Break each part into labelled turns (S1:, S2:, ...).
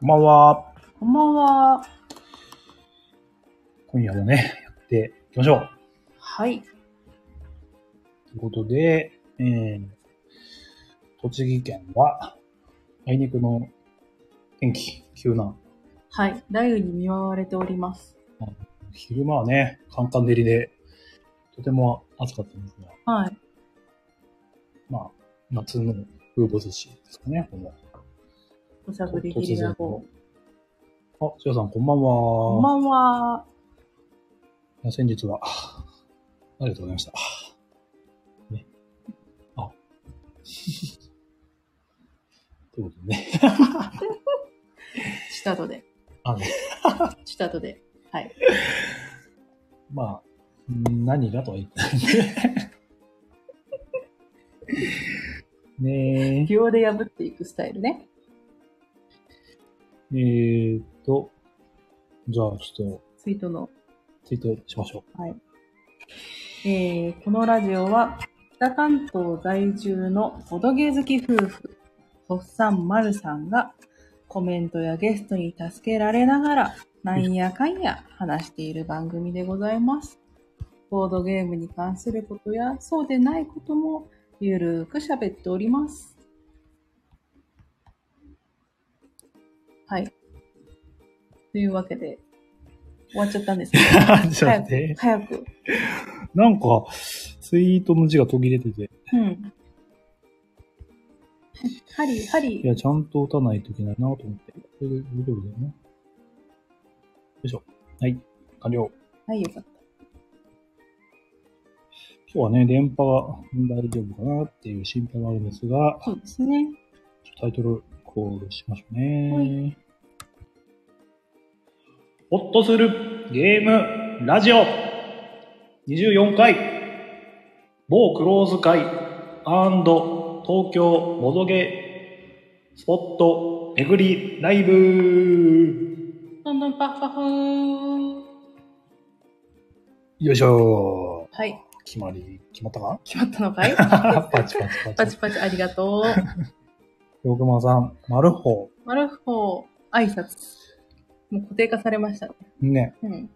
S1: こんばんは。
S2: こんばんは。
S1: 今夜もね、やっていきましょう。
S2: はい。
S1: ということで、えー、栃木県は、あいにくの天気、急な、
S2: はい。雷雨に見舞われております。
S1: 昼間はね、カンカン照りで、とても暑かったんですが、
S2: はい。
S1: まあ、夏の風物詩ですかね、この。
S2: おしゃぶりギリラ号。
S1: あ、しおさん、こんばんは。
S2: こんばんは。
S1: いや先日は、ありがとうございました。ね。あ。 ということでね。
S2: 下とで。
S1: あの、
S2: 下とで。はい。
S1: まあ、ん何がとは言ってないん で。ね
S2: 秒で破っていくスタイルね。
S1: え。えーっと、じゃあちょっ
S2: ツイートの。
S1: とツイートしましょ
S2: えー、このラジオは、北関東在住のボドゲ好き夫婦、ホッサンマルさんが、コメントやゲストに助けられながら、なんやかんや話している番組でございます。ボードゲームに関することや、そうでないことも、ゆるーく喋っております。はい。というわけで、終わっちゃったんですけど、
S1: う。 ちょっと待っ
S2: 早く
S1: て、。
S2: 早く。
S1: なんか、ツイートの字が途切れてて、
S2: うん。ハリー、ハリ
S1: い
S2: ー。
S1: や、ちゃんと打たないといけないなと思って。これで大丈夫だよね。よいしょ。はい。完了。
S2: はい、よかった。
S1: 今日はね、電波が大丈夫かなっていう心配があるんですが、
S2: そうですね。
S1: タイトルコールしましょう
S2: は
S1: ね。ホッとするゲームラジオ24回某クローズ会東京ボドゲスポット巡りライブ
S2: どんどんパッパフーン。
S1: よいしょ
S2: はい。
S1: 決まり、決まった か
S2: 決まったのかい
S1: パチパチパ
S2: パ
S1: チ
S2: チ。パチありがとう。
S1: 六馬さん、マルホ
S2: マルフォー、挨拶。もう固定化されましたね。
S1: ね。
S2: うん。今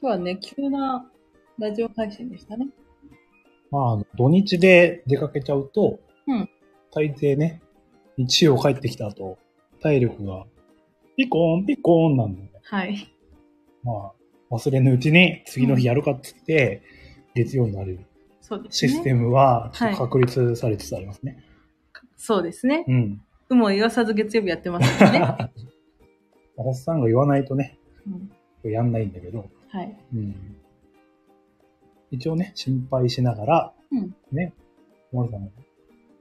S2: 日はね、急なラジオ配信でしたね。
S1: まああの、土日で出かけちゃうと、
S2: うん
S1: 大抵ね、日曜帰ってきた後、体力がピコーンピコーンなんで、
S2: はい。
S1: まあ、忘れぬうちに次の日やるかっつって、月曜になる
S2: そうです
S1: シ
S2: ね。
S1: ステムは、
S2: はい
S1: 確立されつつありますね。
S2: そうですね。
S1: うん。
S2: 有無を言わさず月曜日やってますか らね。
S1: おっさんが言わないとね、
S2: うん、
S1: やんないんだけど、
S2: はい。
S1: うん。一応ね、心配しながら、
S2: うん
S1: ね、マルさんが、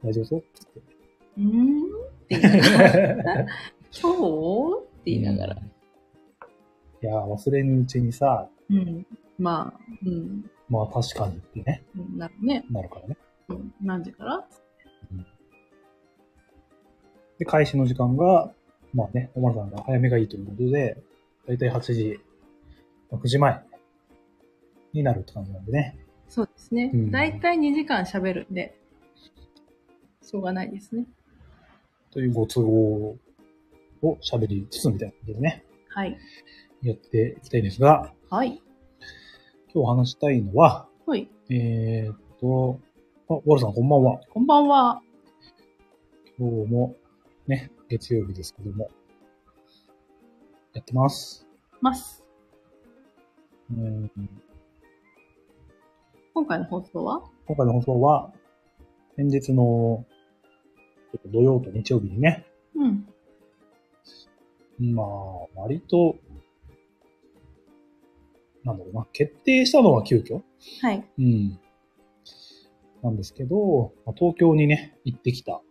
S1: 大丈夫 そうっつって。
S2: うーんって言いながら、今日って言いながら。
S1: いやー、忘れぬうちにさ、
S2: うん。まあ、うん。
S1: まあ確かにってね、
S2: なね、
S1: なるからね。
S2: うん、何時から
S1: で、開始の時間が、まあね、小丸さんが早めがいいということで、だいたい8時、まあ9時前になるって感じなんでね。
S2: そうですね
S1: うん。
S2: だいたい2時間喋るんで、しょうがないですね。
S1: というご都合を喋りつつみたいな感じでね、
S2: はい。
S1: やっていきたいんですが、
S2: はい。
S1: 今日話したいのは、
S2: ほい。
S1: えー、っと、あ、小丸さんこんばんは。
S2: こんばんは。
S1: 今日も、ね、月曜日ですけども、やってます。
S2: ます。
S1: うん
S2: 今回の放送は
S1: 今回の放送は、先日のちょっと土曜と日曜日にね、
S2: うん。
S1: まあ、割と、なんだろうな、決定したのは急遽
S2: はい。
S1: うん。なんですけど、まあ東京にね、行ってきた。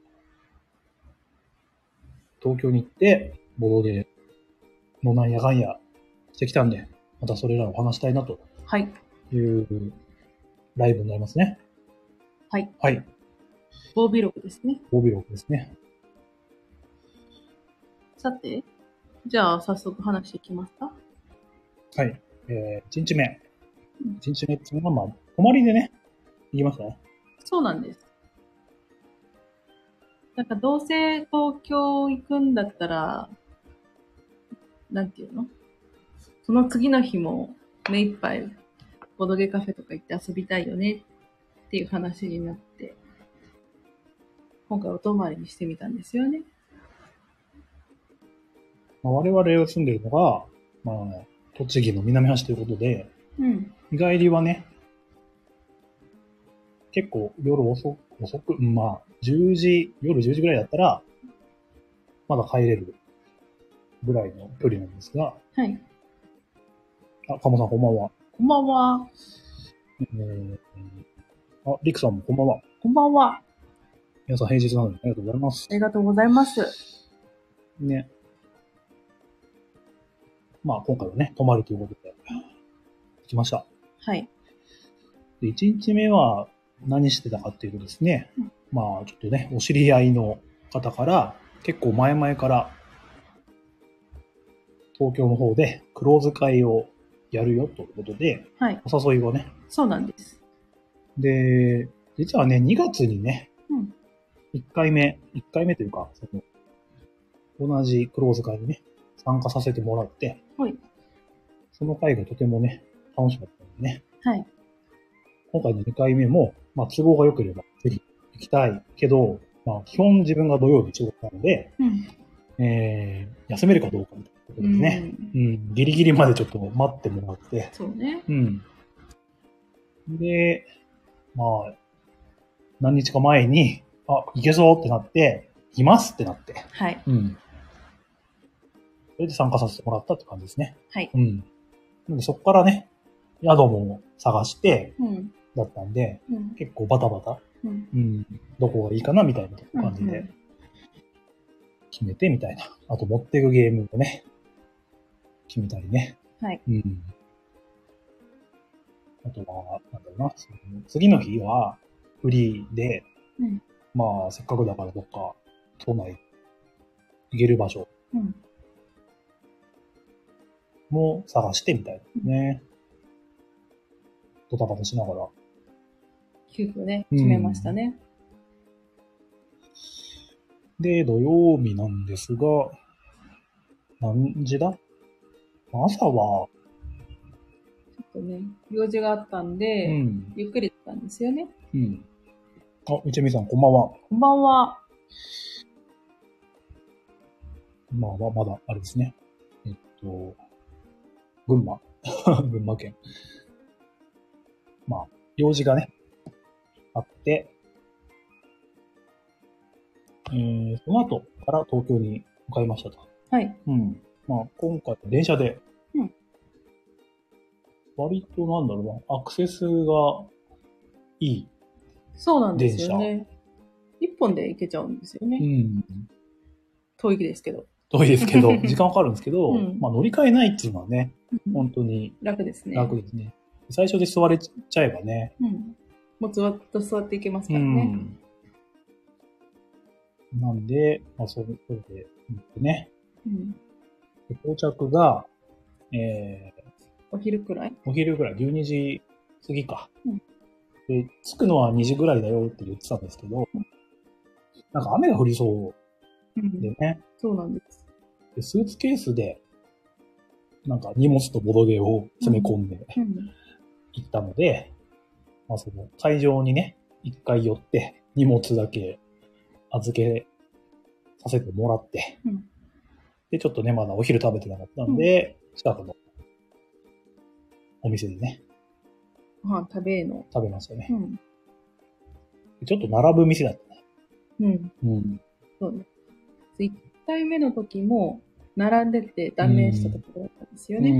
S1: 東京に行って、ボロで、のなんやかんやしてきたんで、またそれらを話したいなと
S2: はい。
S1: いうライブになりますね。
S2: はい。
S1: はい。
S2: 防備録ですね。
S1: 5秒ですね。
S2: さて、じゃあ早速話していきますか。
S1: はい。えー、1日目
S2: うん。
S1: 1日目っていうのは、まあ、泊まりでね、行きましたね。
S2: そうなんです。なんかどうせ東京行くんだったら、なんていうのその次の日も目いっぱいボドゲカフェとか行って遊びたいよねっていう話になって、今回お泊まりにしてみたんですよね。
S1: まあ我々が住んでるのが、まあ、栃木の南橋ということで、
S2: うん。
S1: 日帰りはね、結構夜遅く、遅く、うんまあ、10時、夜10時ぐらいだったら、まだ帰れるぐらいの距離なんですが、
S2: はい。
S1: あ、かもさんこんばんは。
S2: こんばんは。
S1: えーあ、りくさんもこんばんは。
S2: こんばんは。
S1: 皆さん平日なのにありがとうございます
S2: あ。りがとうございます。
S1: ね。まあ、今回はね、泊まるということで、来ました。
S2: はい。
S1: で、1日目は何してたかっていうとですね、
S2: うん
S1: まあちょっとね、お知り合いの方から、結構前々から、東京の方でクローズ会をやるよということで、
S2: はい。
S1: お誘いをね。
S2: そうなんです。
S1: で、実はね、2月にね、
S2: うん
S1: 1回目、1回目というか、その同じクローズ会にね、参加させてもらって、
S2: はい。
S1: その会がとてもね、楽しかったんでね、
S2: はい。
S1: 今回の2回目も、まあ、都合が良ければ、ぜひ行きたいけど、まあ、基本自分が土曜日仕事なので、
S2: うん。
S1: えー、休めるかどうかみたいなところですね。
S2: うん
S1: うん、ギリギリまでちょっと待ってもらって、
S2: そうね。
S1: うん。で、まあ、何日か前に、あ、行けそうってなって、いますってなって、
S2: はい。
S1: うん。それで参加させてもらったって感じですね。
S2: はい。
S1: うん。なんでそこからね、宿も探して、
S2: うん。
S1: だったんで、
S2: うん。
S1: 結構バタバタ
S2: うん。
S1: うん、どこがいいかなみたいな感じ
S2: うんう
S1: で
S2: ん
S1: 決めてみたいな。あと持っていくゲームをね、決めたりね。
S2: はい。
S1: うん。あとは、なんだろうな、その次の日はフリーで、
S2: うん
S1: まあせっかくだからどっか都内行ける場所
S2: うん。
S1: も探してみたいなね。ドタバタしながら。
S2: 急遽ね、
S1: うん
S2: 決めましたね。
S1: で、土曜日なんですが、何時だ朝は、
S2: ちょっとね、用事があったんで、
S1: うん。
S2: ゆっくりだったんですよね。
S1: うん。あ、みちみさん、こんばんは。
S2: こんばんは。
S1: まあまあ、まだ、あれですね。えっと、群馬 群馬県。まあ、用事がね、あって、えー、その後から東京に向かいましたと。
S2: はい。
S1: うん。まあ、今回、電車で、
S2: うん
S1: 割となんだろうな、アクセスがいい。
S2: そうなんですよね。一本で行けちゃうんですよね。
S1: ん。
S2: 遠いですけど。
S1: 遠いですけ ど、時間かかるんですけど、
S2: うん
S1: まあ乗り換えないっていうのはね、本当に
S2: 楽ですね。
S1: 楽ですね。最初で座れちゃえばね。
S2: うん。もうずっと座っていけますからね。
S1: なんで、まあそういうことで、ね、
S2: うん。
S1: で到着が、えー、
S2: お昼くらい
S1: お昼ぐらい、12時過ぎか。
S2: うん
S1: で、着くのは2時ぐらいだよって言ってたんですけど、なんか雨が降りそううんでね、
S2: そうなんです。
S1: でスーツケースで、なんか荷物とボドゲを詰め込んで
S2: うん。
S1: 行ったので、まあその会場にね、一回寄って荷物だけ預けさせてもらって、
S2: うん
S1: で、ちょっとね、まだお昼食べてなかったんで、近くのお店でね、
S2: ご飯食べーの。
S1: 食べましたね
S2: う。ん。
S1: でちょっと並ぶ店だったね。
S2: うん。
S1: うん。
S2: そうね。1回目の時も、並んでて断念したところだったんですよね。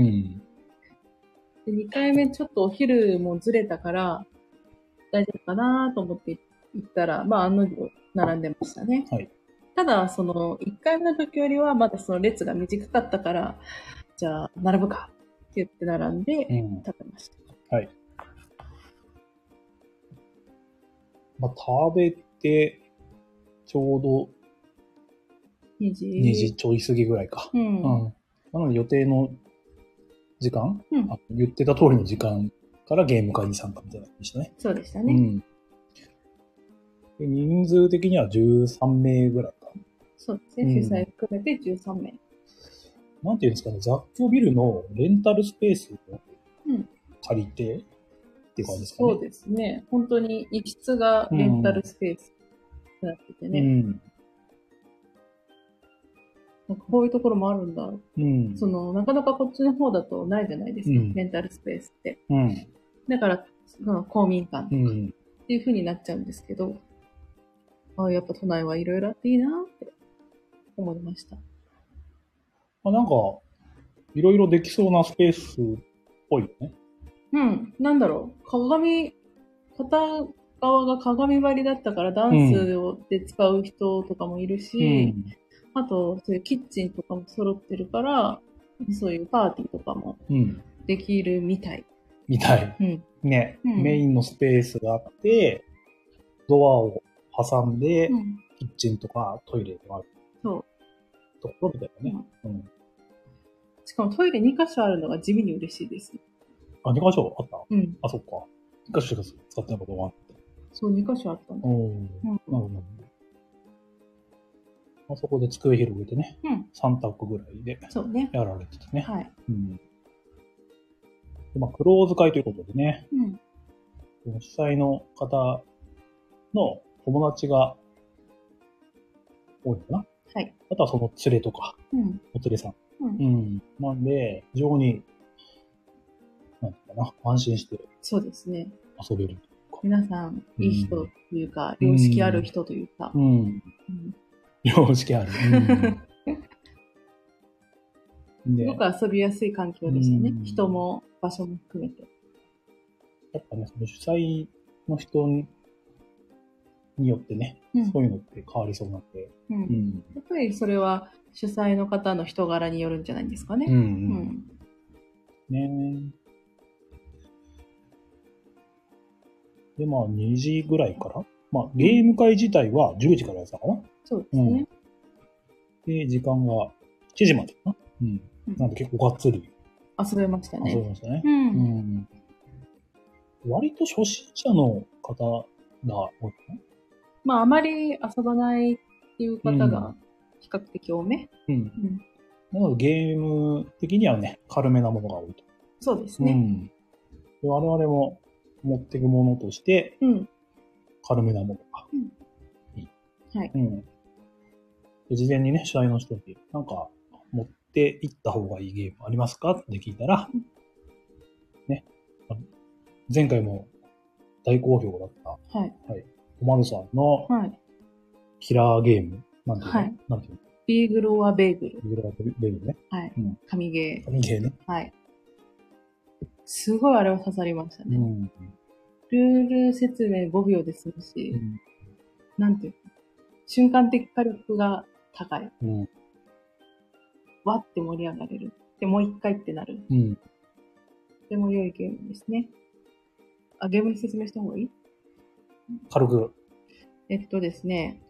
S1: うん。
S2: で、2回目ちょっとお昼もずれたから、大丈夫かなと思って行ったら、まあ、案の定並んでましたね。
S1: はい
S2: ただ、その、1回目の時よりは、まだその列が短かったから、じゃあ、並ぶかって言って並ん
S1: う
S2: で、
S1: ん。
S2: 食べました。
S1: まあ、食べて、ちょうど
S2: 2時。
S1: 2時。ちょい過ぎぐらいか。
S2: うん。
S1: うん。なので予定の時間、
S2: うん
S1: あ言ってた通りの時間からゲーム会に参加みたいな感じでしたね。
S2: そうでした
S1: う
S2: ね。
S1: ん。で人数的には13名ぐらいか。
S2: そうです
S1: う
S2: ね。
S1: ん
S2: 主催含めて13名。
S1: なんていうんですかね、雑居ビルのレンタルスペースを
S2: うん
S1: 借りて、っていう感じですかね。
S2: そうですね。本当に一室がレンタルスペースになっててね。
S1: ね。
S2: なんかこういうところもあるんだ。
S1: うん。うん。
S2: その、なかなかこっちの方だとないじゃないですか。
S1: うん
S2: レンタルスペースって。
S1: うん。
S2: だから、その公民館
S1: う
S2: とか
S1: ん。
S2: っていう風になっちゃうんですけど、ああ、やっぱ都内はいろいろあっていいなって思いました。
S1: まあ、なんか、いろいろできそうなスペースっぽいよね。
S2: うん。なんだろう。鏡、片側が鏡張りだったからダンスをで使う人とかもいるし、あと、そういうキッチンとかも揃ってるから、そういうパーティーとかも
S1: うん。うん。
S2: できるみたい。
S1: みたい。
S2: うん。
S1: ね、
S2: うん
S1: メインのスペースがあって、ドアを挟んで、
S2: うん。
S1: キッチンとかトイレがある
S2: そ
S1: ところみたいなね。うん。
S2: う。しかもトイレ2箇所あるのが地味に嬉しいです。
S1: あ、2箇所あった
S2: うん。
S1: あ、そっか。2箇所しか使ってなかったわ。
S2: そう、2箇所あったんだ。
S1: おー
S2: うん
S1: なるほどなるほど。あそこで机広げてね、
S2: うん。
S1: 3択ぐらいで
S2: そうね。
S1: やられてたね。
S2: はい。
S1: うん。でまあ、クローズ会ということでね、
S2: うん。
S1: 主催の方の友達が多いかな。
S2: はい。
S1: あとはその連れとか、
S2: うん。
S1: お連れさん。
S2: うん
S1: うん。なんで、非常に、なんていうかな、安心して
S2: そうですね。
S1: 遊べる。
S2: 皆さん、いい人
S1: う
S2: と
S1: ん
S2: いうか、良識ある人というか、
S1: うん。
S2: うん
S1: 良識ある。 うんです
S2: ごく遊びやすい環境でしたね
S1: う。ん
S2: 人も場所も含めて。
S1: やっぱね、その主催の人によってね、
S2: うん
S1: そういうのって変わりそうなんで。
S2: うん
S1: ん。
S2: やっぱりそれは主催の方の人柄によるんじゃないですか
S1: う。
S2: ね。うんん。
S1: ねで、まあ、2時ぐらいから。まあ、ゲーム会自体は10時からやってたかな。
S2: そうですね。
S1: で、時間が7時までかな。うん。
S2: うん
S1: なんで結構がっつり
S2: 遊べました
S1: 遊び
S2: ね。
S1: ましたね。
S2: う。
S1: うんん。割と初心者の方が多いかな。
S2: まあ、あまり遊ばないっていう方が比較的多め。
S1: うん。
S2: うん。
S1: なのでゲーム的にはね、軽めなものが多いと。
S2: そうです
S1: う
S2: ね。
S1: ん。で我々も持っていくものとして、
S2: うん。
S1: 軽めなものがいい。
S2: はい
S1: うん。で事前にね、主催の人に、なんか、持っていった方がいいゲームありますかって聞いたら
S2: うん、
S1: ね、あの前回も大好評だった、
S2: はい。
S1: おまるさんの
S2: はい。
S1: キラーゲーム、なんていうの、
S2: はい
S1: なんていう
S2: ビーグルはベーグル。
S1: のキラーゲームね。
S2: はい
S1: うん。
S2: 神ゲ
S1: 神ゲーね。
S2: ー。はい。すごいあれは刺さりました
S1: う
S2: ね。
S1: ん。
S2: ルール説明5秒で済むし、なんていうか瞬間的火力が高い。
S1: うん。
S2: わって盛り上がれる。で、もう一回ってなる。
S1: うん。
S2: とても良いゲームですね。あ、ゲームの説明した方がいい
S1: 軽く。
S2: えっとですね、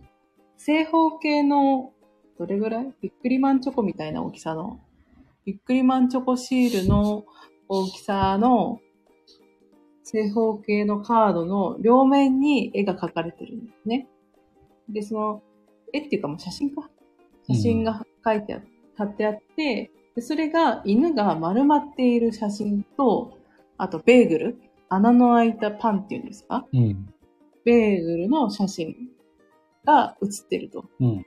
S2: 正方形の、どれぐらいビックリマンチョコみたいな大きさの、ビックリマンチョコシールの大きさの、正方形のカードの両面に絵が描かれてるんですね。で、その、絵っていうかもう写真か。写真が描いてあ、貼ってあって、でそれが犬が丸まっている写真と、あとベーグル、穴の開いたパンっていうんですか
S1: うん。
S2: ベーグルの写真が写ってると。
S1: うん。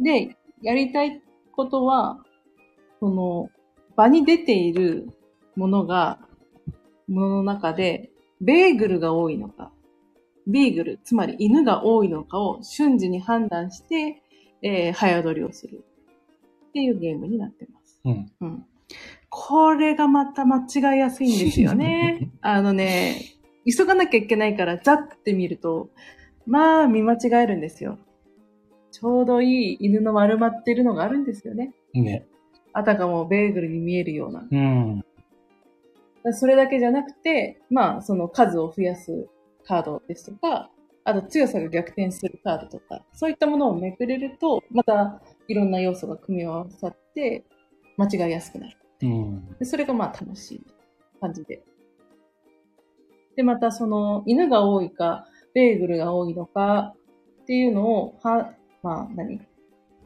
S2: で、やりたいことは、その、場に出ているものが、ものの中で、ベーグルが多いのか、ビーグル、つまり犬が多いのかを瞬時に判断して、えー早撮りをするっていうゲームになってます。
S1: うん。
S2: うん。これがまた間違いやすいんですよね。あのね、急がなきゃいけないから、ざって見ると、まあ見間違えるんですよ。ちょうどいい犬の丸まってるのがあるんですよね。
S1: ね。
S2: あたかもベーグルに見えるような。
S1: うん。
S2: それだけじゃなくて、まあその数を増やすカードですとか、あと強さが逆転するカードとか、そういったものをめくれると、またいろんな要素が組み合わさって、間違いやすくなる。
S1: うん。
S2: で、それがまあ楽しい感じで。で、またその犬が多いか、ベーグルが多いのか、っていうのを、は、まあ、何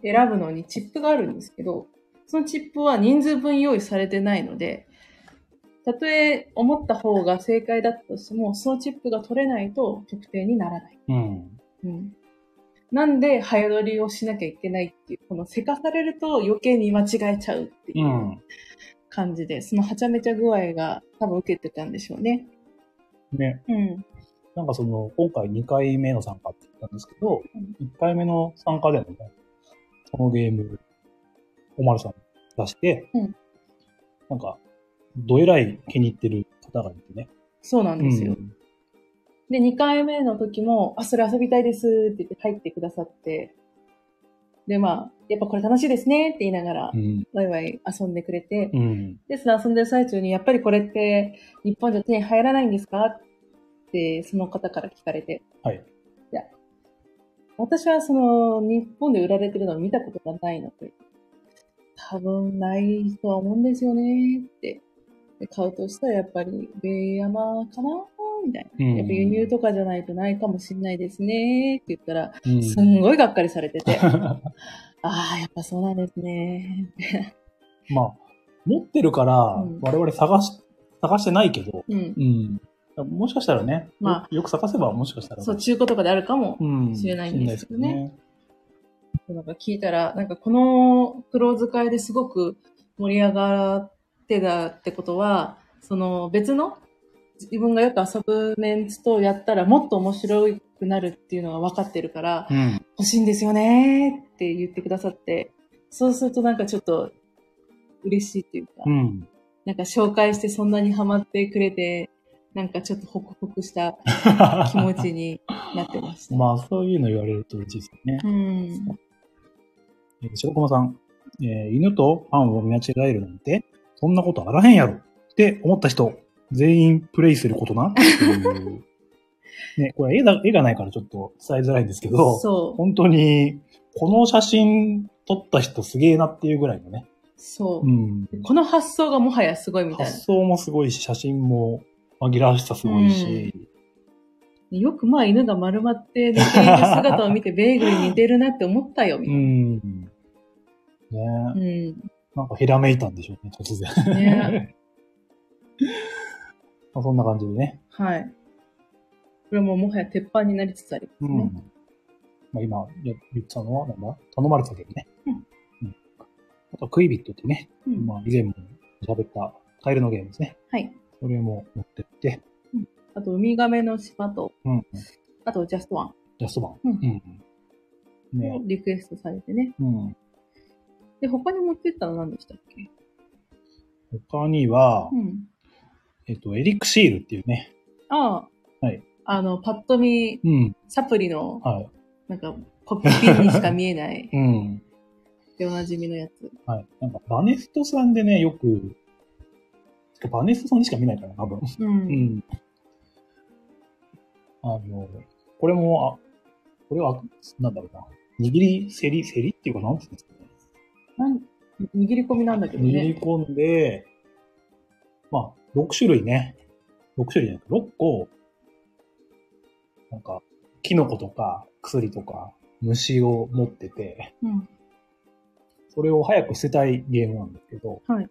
S2: 選ぶのにチップがあるんですけど、そのチップは人数分用意されてないので、たとえ思った方が正解だったとしても、そのチップが取れないと得点にならない。
S1: うん。。
S2: うん。なんで、早取りをしなきゃいけないっていう、このせかされると余計に間違えちゃうっていううん感じで、そのはちゃめちゃ具合が多分受けてたんでしょうね。
S1: ね。
S2: うん。
S1: なんかその、今回2回目の参加って言ったんですけど、
S2: うん
S1: 1回目の参加でもね、このゲーム、おまるさん出して、
S2: うん
S1: なんか、どえらい気に入ってる方がいてね。
S2: そうなんですよ。
S1: ん
S2: で、2回目の時も、あ、それ遊びたいですって言って入ってくださって、で、まあ、やっぱこれ楽しいですねって言いながら
S1: う、ん。
S2: ワイワイ遊んでくれて、
S1: うん。
S2: で、その遊んでる最中に、やっぱりこれって日本じゃ手に入らないんですかって、その方から聞かれて。
S1: はい。
S2: いや、私はその日本で売られてるのを見たことがないので、多分ないとは思うんですよねって。で買うとしたらやっぱり米山かなみたい
S1: うん
S2: な。やっぱ輸入とかじゃないとないかもしれないですねって言ったら、
S1: うん
S2: すんごいがっかりされてて、ああ、やっぱそうなんですね。
S1: まあ、持ってるから、
S2: ん
S1: 我々探し、探してないけど、
S2: うん。
S1: うん。もしかしたらね、
S2: ま
S1: よよく探せばもしかしたら、
S2: そう、中古とかであるかも
S1: うん、
S2: しれないんですよね
S1: しれないで
S2: なんか聞いたら、なんかこのクローズ会ですごく盛り上がってたってことは、その別の自分がよく遊ぶメンツとやったらもっと面白くなるっていうのが分かってるから、
S1: すよね。
S2: 欲しいんですよねって言ってくださって、そうするとなんかちょっと嬉しいっていうか、
S1: うん。うん。
S2: なんか紹介してそんなにハマってくれて、なんかちょっとホクホクした気持ちになって ました。
S1: まあ、そういうの言われると嬉しいですよね。
S2: うん。
S1: えー白駒さん、えー犬とパンを見間違えるなんて、そんなことあらへんやろって思った人、全員プレイすることなっていう。 ね、これ絵だ絵がないからちょっと伝えづらいんですけど、
S2: そう。
S1: 本当に、この写真撮った人すげえなっていうぐらいのね、
S2: そう
S1: う。ん、
S2: この発想がもはやすごいみたいな
S1: 発。想もすごいし、写真も紛らわしさすごいし、
S2: よくまあ犬が丸まって寝ている姿を見て ベーグルに似てるなって思ったよ。み
S1: う
S2: たい
S1: ん。ね
S2: なうん。
S1: なんかひらめいたんでしょうね、突然。
S2: ね
S1: まあそんな感じでね。
S2: はい。これももはや鉄板になりつつあります
S1: う
S2: ね。
S1: ん。まあ、今や言ったのは、なんだ頼まれたけどね。
S2: うん。
S1: うん、あと、クイビットってね、
S2: うん
S1: まあ、以前も喋ったカエルのゲームですね。
S2: はい。
S1: それも持ってって、
S2: あと、ウミガメの島と、
S1: うん。
S2: あと、ジャストワ
S1: ラスト版。
S2: うん
S1: うん。
S2: ン
S1: ね
S2: をリクエストされてね。
S1: うん。
S2: で、他に持ってったの何でしたっけ
S1: 他には、
S2: うん。
S1: えっと、エリクシールっていうね。
S2: ああ。
S1: はい。
S2: あの、パッと見、
S1: うん。
S2: サプリの、
S1: はい。
S2: なんか、コピーピンにしか見えない、
S1: うん。
S2: でおなじみのやつ。
S1: はい。なんか、バネストさんでね、よく、てかバネストさんでしか見ないから、多分。
S2: う。
S1: うんん。あの、これも、あ、これは、なんだろうな。握り、せり、せりっていうか、なんていうんですかね。
S2: なん握り込みなんだけど
S1: 握り
S2: ね。
S1: 込んで、まあ、6種類ね。6種類じゃなくて、6個、なんか、キノコとか、薬とか、虫を持ってて、
S2: うん。
S1: それを早く捨てたいゲームなんですけど、
S2: はい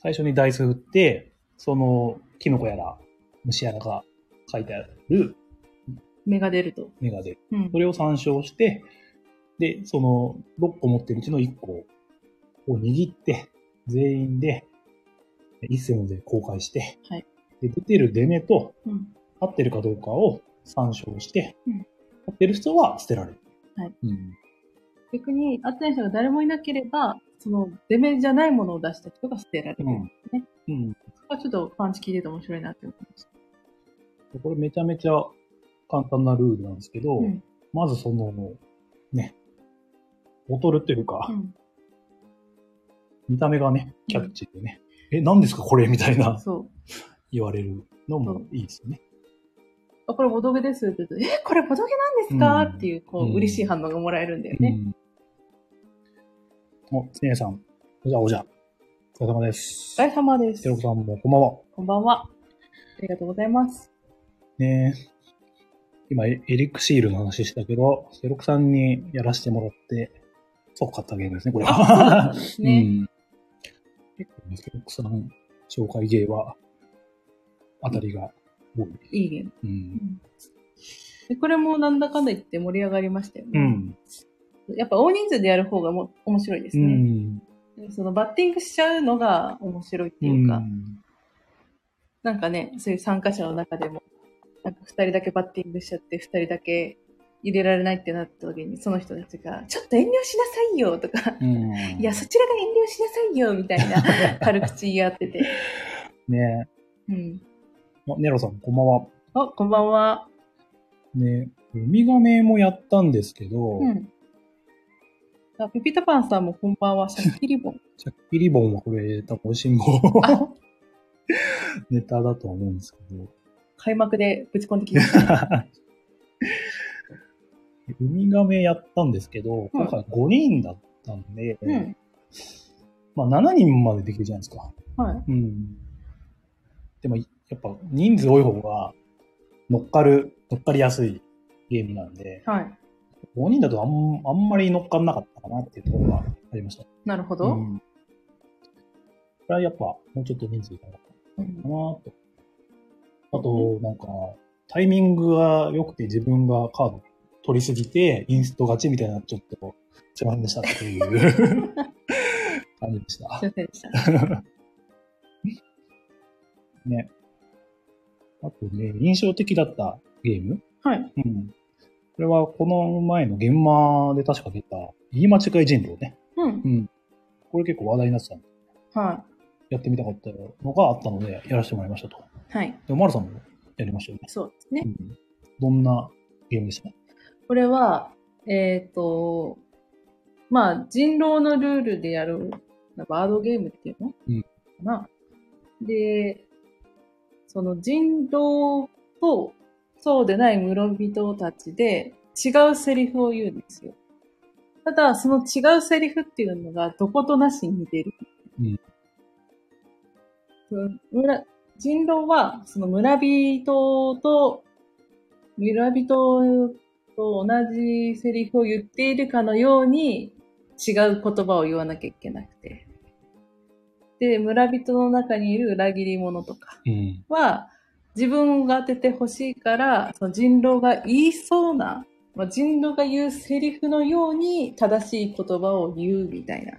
S1: 最初にダイス振って、その、キノコやら、虫やらが書いてある
S2: 芽が出ると。
S1: 目が出る。
S2: うん
S1: そ。れを参照して、で、その6個持ってるうちの1個を握って、全員で、一斉ので公開して、
S2: はい
S1: で出てる出目と
S2: うん。
S1: 合ってるかどうかを参照して、
S2: うん
S1: 合ってる人は捨てられる。
S2: はい
S1: うん
S2: 逆に、合ってない人が誰もいなければ、その、出目じゃないものを出した人が捨てられる。
S1: うん
S2: ね
S1: うん
S2: そこはちょっとパンチ聞いてて面白いなって思いました。
S1: でこれめちゃめちゃ簡単なルールなんですけど、
S2: うん。
S1: まずその、ね、劣るというか、見た目がね、キャッチーでね、え、何ですかこれみたい
S2: うん。
S1: な
S2: そう。
S1: 言われるのもいいですよね。
S2: あ、これボドゲですって言うと、え、これボドゲなんですか、
S1: うん
S2: っていう、こ
S1: うん
S2: う、嬉しい反応がもらえるんだよ
S1: う
S2: ね。
S1: ん。お、つねさん。おじゃおじゃ。お疲れ様です。
S2: お疲れ様です
S1: て。ろこさんもこんばんは。
S2: こんばんは。ありがとうございます。
S1: ねえ。今、エエリックシールの話したけど、セロクさんにやらせてもらって、そう、買ったゲームですね、これは。
S2: ですね。
S1: うん。結構ね、セロクさん紹介ゲーは、あたりが多い。
S2: いいゲーム。
S1: うん。
S2: でこれもなんだかんだ言って盛り上がりましたよ
S1: う
S2: ね。
S1: ん。
S2: やっぱ大人数でやる方がも面白いです
S1: う
S2: ね、
S1: ん。
S2: そのバッティングしちゃうのが面白いっていうか、
S1: ん
S2: なんかね、そういう参加者の中でも、なんか二人だけバッティングしちゃって、二人だけ入れられないってなった時に、その人たちが、ちょっと遠慮しなさいよとか、
S1: うん。
S2: いや、そちらが遠慮しなさいよみたい な軽口言い合ってて。
S1: ね
S2: うん。
S1: あネロさん、こんばんは。
S2: あ、こんばんは。
S1: ねウミガメもやったんですけど、
S2: うん。あ、ピピタパンさんもこんばんは、シャッキリボ ン。
S1: チャッキリボンはこれ、多分、おしんぼ
S2: あ
S1: ネタだとは思うんですけど。
S2: 開幕でぶち込んできました。
S1: ウミガメやったんですけど、今回5人だったんで、
S2: うん。
S1: まあ7人までできるじゃないですか。
S2: はい。
S1: うん。でも、やっぱ人数多い方が乗っかる、乗っかりやすいゲームなんで、
S2: はい。
S1: 5人だとあんあんまり乗っかんなかったかなっていうところがありました。
S2: なるほ
S1: う
S2: ど。
S1: ん、これはやっぱ、もうちょっと人数いたかった
S2: うん
S1: かなと。あと、なんか、タイミングが良くて自分がカード取りすぎて、インスト勝ちみたいな、ちょっと、つまんでしたっていう 感じでした
S2: すい。ませんでした。
S1: ね。あとね、印象的だったゲーム
S2: はい。
S1: うん。これは、この前の現場で確か出た、言い間違い人狼ね。
S2: うん。
S1: うん。これ結構話題になってたんで
S2: は
S1: やってみたかったのがあったので、やらせてもらいましたと。
S2: い。はい。
S1: でも、丸さんもやりましたよね。
S2: そうですね。
S1: うんどんなゲームでした
S2: これは、えっ、と、まあ、人狼のルールでやる、バードゲームっていうの、
S1: うん
S2: かな。で、その人狼と、そうでない室人たちで違うセリフを言うんですよ。ただ、その違うセリフっていうのがどことなしに似てる。
S1: うん
S2: うん。村、人狼は、その村人と、村人と同じセリフを言っているかのように違う言葉を言わなきゃいけなくて。で、村人の中にいる裏切り者とか
S1: うん。
S2: は、自分が当ててほしいから、その人狼が言いそうな、まあ、人狼が言うセリフのように正しい言葉を言うみたいな。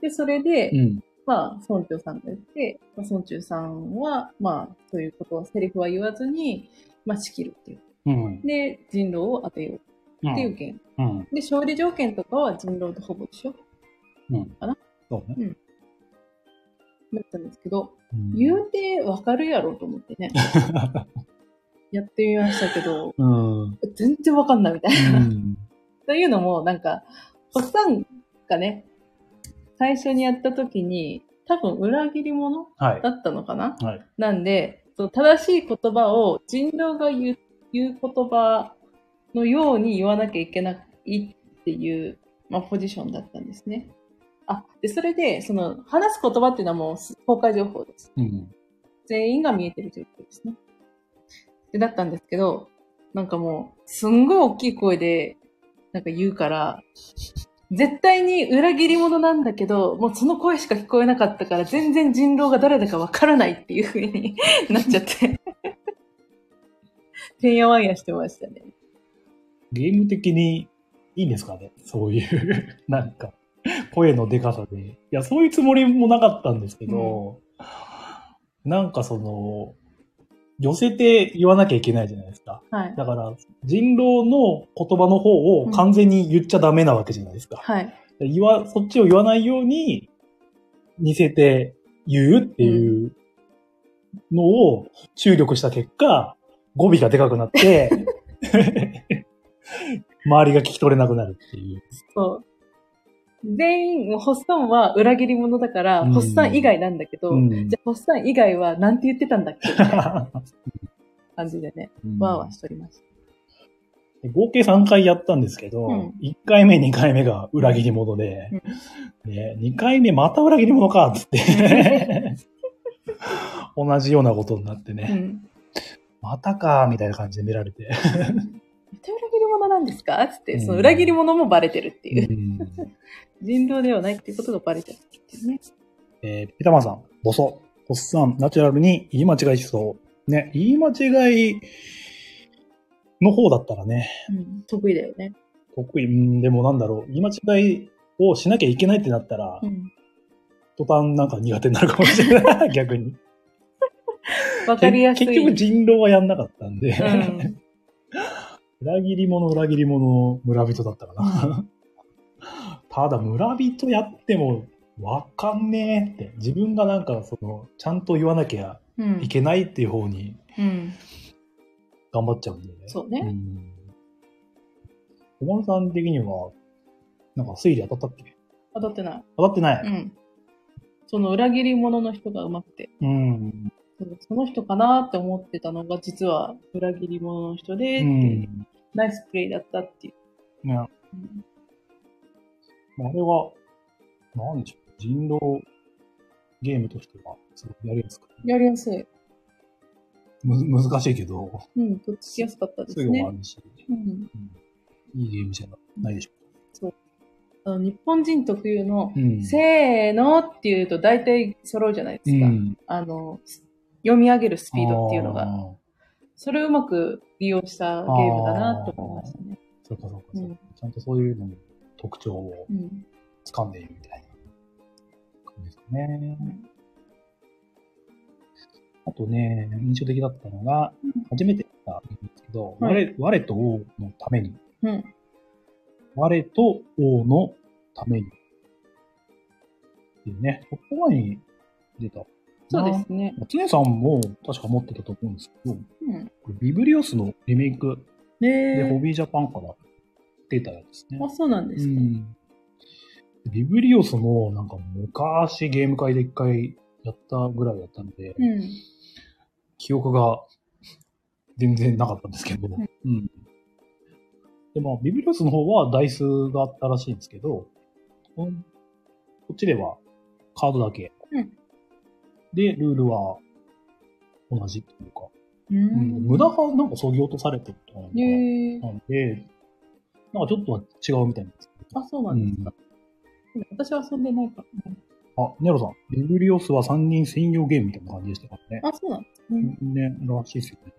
S2: で、それで、
S1: うん。
S2: まあ、村長さんが言って、まあ、村長さんは、まあ、そういうことは、セリフは言わずに、まあ、仕切るっていう。
S1: うん。
S2: で、人狼を当てよう
S1: うん
S2: っていうゲーム。
S1: うん。
S2: で、勝利条件とかは人狼とほぼ一緒
S1: うん。
S2: かな
S1: そうね。
S2: だったんですけど、
S1: うん
S2: 言うてわかるやろと思ってね、やってみましたけど、
S1: うん。う
S2: 全然わかんないみたいな。
S1: ん。
S2: というのも、なんか、おっさんがね、最初にやった時に、多分裏切り者
S1: はい
S2: だ。ったのかな
S1: はい。
S2: なんで、その正しい言葉を人狼が言う言う言葉のように言わなきゃいけないっていう、まあ、ポジションだったんですね。あ、で、それで、その、話す言葉っていうのはもう公開情報です。
S1: うん。
S2: 全員が見えてるということですね。で、だったんですけど、なんかもう、すんごい大きい声で、なんか言うから、絶対に裏切り者なんだけど、もうその声しか聞こえなかったから、全然人狼が誰だかわからないっていう風に なっちゃって。 てんやわんやしてましたね。
S1: ゲーム的にいいんですかねそういう、なんか、声のでかさで。いや、そういうつもりもなかったんですけど、なんかその、寄せて言わなきゃいけないじゃないですか。
S2: はい。
S1: だから、人狼の言葉の方を完全に言っちゃダメなわけじゃないですか。
S2: はい。
S1: 言わ、そっちを言わないように、似せて言うっていうのを注力した結果、語尾がでかくな って、周りが聞き取れなくなるっていう。
S2: そう。全員、もうホッサンは裏切り者だから、
S1: うん
S2: ホッサン以外なんだけど、
S1: うん
S2: じゃあホッサン以外はなんて言ってたんだっけみたいな感じでね。わーわーしとりまし
S1: 合計3回やったんですけど、
S2: うん
S1: 1回目、2回目が裏切り者で、ね、2回目また裏切り者 か、つって。同じようなことになって
S2: た。う
S1: ね。
S2: ん。
S1: またか、みたいな感じで見られて。
S2: また裏切り者なんですかつって、
S1: うん
S2: その裏切り者もバレてるっていう。
S1: うん
S2: 人狼ではないっていうことがバレちゃってるっていうね。
S1: えーピタマンさん、ボソ、おっさん、ナチュラルに言い間違いしそう。ね、言い間違いの方だったらね、
S2: うん、得意だよね。
S1: 得意、うん、でもなんだろう、言い間違いをしなきゃいけないってなったら
S2: う、ん。
S1: 途端なんか苦手になるかもしれ ない、逆に。
S2: わかりやすい。
S1: 結局人狼はやんなかったんで、
S2: うん、
S1: 裏切り者、裏切り者の村人だったかな。ただ、村人やっても、わかんねえって。自分がなんか、その、ちゃんと言わなきゃ
S2: うん
S1: い。けないっていう方に
S2: うん。
S1: 頑張っちゃうんでね。
S2: そう
S1: う
S2: ね。
S1: ん。小丸さん的には、なんか推理当たったっけ
S2: 当たってない。
S1: 当たってな
S2: う
S1: い。
S2: ん。その裏切り者の人がうまくて、
S1: うん。
S2: そうその人かなって思ってたのが、実は裏切り者の人で、って
S1: う。
S2: いうんナイスプレイだったっていう。
S1: ね、あ
S2: うん
S1: れは、なんでしょう。人狼ゲームとしては、すごくやりやすくて。
S2: やりやすい。
S1: む難しいけど、
S2: うん、とっつきやすかったで
S1: そうい
S2: す
S1: うのもあ。
S2: ね
S1: るし、
S2: うん。
S1: いいゲームじゃないでしょ
S2: あの日本人特有の
S1: う、か。うん
S2: せーのっていうと大体揃うじゃないですか。あの、読み上げるスピードっていうの
S1: あ
S2: が、
S1: ー
S2: それをうまく利用したゲームだなと思いましたね。
S1: そうかそうか
S2: う
S1: そうか、
S2: ん
S1: ちゃんとそういうのも特徴を
S2: うん。
S1: 掴んでいるみたいな感じですかね。あとね、印象的だったのが
S2: うん、
S1: 初めてやったんですけど、
S2: はい
S1: 我我と王のために、
S2: うん。
S1: 我と王のために。っていうね、トップ前に出た。
S2: そうですね。
S1: まあ。常さんも確か持ってたと思うんですけど、
S2: うん。
S1: これビブリオスのリメイクで、ホ
S2: ね
S1: ビージャパンから出たやつですね
S2: え。。あ、そうなんですか。
S1: うんビブリオスもなんか昔ゲーム会で一回やったぐらいだったんで、
S2: うん。
S1: 記憶が全然なかったんですけど、うん。で、まあ、ビブリオスの方はダイスがあったらしいんですけど、こんこっちではカードだけ。
S2: うん
S1: で、ルールは同じっていうか、
S2: う
S1: うん
S2: ん。
S1: 無駄がなんか削ぎ落とされてるとかなのかな
S2: へえ。
S1: なんで、なんかちょっとは違うみたいなんですけど。
S2: あ、そうなんですか。私は遊んでないからね。
S1: あ、ネロさん、ビブリオスは3人専用ゲームみたいな感じでしたからね。
S2: あ、そうなんですね。
S1: ね、らしいですよね。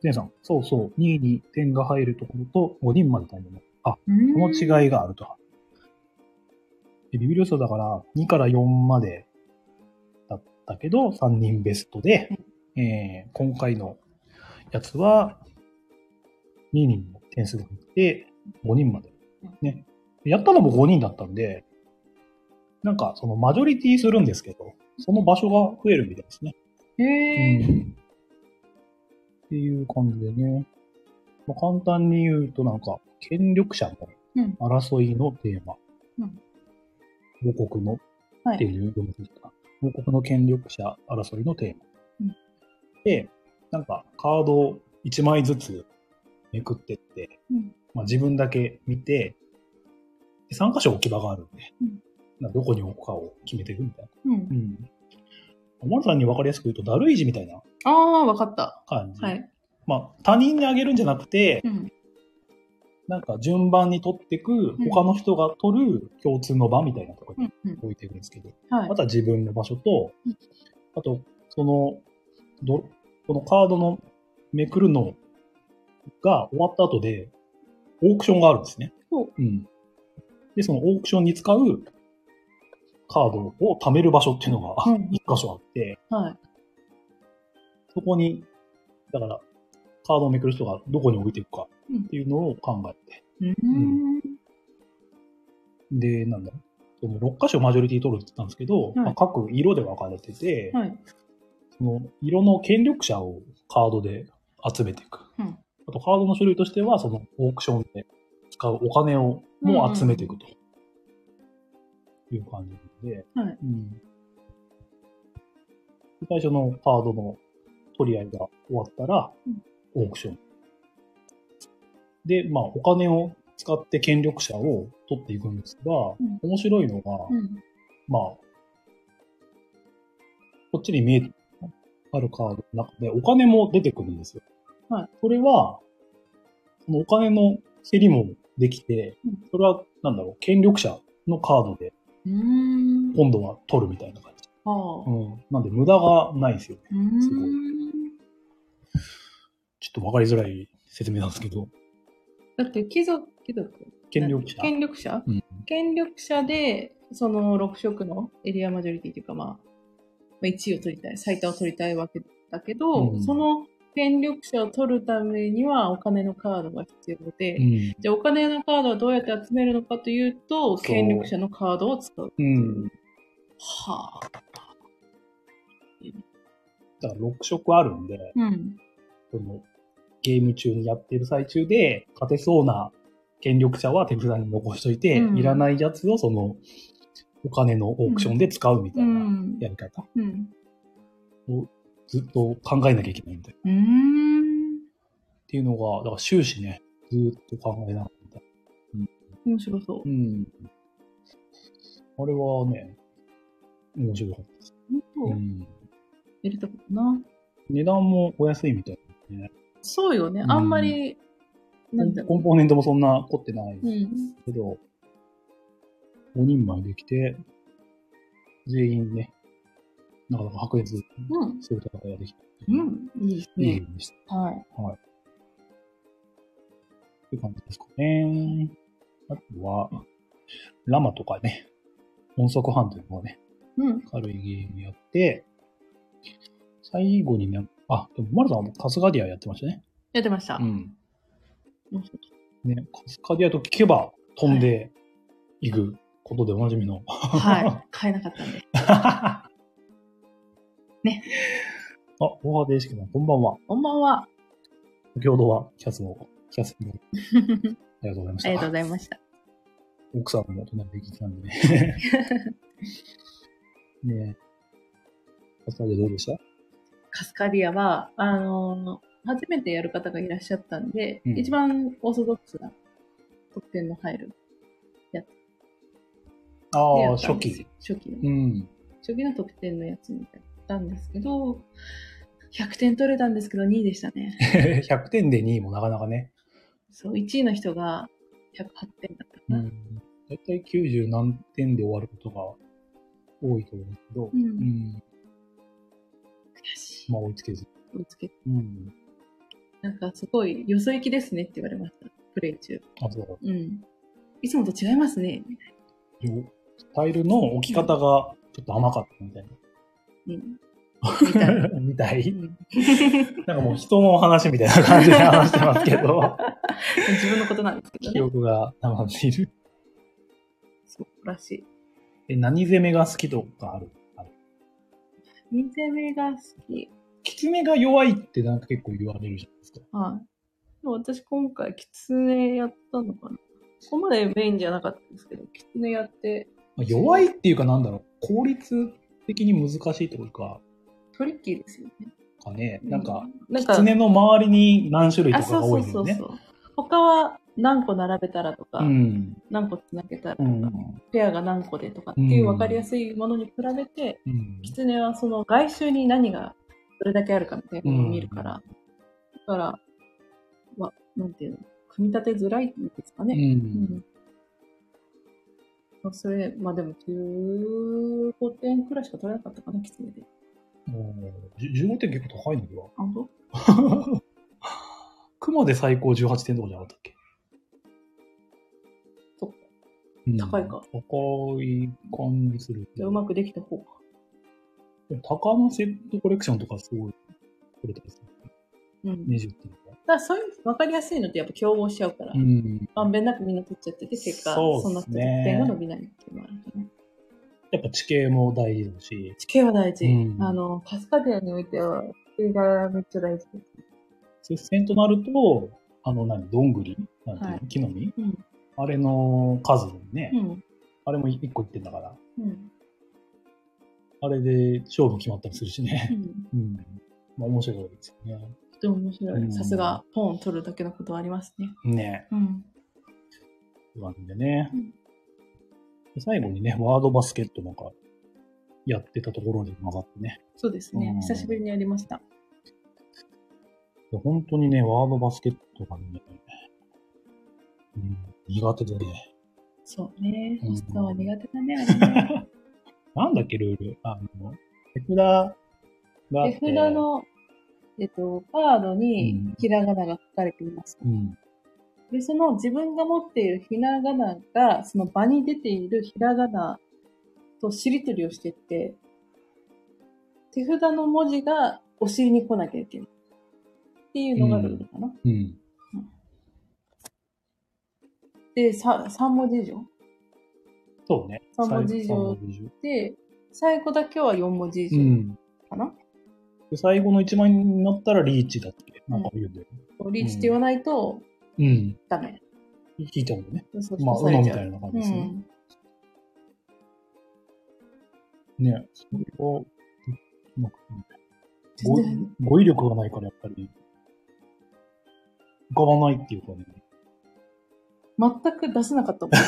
S1: ゼンさん、そうそう、2位に点が入るところと5人まで対応の。
S2: うん
S1: この違いがあると。でビブリオスはだから2から4までだったけど、3人ベストで、えー今回のやつは2人の点数が入って5人まで。ね。でやったのも5人だったんで、なんかそのマジョリティするんですけど、その場所が増えるみたいですね。
S2: へえ。
S1: っていう感じでね。まあ、簡単に言うとなんか、権力者
S2: うん
S1: の争いのテーマ。
S2: うん
S1: 母国の
S2: はい
S1: っていう読みですか。母国の権力者争いのテーマ。
S2: うん
S1: で、なんかカードを1枚ずつめくってって、
S2: うん
S1: まあ、自分だけ見て、で3箇所置き場があるんで、
S2: うん
S1: なんかどこに置くかを決めていくみたいな。
S2: うん
S1: う。ん。おまるさんに分かりやすく言うと、だるい字みたいな
S2: ああ、わかった。
S1: 感じ。
S2: はい。
S1: まあ、他人にあげるんじゃなくて、
S2: うん。
S1: なんか順番に取ってく
S2: ん、
S1: 他の人が取る共通の場みたいなとこ
S2: う
S1: に
S2: ん。うん。
S1: 置いてるんですけど、
S2: はい
S1: ま。た自分の場所と
S2: うん、
S1: あと、その、ど、このカードのめくるのが終わった後で、オークションがあるんですね。
S2: ほ
S1: うん。で、そのオークションに使うカードを貯める場所っていうのが
S2: うん
S1: 一箇所あって、
S2: はい。
S1: そこに、だから、カードをめくる人がどこに置いていくか
S2: うん
S1: っていうのを考えて。
S2: うん。
S1: で、なんだその6箇所マジョリティ取るって言ったんですけど、
S2: い
S1: まあ各色で分かれてて、
S2: はい。
S1: その色の権力者をカードで集めていく。
S2: うん
S1: あとカードの種類としては、そのオークションで使うお金をも集めていくと。いう感じで、
S2: はい
S1: うんで最初のカードの取り合いが終わったら、
S2: うん
S1: オークション。で、まあ、お金を使って権力者を取っていくんですが、
S2: ん
S1: 面白いのが、
S2: うん。
S1: まあ、こっちに見えてあるカードの中でお金も出てくるんですよ。
S2: はい
S1: それは、そのお金の競りもできて
S2: うん、
S1: それは、なんだろう、権力者のカードで
S2: うーん。
S1: 今度は取るみたいな感じ。
S2: は
S1: う
S2: あ。
S1: ん。なんで無駄がないんですよね。
S2: うーん
S1: すごいちょっとわかりづらい説明なんですけど、
S2: だって貴族、貴族
S1: 権力者。
S2: 権力者、
S1: うん
S2: 権力者で、その6色のエリアマジョリティというか、まあ、まあ、1位を取りたい、最多を取りたいわけだけど、
S1: うん
S2: その権力者を取るためにはお金のカードが必要で、
S1: うん。
S2: じゃあお金のカードはどうやって集めるのかというと、
S1: そう
S2: 権力者のカードを使う。
S1: うん。
S2: はあ。
S1: だから6色あるんで、
S2: うん。
S1: そのゲーム中にやってる最中で、勝てそうな権力者は手札に残しといて、
S2: うん
S1: いらないやつをその、お金のオークションで使うみた
S2: う。
S1: いなんやり方、
S2: うん。
S1: ずっと考えなきゃいけないみたいな。っ
S2: うーん。
S1: ていうのが、だから終始ね、ずーっと考えながらみたい
S2: 面白そう。
S1: な。うん。あれはね、面白かったです。
S2: 本当
S1: うん。
S2: やりたことな。
S1: 値段もお安いみたい
S2: そうよね。
S1: うん
S2: あんまり、
S1: な。
S2: なんだろ。
S1: コンポーネントもそんな凝ってないう
S2: うん。
S1: けど、5人前できて、全員ね、なかなか白熱す
S2: う
S1: る
S2: ん。
S1: 戦いができた。
S2: うん。いいです
S1: いいゲ。
S2: ね
S1: ームでした。っ
S2: はい。
S1: ていう感じですかね。あとは、ラマとかね、音速ハンというのがね、
S2: うん。
S1: 軽いゲームやって、最後にね、あ、でもマルさんはカスカディアやってましたね。
S2: やってました。
S1: ん。
S2: 面白い
S1: ね、カスカディアと聞けば飛んでいくことでおなじみの、
S2: はい。買えなかったんで。ね。
S1: あ、大和英式さん、こんばんは。
S2: こんば んは。
S1: 先ほどは、キャスの、キャスの、ありがとうございまし
S2: あ
S1: た。
S2: りがとうございました。
S1: 奥さんも隣で聞いてた んでね。ねえ。カスカディアどうでした
S2: カスカディアは、あのー初めてやる方がいらっしゃったんで、
S1: うん
S2: 一番オーソドックスな得点の入る。
S1: あ
S2: や
S1: あ、
S2: ったん
S1: 初
S2: です
S1: 期
S2: よ。。初期の。
S1: うん。
S2: 初期の得点のやつみたいなやったんですけど、100点取れたんですけど2位でしたね。
S1: 100点で2位もなかなかね。
S2: そう、1位の人が108点だったかな。
S1: だいたい90何点で終わることが多いと思うんですけど、
S2: うん
S1: うん。
S2: 悔しい。
S1: まあ追いつけず。
S2: 追いつけ
S1: うん。
S2: なんかすごい、よそ行きですねって言われました。プレイ中。
S1: あ、そうだ。
S2: うん。いつもと違いますね。
S1: スタイルの置き方がちょっと甘かったみたいな。
S2: うん。み たいな。
S1: みた
S2: う
S1: い。
S2: ん
S1: なんかもう人の話みたいな感じで話してますけど、
S2: 自分のことなんですけど
S1: 記
S2: ね。
S1: 憶が生んでいる。
S2: そうらしい。
S1: え、何攻めが好きとかあるある
S2: 見た目が好き。
S1: キツネが弱いってなんか結構言われるじゃないですか。
S2: はい。でも私今回、キツネやったのかな。そこまでメインじゃなかったんですけど、キツネやって、
S1: まあ弱いっていうかなんだろう、効率的に難しいというか、
S2: トリッキーですよね。
S1: かね、なんか、
S2: うん、なん
S1: キツネの周りに何種類と
S2: あ、
S1: か
S2: そ
S1: が
S2: うそ
S1: 多
S2: う
S1: いの
S2: そ
S1: よ
S2: う
S1: ね
S2: そ。う。他は何個並べたらとか、
S1: うん。
S2: 何個つなげたらと
S1: う
S2: か、
S1: ん。
S2: ペアが何個でとかっていう分かりやすいものに比べて、
S1: うん。
S2: キツネはその外周に何がどれだけあるかみたいなのを見るから、だから、わなんていうの、組み立てづらいんですか
S1: う
S2: ね。
S1: ん。
S2: うんそれ、まあでも15点くらいしか取れなかったかな、キツネで。
S1: もうじ15点結構高いのでは
S2: あ、本
S1: 熊で最高18点とかじゃなかったっけ
S2: 当そっか。
S1: うん
S2: 高いか。
S1: 高い感じする。
S2: じゃあうまくできた方か。
S1: でも高のセットコレクションとかすごい取れたりする。
S2: うん。だ
S1: 20点とか。
S2: からそういう分かりやすいのってやっぱ競合しちゃうから、
S1: うん。
S2: まんべんなくみんな取っちゃってて、結果、
S1: そうっ
S2: そ
S1: す
S2: ん
S1: ね
S2: な得点が伸びないっていうのはあるかな。
S1: やっぱ地形も大事だし、
S2: 地形は大事。
S1: うん
S2: あの、カスカディアにおいては、地形がめっちゃ大事です。
S1: 接戦となると、あの何、どんぐりなんていうの、
S2: はい
S1: 木の実
S2: うん。
S1: あれの数ね、
S2: うん。
S1: あれも1個いってんだから、
S2: うん。
S1: あれで勝負決まったりするし
S2: う
S1: ね。
S2: ん
S1: うん。まあ面白いですよね。
S2: とても面白
S1: う
S2: い。
S1: ん
S2: さすが、ポン取るだけのことはありますね。
S1: ね
S2: うん。
S1: なんでね
S2: うん。
S1: で最後にね、ワードバスケットなんか、やってたところに曲がってね。
S2: そうですね
S1: う。ん
S2: 久しぶりにやりました。
S1: や本当にね、ワードバスケットがね、うん、苦手でね。
S2: そうね。
S1: うん
S2: ホストは苦手だね、あれ ね。
S1: なんだっけ、ルール。あの、手札があって
S2: 手札、の、えっと、カードにひらがなが書かれています。
S1: うん。
S2: で、その自分が持っているひらがなが、その場に出ているひらがなとしりとりをしてって、手札の文字がお尻に来なきゃいけない。っていうのがルールかな。
S1: うん。
S2: で、さ3文字以上。
S1: そうね。
S2: 三文字以上
S1: 最後三文字以
S2: で、最後だけは4文字以
S1: 上う
S2: 上
S1: ん。
S2: かな。
S1: で、最後の一枚になったらリーチだっけなんか言うんだよね。
S2: リーチって言わないと
S1: うん。
S2: ダメ。
S1: 引いちゃうんだよね。
S2: そう
S1: まあ、
S2: そう
S1: うのみ
S2: さ
S1: た
S2: れ
S1: いな感
S2: ちゃう
S1: じですね。
S2: うん
S1: ね、それを、なんか
S2: 全然
S1: 語語彙力がないからやっぱり、浮かばないっていうかね。
S2: 全く出せなかったもんね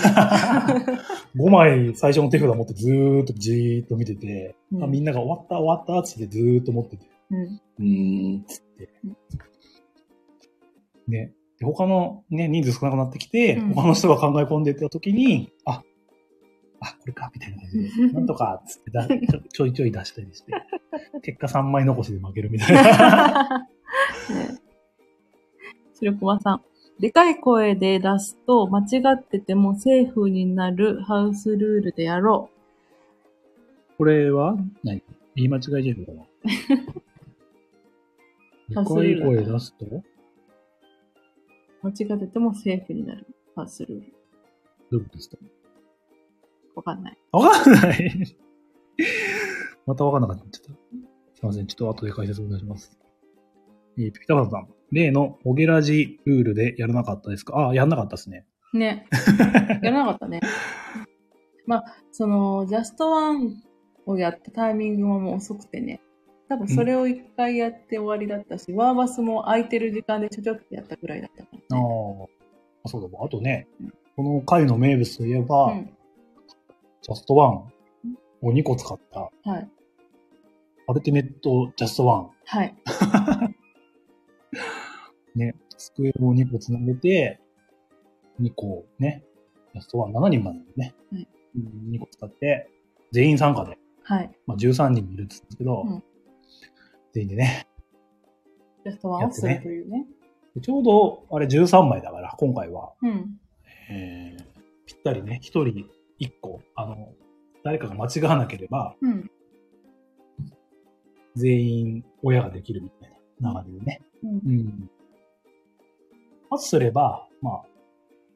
S1: 5枚最初の手札持ってずーっとじーっと見てて、
S2: う ん
S1: あみんなが終わった終わったっつってずーっと持ってて、
S2: うん。
S1: うーんっつって
S2: うん。
S1: ね。で他のね、人数少なくなってきて、
S2: うん
S1: 他の人が考え込んでた時に、あ、あ、これか、みたいな感じ で、なんとか、っつってだちょ ちょいちょい出したりして、結果3枚残しで負けるみた いな。
S2: ね白駒さん。でかい声で出すと間違っててもセーフになるハウスルールでやろ
S1: これは何言い間違いじゃないか な。で
S2: ハス
S1: かい
S2: ルール
S1: 声出すとど
S2: う。間違っててもセーフになるハウスルール。
S1: ういうことですか
S2: わかんない。
S1: わかんない。またわかんなかった。ちょっと。すいません。ちょっと後で解説お願いします。えー、ピピタパンさん。例のホゲラジルールでやらなかったですかあ、やんなかったですね。
S2: ね。やらなかったね。まあ、その、ジャストワンをやったタイミングももう遅くてね。多分それを一回やって終わりだったし、ワーバスも空いてる時間でちょちょってやったぐらいだったから、
S1: あ
S2: ね。
S1: あ、そうだ。あとね
S2: うん、
S1: この回の名物といえば、ジャストワンを2個使った、
S2: うん。はい。
S1: アルティメットジャストワン。
S2: はい。
S1: ね、机を2個つなげて、2個ね、ラストは7人までね、
S2: はい
S1: うん2個使って、全員参加で、
S2: はい。
S1: まあ、13人いるんですけど、
S2: うん
S1: 全員でね、
S2: ジャストワンをするというね。
S1: でちょうどあれ13枚だから、今回は、
S2: うん。
S1: えーぴったりね、1人1個、あの、誰かが間違わなければ、
S2: うん。
S1: 全員親ができるみたいな流れでね。
S2: うん
S1: うん。パスすれば、まあ、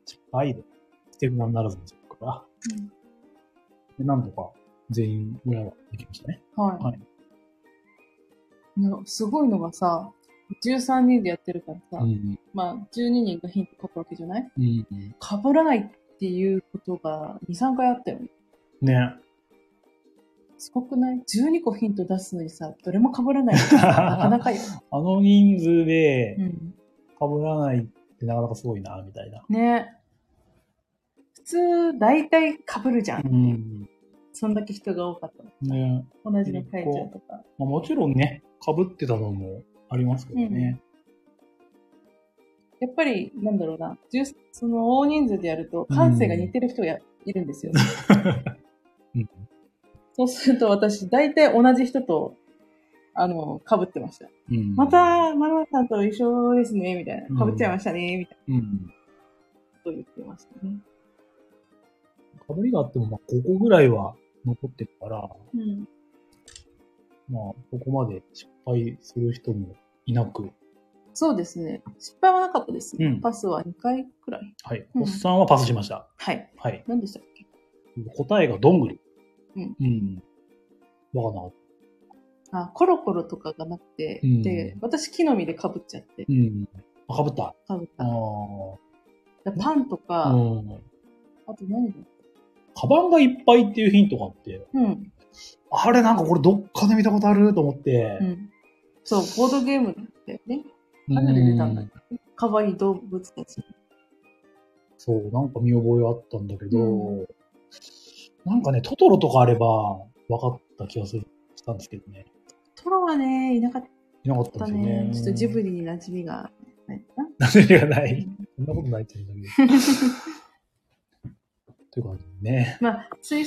S1: 失敗で、手札にならずに済むから、でなんとか全員親はできましたね。
S2: はい。
S1: はい
S2: なんかすごいのがさ、13人でやってるからさ、
S1: ん。
S2: まあ12人がヒント書くわけじゃない
S1: うん。
S2: 被らないっていうことが2、3回あったよね。
S1: ね。
S2: すごくない ?12 個ヒント出すのにさ、どれも被らないってさ。なかなかよ。
S1: あの人数で
S2: うん。
S1: 被らないってなかなかすごいな、みたいな。
S2: ね普通、大体被るじゃん。
S1: ん。
S2: そんだけ人が多かったら。
S1: ね。
S2: 同じの書いちゃうとか。
S1: まあ、もちろんね、被ってたのもありますけどね。
S2: やっぱり、なんだろうな、10その大人数でやると、感性が似てる人がやいるん ですよ、
S1: うん
S2: そうすると私、大体同じ人と、あの、被ってました。
S1: うん
S2: ま、た、マナさんと一緒ですね、みたいな。被っちゃいましたね、みたいな
S1: うん。
S2: ことを言ってましたね。
S1: 被りがあっても、まあ、ここぐらいは残ってるから、
S2: うん。
S1: まあ、ここまで失敗する人もいなく、
S2: そうですね。失敗はなかったですね。
S1: うん
S2: パスは2回くらい。
S1: はい。
S2: うん
S1: おっさんはパスしました。
S2: はい。
S1: はい。
S2: 何でしたっけ
S1: 答えがどんぐり。
S2: うん。
S1: うん。わかんなかっ
S2: あ、コロコロとかがなくて、
S1: うん
S2: で、私、木の実で被っちゃって
S1: た。、うん。あ、かぶった。
S2: 被っ
S1: あ
S2: た。でパンと
S1: あ。
S2: か、
S1: うん。
S2: あと何だ
S1: カバンがいっぱいっていうヒントがあって、
S2: うん。
S1: あれなんかこれどっかで見たことあると思って
S2: う、ん。そう、ボードゲームだよね。
S1: う
S2: かなり出たんだ
S1: ん
S2: 可愛い動物たち。
S1: そう、なんか見覚えあったんだけど、
S2: う
S1: なんかね、トトロとかあれば分かった気がするしたんですけどね。
S2: トロはね、いなかっ
S1: いなかった
S2: だ
S1: ですよね
S2: ね。。ちょっと ジブリに馴染みがないかな。
S1: なぜがない。そんなことないって言うんだけど。 という感じでね。
S2: まあ、つい、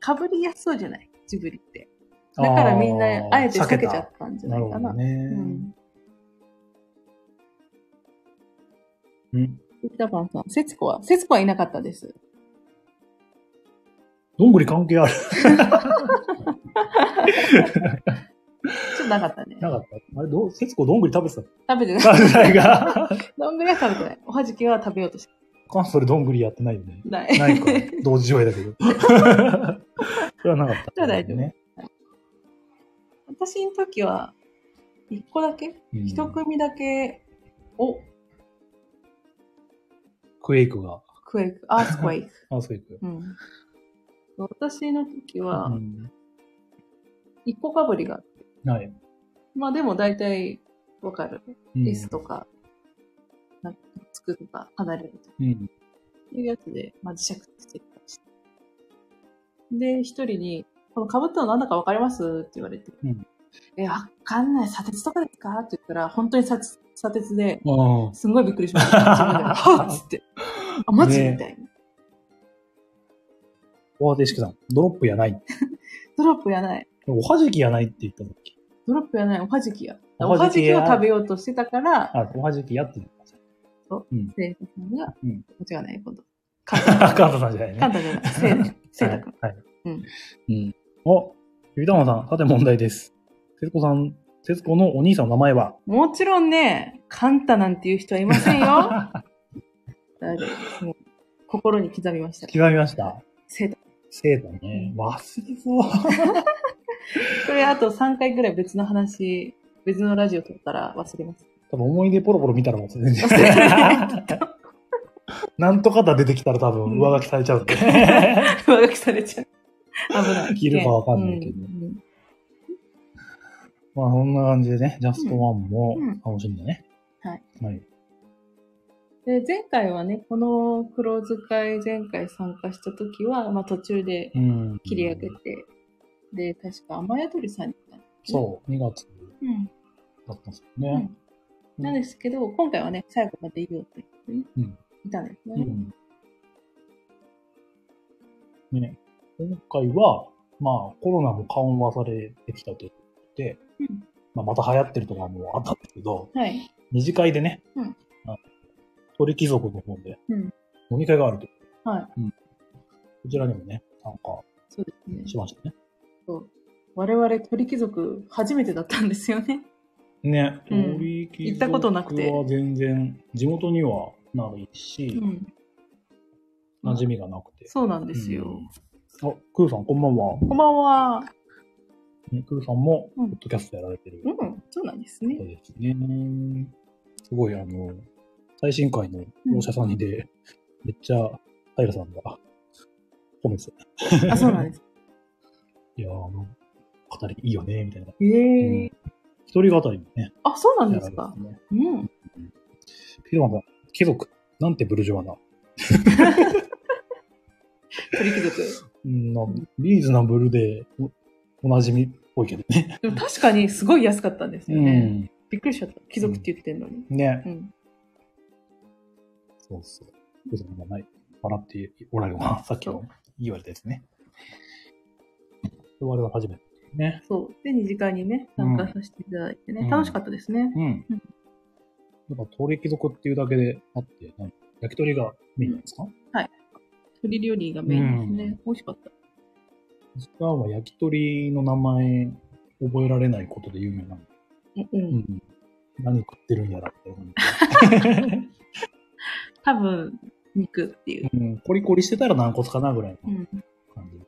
S2: かぶりやすそうじゃないジブリって。だからみんな、あえて避けちゃ
S1: っ
S2: ったんじ
S1: たな
S2: ゃな
S1: る
S2: い
S1: ほ
S2: か
S1: ど
S2: な。
S1: ね。
S2: うん。
S1: うん。
S2: 北パンさん、節子は節子はいなかったです。
S1: どんぐり関係ある。
S2: ちょっとなかったね。
S1: なかった。あれ、どう、節子どんぐり食べてた
S2: 食べてない。
S1: 関西が。
S2: どんぐりは食べてない。おはじきは食べようとして
S1: 関西どんぐりやってないよね。
S2: ない。
S1: ないか。同時上映だけど。それはなかった。
S2: じゃあ大丈夫
S1: ね。
S2: 私の時は、一個だけ
S1: うん
S2: 一組だけを
S1: クエイクが。
S2: クエイク、アースクエ イク。
S1: あ、そういく。
S2: うん。私の時
S1: う
S2: は、
S1: ん
S2: 一個かぶりが、
S1: はい。
S2: まあでも大体わかる。
S1: うん
S2: リスとか、なんかつくとか、離れるとか
S1: うん。
S2: いうやつで、まあ磁石つけてたりして。で、一人に、この被ったのなんだかわかりますって言われて。
S1: うん
S2: え、わかんない。砂鉄とかですかって言ったら、本当に砂鉄砂鉄で、
S1: ああ。
S2: すんごいびっくりしました。自分では っつって。あ、マジ、
S1: ね
S2: みたいな。
S1: おはてしくさん。ドロップやない。
S2: ドロップやない。
S1: おはじきやないって言ったんだっけ
S2: ドロップやない。おはじきや。
S1: お
S2: お
S1: は
S2: は
S1: じ
S2: じ
S1: きや
S2: きを食べようとしてたから、
S1: あ、おはじきやって言った。
S2: 生徒さんが、
S1: うん
S2: 間違いないこと。カン
S1: あ、
S2: タ。
S1: カンタさんじゃないね。
S2: カンタじゃない。生徒。生徒君。
S1: はい。
S2: うん
S1: うん。お、ゆびたまさん、さて問題です。節子さん、節子のお兄さんの名前は
S2: もちろんね、カンタなんていう人はいませんよ。 大丈夫です。もう心に刻みました。
S1: 刻みました。
S2: 生徒。
S1: せいだね。忘れそう。
S2: これあと3回ぐらい別の話、別のラジオ撮ったら忘れます。
S1: 多分思い出ポロポロ見たら忘れて
S2: 忘れ
S1: る。 なんとかだ出てきたら多分上書きされちゃ うんで。
S2: 上書きされちゃう。危ない。
S1: いるかわかんないけど
S2: うん
S1: まあそんな感じでね、ジャストワンも
S2: うん
S1: 楽しんでね。
S2: はい。
S1: はい。
S2: で前回はね、このクローズ会前回参加した時は、まあ途中で
S1: うん。
S2: 切り上げて、で、確か雨宿りさんに行ったんだっけど
S1: そう、2月
S2: うん。
S1: だったんですよね。うん
S2: なんですけど、今回はね、最後までいようって言って
S1: う
S2: ね
S1: ん、
S2: いたんですよ
S1: う
S2: ね。
S1: ん。ね、今回は、まあコロナも緩和されてきたということで、
S2: うん
S1: まあ、また流行ってるとかもあったんですけど、
S2: はい。
S1: 二次会でね、
S2: うん
S1: あの鳥貴族の方で
S2: うん
S1: 飲み会があると。
S2: はい。
S1: こちらにもね、参加
S2: そうですね。
S1: しましたね。
S2: 我々鳥貴族初めてだったんですよね。
S1: ね、
S2: うん
S1: 鳥貴族
S2: 行ったことなくて
S1: は全然、地元にはないし、
S2: ん。
S1: 馴染みがなくて。
S2: そうなんですよ。
S1: うんあ、クーさん、こんばんは。
S2: こんばんは。
S1: ね、クーさんも、ポ
S2: う
S1: ッ
S2: ん
S1: ドキャストやられてる
S2: うん、そうなんです
S1: 方
S2: ね。
S1: ですね。すごい、あの、最新回のおしゃさんにで、めっちゃ、平さんが、褒めてた。
S2: あ、そうなんです。
S1: いやー、あの、語りいいよね、みたいな。
S2: へえ
S1: うん一人語りもね。
S2: あ、そうなん
S1: や
S2: で
S1: ら
S2: す
S1: れてま
S2: か
S1: す。ね
S2: うん。
S1: ピロマン貴族、なんてブルジョワな。
S2: 鳥貴族。
S1: うん、なリーズナブルでお、おなじみっぽいけどね。
S2: でも確かにすごい安かったんですよね。びっくりしちゃった。貴族って言ってんのに。
S1: うん。ね。
S2: うん。
S1: そうそう。貴族がない。笑っておられる な、さっき
S2: そ
S1: の言われたやつね。我々は初めて。ね。
S2: そう。で、二次会にね、参加させていただい
S1: う
S2: て
S1: ん
S2: ね。楽しかったですね。
S1: うん。なんか、鳥貴族っていうだけであって、なん焼き鳥がメインなんですか、
S2: 鳥料理がメインですね。
S1: う
S2: 美味しかった。
S1: スターは焼き鳥の名前覚えられないことで有名なんで
S2: う。
S1: うんん。何食ってるんやらって思う。
S2: 多分、肉っていう。
S1: うん、コリコリしてたら軟骨かなぐらいの
S2: うん。
S1: 感じ。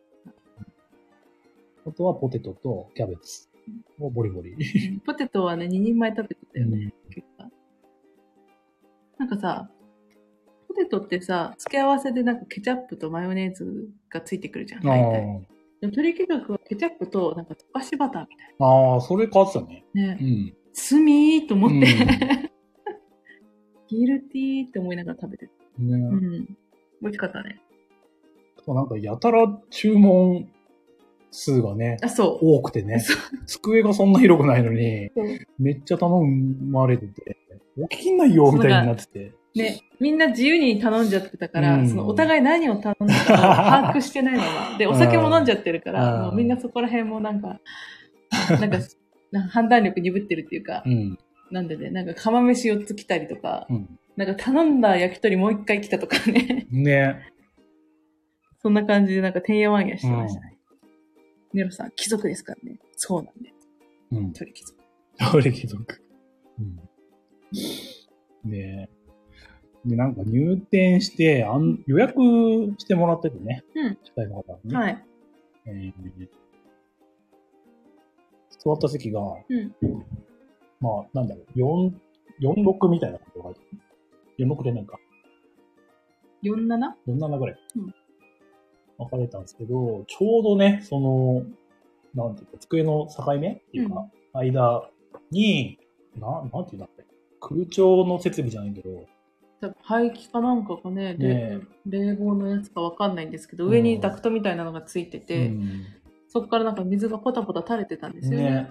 S1: あとはポテトとキャベツをボリボリ。
S2: ポテトはね、2人前食べてたよね。
S1: うん
S2: 結果。なんかさ、ポテトってさ、付け合わせでなんかケチャップとマヨネーズがついてくるじゃん、
S1: あ
S2: 大体。でも鳥貴族はケチャップとなんか溶かしバターみたい
S1: あああ、それ変わってたね。
S2: な。
S1: う
S2: ね。
S1: ん。
S2: 罪ーと 思って、
S1: うん
S2: ギルティーって思いながら食べてる。
S1: ね、
S2: うん。美味しかったね。
S1: なんかやたら注文数がね、
S2: あ、そう。
S1: 多くてね、机がそんな広くないのに、めっちゃ頼まれてて、起ききんないよ、みたいになってて。
S2: ね、みんな自由に頼んじゃってたから、
S1: うん
S2: そのお互い何を頼んだ かを把握してないまま。で、お酒も飲んじゃってるから、
S1: うん
S2: もうみんなそこら辺もなんか、なんか、な判断力鈍ってるっていうか
S1: う、ん。
S2: なんでね、なんか釜飯4つ来たりとか、
S1: うん。
S2: なんか頼んだ焼き鳥もう一回来たとかね、
S1: ね。
S2: そんな感じでなんかてんやわんやしてましたね。ネロさん、貴族ですからね。そうなんで、
S1: うん。
S2: 鳥貴族。
S1: 倒れ貴族。うん。で、で、なんか入店して、あん予約してもらっててね。
S2: うん。
S1: 社会の方にね。
S2: はい。
S1: えー座った席が、
S2: うん。
S1: まあ、なんだろう、四四六みたいなことが書いてある。四六じゃないか。
S2: 47?
S1: 四七ぐらい。
S2: うん
S1: 分かれたんですけど、ちょうどね、その、なんていうか、机の境目っていうか、間に、な、なんていうんだって、空調の設備じゃないけど、
S2: 多分排気かなんかがね
S1: ね
S2: れ冷房のやつかわかんないんですけど
S1: うん
S2: 上にダクトみたいなのがついてて、
S1: うん
S2: そこからなんか水がポタポタ垂れてたんですよね
S1: ね、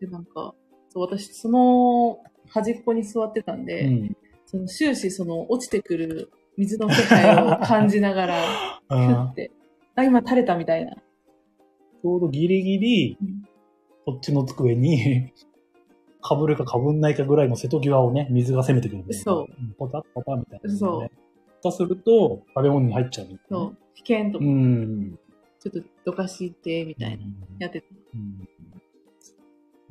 S2: でなんかそう私その端っこに座ってたんで、
S1: うん。
S2: その終始その落ちてくる水の世界を感じながらふ
S1: あー
S2: ってあ今垂れたみたいな
S1: ちょうどギリギリ
S2: うん、
S1: こっちの机に、 かぶるかかぶんないかぐらいの瀬戸際をね、水が攻めてくるんだよね
S2: そ
S1: うん。ポタッポタみたいな、。
S2: そう
S1: 蓋すると、食べ物に入っちゃうみたいな
S2: そ
S1: ね、
S2: う危険とか、
S1: うん。
S2: ちょっとどかしてみたいな、やってた
S1: うん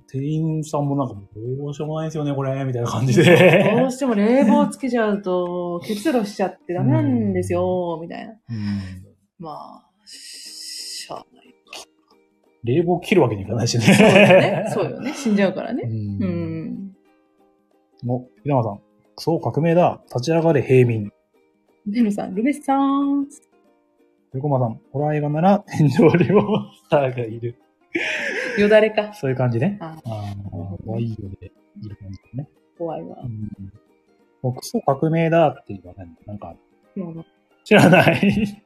S1: 店員さんもなんか、どうしようもないですよね、これ、みたいな感じで。
S2: どうしても冷房つけちゃうと結露しちゃってダメなんですよみたいな
S1: うん
S2: まあ、しゃあない。
S1: 冷房切るわけにいかないしね。
S2: そう よね。そうよね。死んじゃうからね。
S1: うん
S2: うん。
S1: お、平間さん。クソ革命だ。立ち上がれ平民。
S2: ネロさん、ルベスさん。
S1: 横間さん。ホラー映画なら天井にも スターがいる。
S2: よだれか。
S1: そういう感じね。
S2: あ
S1: あの、ワイドでいる感じね。
S2: 怖いわ
S1: う。ん。もうクソ革命だっていうのは何なんか、
S2: 今の
S1: 知らない。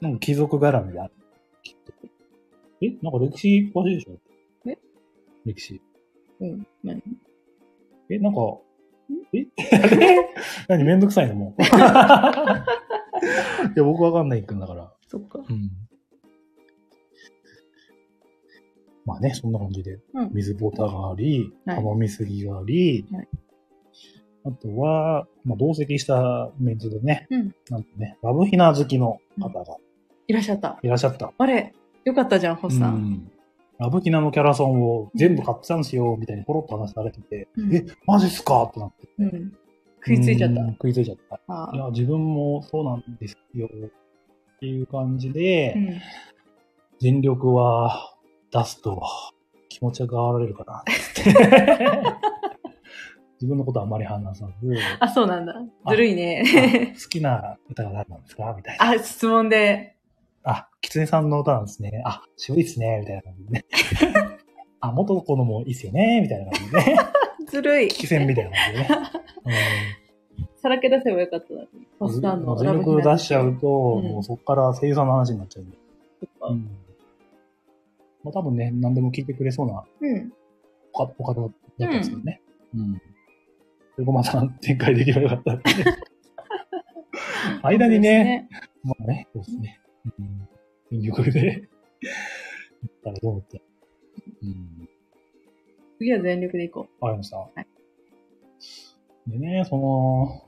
S1: なんか貴族絡みだ。きっとえなんか歴史詳しいでしょ
S2: え
S1: 歴史。
S2: うん。何
S1: えなんか、えあれ 何めんどくさいの もう。いや、僕わかんないくんだから。
S2: そっか。
S1: うん。まあね、そんな感じで。
S2: うん
S1: 水ぼたがあり、
S2: はい
S1: 浜見杉があり、
S2: はい
S1: あとは、まあ、同席したメンツでね、
S2: うん
S1: なんとね、ラブヒナ好きの方が
S2: いらっしゃった。
S1: いらっしゃった。
S2: あれ、よかったじゃん、ホッさ。
S1: うんんラブヒナのキャラソンを全部買ってたんですよ、みたいにポロッと話されてて、
S2: うん
S1: え、マジっすかってなって。
S2: うん。食いついちゃっ
S1: うん
S2: た。
S1: 食いついちゃった。
S2: あ
S1: い
S2: あ。
S1: や、自分もそうなんですよ。っていう感じで、
S2: うん。
S1: 全力は出すと気持ちが変わられるかな つって。自分のことあまり話さ ず、
S2: あ、そうなんだ。ずるいね。
S1: 好きな歌が何なんですかみたいな。
S2: あ、質問で。
S1: あ、きつねさんの歌なんですね。あ、渋いっすね。みたいな感じでね。 あ、元の子のもいいっすよね。みたいな感じでね。
S2: ずるい。
S1: 危機戦みたいな感じでね。
S2: さらけ出せばよかったのに。
S1: う
S2: ホ
S1: ん
S2: ッさん
S1: も
S2: の
S1: う全力出しちゃうと、
S2: うん
S1: もうそこから声優さんの話になっちゃうんで。
S2: そっ
S1: う
S2: か。
S1: ん。まあ多分ね、何でも聞いてくれそうな
S2: うん。
S1: おかお方だったんですよね。うん。横間さん展開できればよか ったって。間にね、。まあね、そうですね。うん。全力で、 行ったらどう思って。うん。
S2: 次は全力でいこ
S1: わかりました。
S2: い
S1: でね、その、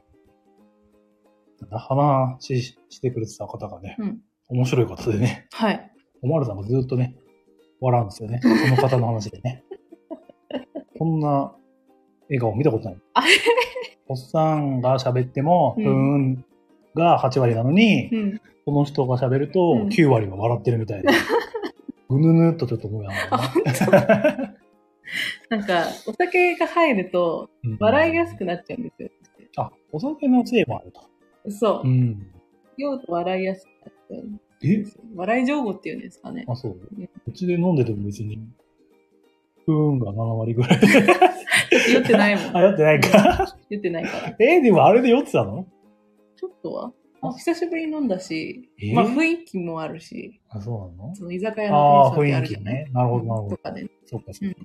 S1: なんだ話ししてくれてた方がね、
S2: う。うん。
S1: 面白い方でね、
S2: はい。
S1: おまるさんがずっとね、笑うんですよね。その方の話でね。こんな笑顔見たことない
S2: あれ。
S1: おっさんが喋っても、
S2: う
S1: うんーんが8割なのに、
S2: うん。
S1: この人が喋ると
S2: うん
S1: 9割は笑ってるみたいな。ぐぬぬっとちょっと思いながらね
S2: なんか、お酒が入ると、
S1: うん
S2: 笑いやすくなっちゃうんですよ。
S1: あ、お酒のせいもあると。
S2: そう
S1: う。ん。
S2: 酔うと笑いやすくなっちゃうん
S1: え
S2: ですよ。笑い上手っていうんです かね。
S1: あ、そう
S2: うん。
S1: うちで飲んでても別に、不運が7割ぐらい。
S2: 酔ってないも
S1: あ、
S2: ん。
S1: やってないか。
S2: 酔ってないから。
S1: え、でもあれで酔ってたの
S2: ちょっとはあ久しぶりに飲んだし、
S1: えー
S2: まあ雰囲気もあるし、
S1: あ、そうなの
S2: その居酒屋
S1: あ
S2: の
S1: あ、
S2: テンショ
S1: 雰囲
S2: ンってあるじ
S1: 気
S2: ゃない
S1: ね。なるほど、なるほど。
S2: とかね。
S1: そうか、そうか。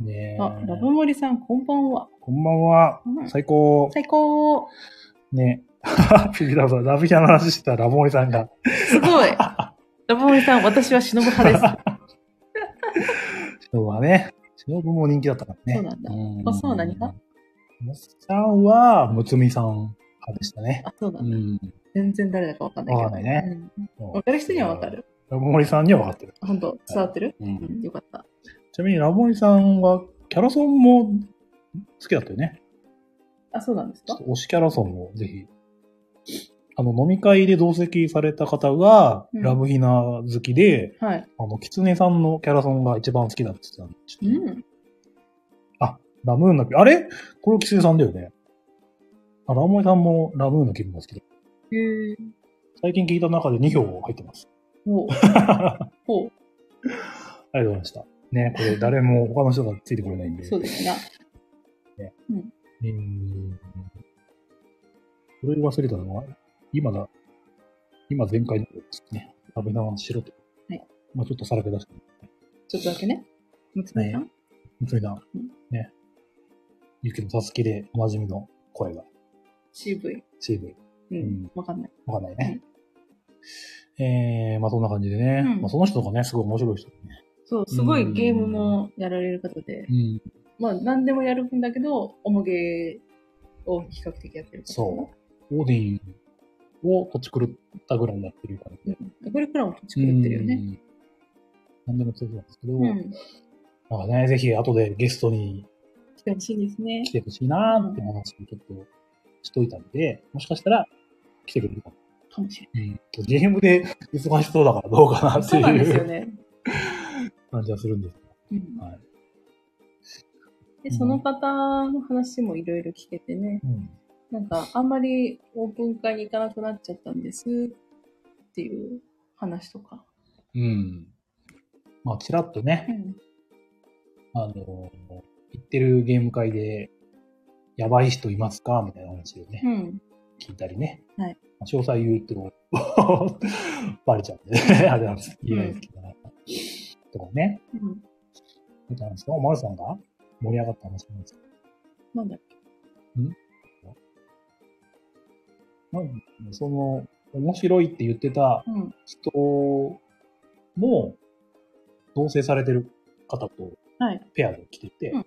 S1: ねえ。
S2: あ、ラブモリさん、こんばんは。
S1: こんばんは
S2: う。ん
S1: 最高。
S2: 最高
S1: ね。 ピピタさん、ラブヒャの話してたラボモリさんが。
S2: す ごいラブモリさん、私は忍派です。
S1: そうはね。忍も人気だったからね。
S2: そうなんだおっさんは何派
S1: おっさんは、むつみさん派でしたね。
S2: あ、そうな
S1: うん
S2: だ。
S1: ん。
S2: 全然誰だかわかんないけど。
S1: わかんない
S2: ね。わかる人にはわか。る。
S1: ラボモリさんには分かってる。
S2: 本当伝わってる
S1: う
S2: うんん、よかった。
S1: ちなみにラボモリさんは、キャラソンも好きだったよね。
S2: あ、そうなんです
S1: ちょっ
S2: か
S1: と推しキャラソンをぜひ。あの、飲み会で同席された方が、
S2: うん
S1: ラブヒナ好きで、
S2: はい。
S1: あの、キツネさんのキャラソンが一番好きだって言ってたんで、ちょっと
S2: うん。
S1: ラムーンの、あれこれキツネさんだよね。あ、ラモイさんもラムーンの気分が好きだ。
S2: へえ。
S1: 最近聞いた中で2票入ってます。
S2: ほう。ほ
S1: ありがとうございました。ね、これ誰も他の人がついてくれないんで。
S2: う。そうですな。
S1: うーん。それ忘れたのは、今だ、今全開のですね。食べ直しろと。
S2: はい。
S1: まあちょっとさらけ出して。
S2: ちょっとだけね。娘さん
S1: 本当にな、ね。ゆきのたすきでおなじみの声が、
S2: 渋い。
S1: チーム、
S2: うんん。わかんない。
S1: わかんないね。えー、まあそんな感じでね。
S2: うん
S1: まあその人がね、すごい面白い人。
S2: そう、すごいゲームもやられる方で
S1: う、ん。
S2: まあ、何でもやるんだけど、おもげを比較的やってる方かな
S1: そう。オーディンを土地狂ったぐらいになってるから、ね。
S2: うん。これからもこっち狂ってるよね。
S1: うん。何でも強そうなんですけど、
S2: うん。
S1: なんかね、ぜひ後でゲストに
S2: 来てほしいですね
S1: 来。てほしいなーって話をちょっとしといたんで、もしかしたら来てくれるかも。
S2: かもしれ
S1: うん。ゲームで忙しそうだからどうかな
S2: ない。
S1: って
S2: そうなんです
S1: い
S2: よ
S1: う
S2: ね。
S1: 感じはするんです
S2: うん
S1: が。はい。
S2: で、その方の話もいろいろ聞けてね、
S1: うん。
S2: なんか、あんまりオープン会に行かなくなっちゃったんですっていう話とか。
S1: うん。まあ、ちらっとね、
S2: うん。
S1: あの、行ってるゲーム会で、やばい人いますかみたいな話をね、
S2: うん。
S1: 聞いたりね。
S2: はい
S1: まあ。詳細言うと、 バレちゃうんでね、あれなんです。言えないですけどね。とかね。
S2: うん。
S1: どうなんですか丸さんが盛り上がった話なんですか
S2: なんだっけ。
S1: なんその、面白いって言ってた
S2: うん。
S1: 人も、同棲されてる方と
S2: はい。
S1: ペアが来てて、
S2: うん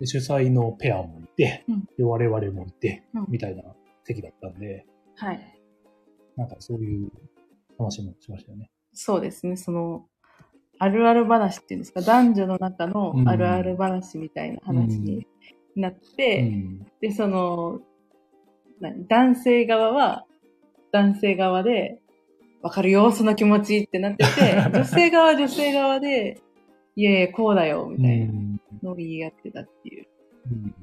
S1: で主催のペアもいて、
S2: うん
S1: で我々もいて、
S2: うん
S1: みたいな席だったんで、
S2: はい。
S1: なんかそういう話もしましたよね。
S2: そうですね、その、あるある話っていうんですか、男女の中のあるある話みたいな話になって、
S1: うん。
S2: で、その、何男性側は、男性側で、わかるよ、その気持ちってなっ てて、女性側は女性側で、いやいや、こうだよ、み
S1: う。
S2: たいなんのを言い合ってたっていう。
S1: うん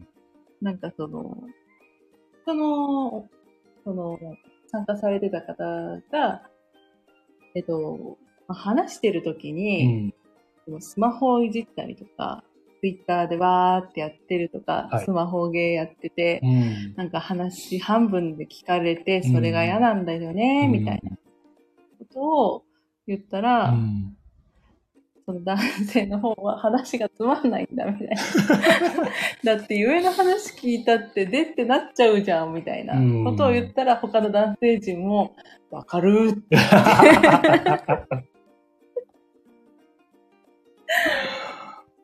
S2: なんかその、その、その、参加されてた方が、えっと、まあ話してる時
S1: う
S2: に、
S1: ん。
S2: そのスマホをいじったりとか、ツイッターでわーってやってるとか、
S1: はい
S2: スマホゲーやってて、
S1: うん。
S2: なんか話半分で聞かれて、それが嫌なんだよね、みたいなことを言ったら、
S1: うん。
S2: その男性の方は話がつまんないんだ、みたい な。だって上の話聞いたって、でってなっちゃうじゃん、みたいな
S1: うん
S2: ことを言ったら、他の男性陣も、わかるって。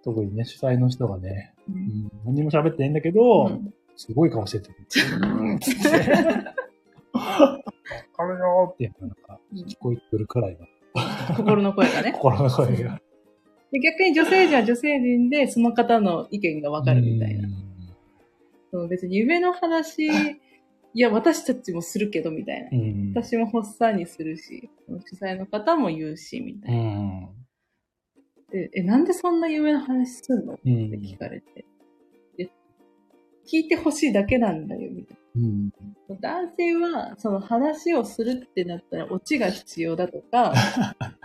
S1: 特にね、主催の人がね、
S2: う
S1: うんん、何も喋ってないんだけど、
S2: うん
S1: すごい顔してて、うん、 つって。これよーって、なんか、聞こえてくるくらいの
S2: 心の声 がね。
S1: 心の声が。
S2: で逆に女性陣は女性陣で、その方の意見がわかるみたいな
S1: う。ん。
S2: その別に夢の話、いや、私たちもするけど、みたいな。
S1: うん。
S2: 私も発作にするし、主催の方も言うし、みた
S1: う
S2: いな。
S1: ん。
S2: で、え、なんでそんな有名な話すんの
S1: う
S2: って
S1: ん
S2: 聞かれて。で、聞いてほしいだけなんだよ、みたい
S1: うん。
S2: な。男性は、その話をするってなったら、オチが必要だと か、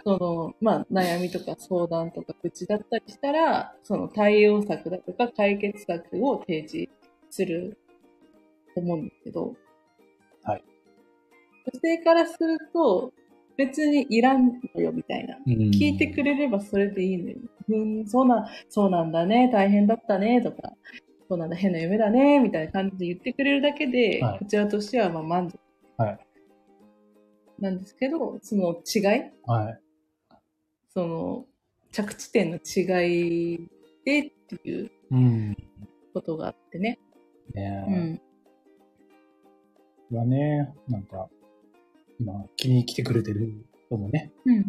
S2: その、まあ、悩みとか相談とか愚痴だったりしたら、その対応策だとか解決策を提示すると思うんですけど、
S1: はい。
S2: 女性からすると、別にいらんのよみたいな。聞
S1: 聞
S2: いてくれればそれでいいのよ。うん、そうな、そうなんだね、大変だったね、とか、そうなんだ、変な夢だね、みたいな感じで言ってくれるだけで、
S1: はい
S2: こちらとしてはまあ満足。
S1: はい
S2: なんですけど、その違い、
S1: はい。
S2: その着地点の違いでっていう
S1: うん。
S2: ことがあってね。
S1: ね
S2: う
S1: え。
S2: ん。
S1: これはね、なんか、今、気に来てくれてる人もね、
S2: うん。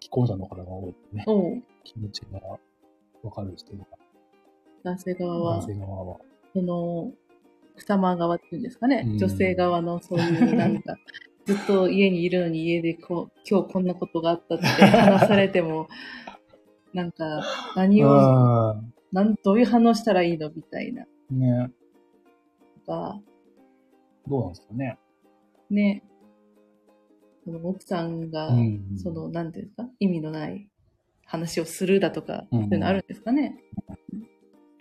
S1: 既婚者の方が多いね。
S2: おう
S1: 気持ちがわかる人が、
S2: 男性側
S1: 男
S2: は
S1: 性、側は。
S2: その、草間側っていうんですかね
S1: う。ん
S2: 女性側のそういう、なん か、ずっと家にいるのに家でこう、今日こんなことが あったって話されても、なんか、何を、
S1: う
S2: なん、どういう反応したらいいのみたいな。
S1: ん。ね
S2: とか、
S1: どうなんですかね。
S2: ね。その奥さんが、
S1: うん
S2: その、なんていうんですか意味のない話をするだとか、
S1: うん
S2: そういうのあるんですかね。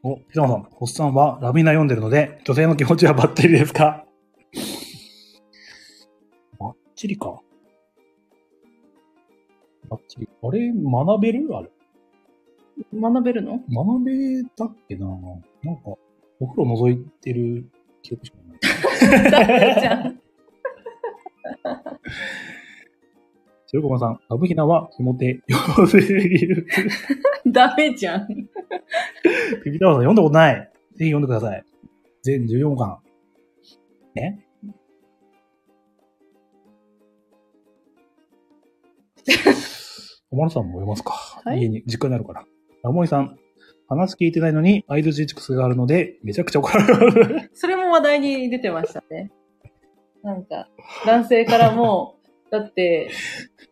S1: お、ひなさん、おっさんはラビナ読んでるので、女性の気持ちはバッチリです かバッチリか。バッチリ。あれ、学べるあれ。
S2: 学べるの
S1: 学べたっけななんか、お風呂覗いてる記憶しかない。
S2: ダメじゃん。
S1: 白駒さん、ラブヒナはひも手、妖精すぎる。
S2: ダメじゃん。
S1: ピピタワーさん読んだことない。ぜひ読んでください。全14巻。 ねおまるさんも読ますか。
S2: はい
S1: 家に、実家にあるから。ラモリさん、話聞いてないのに、合図チックスがあるので、めちゃくちゃ怒ら れる。
S2: それも話題に出てましたね。なんか、男性か らも、だって、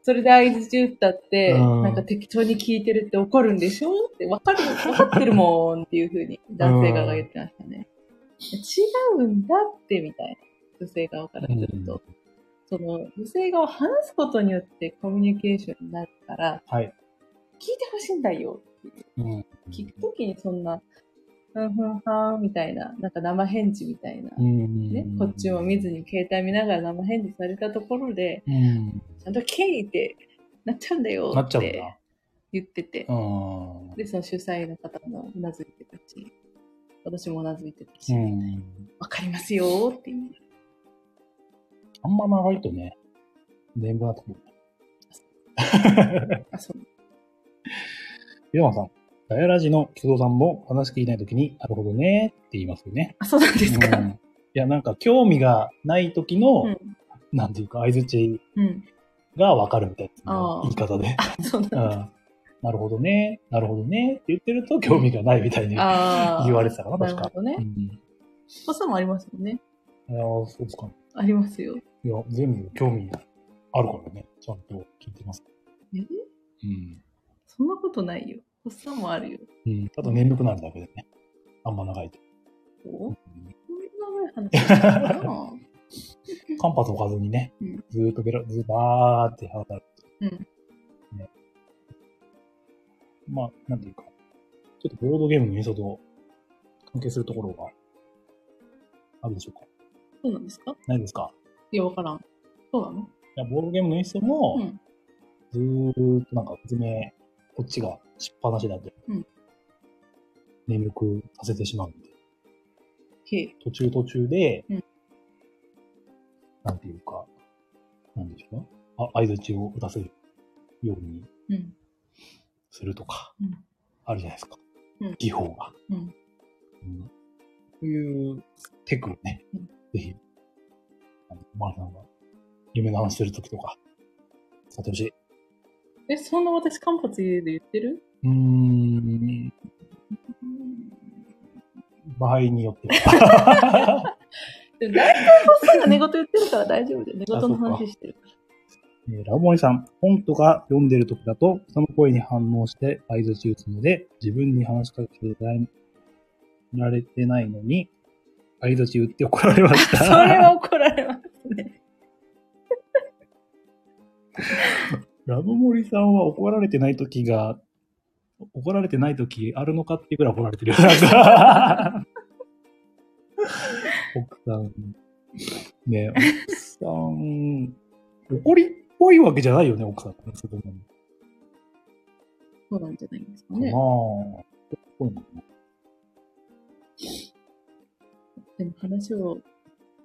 S2: それで合図中打ったって、
S1: うん
S2: なんか適当に聞いてるって怒るんでしょって、わかる、わかってるもんっていうふうに男性側が言ってましたね。違うんだって、みたいな。女性側からすると。その、女性側を話すことによってコミュニケーションになるから、
S1: はい。
S2: 聞いてほしいんだよ。
S1: うん。
S2: 聞くときにそんな、ふんふんはんみたいな、なんか生返事みたいな。
S1: うん
S2: ね、こっちを見ず。に携帯見ながら生返事されたところで、
S1: うん。
S2: ちゃんと聞いてなっちゃうんだよ
S1: なっ
S2: っ
S1: ちゃうん
S2: て
S1: だ。
S2: 言ってて
S1: う、ん。
S2: で、その主催の方もうなずいてたし、私もうなずいてたし、
S1: う
S2: わ、
S1: ん。
S2: かりますよっていう。
S1: あんま長いとね、全部だと思う。
S2: あ、そう。
S1: ゆうまさん、ガヤラジの木戸さんも話聞いないときに、なるほどねって言いますよね。
S2: あ、そうなんですか。
S1: うんいや、なんか興味がない時の、
S2: うん。
S1: なんていうか、相づち
S2: うん。
S1: がわかるみたいな
S2: あー
S1: 言い方で。
S2: そうなん
S1: う
S2: だ。
S1: んなるほどね、なるほどねって言ってると興味がないみたいに言
S2: ああ。
S1: われてたかな、
S2: な
S1: 確
S2: る
S1: か
S2: ほ。どね
S1: う。ん
S2: こさもありますよね。
S1: いやー、そうですか。
S2: ありますよ。
S1: いや、全部興味あるからね、ちゃんと聞いてます。
S2: え
S1: うん。
S2: そんなことないよ。こさもあるよ。
S1: うん。ただ眠くなるだけでね。あんま長いと。
S2: お
S1: うん
S2: そんな長い話だっ たかな
S1: 間髪置かずにね
S2: うん、
S1: ずーっとベラ、ずーばーって話されて。
S2: うん
S1: ね。まあ、なんていうか、ちょっとボードゲームの演奏と関係するところがあるでしょうか
S2: そうなんですか
S1: ないですか
S2: いや、わからん。そうなの
S1: いや、ボードゲームの演奏も、
S2: うん
S1: ずーっとなんか説明、こっちがしっぱなしだと、
S2: うん
S1: 眠くさせてしまうんで、
S2: へえ。
S1: 途中途中で、
S2: うん
S1: なんていうか、なんでしょうね。あ、相槌を打たせるように
S2: うん。
S1: するとか、
S2: うん
S1: あるじゃないですか。
S2: うん
S1: 技法が。
S2: うん
S1: うんそういうテクをね、
S2: うん
S1: ぜひ、あの、マルさんが夢の話するときとか、使ってほしい。
S2: え、そんな私、間髪入れで言ってる
S1: うー ん、場合によっては。
S2: でも大体、おっさんが寝言言ってるから大丈夫だよ。寝言の話してる。
S1: えーラブモリさん、本とか読んでる時だと、人の声に反応して合図打つので、自分に話しかけられてないのに、合図打って怒られました。
S2: それは怒られますね。
S1: ラブモリさんは怒られてない時が、怒られてない時あるのかっていうぐらい怒られ てるよ。なんか奥さん、ね、さん、怒りっぽいわけじゃないよね、奥さんってね。それでも
S2: そうなんじゃないですか
S1: ま
S2: ね。
S1: あ、怒りっぽいのかな
S2: でも話を、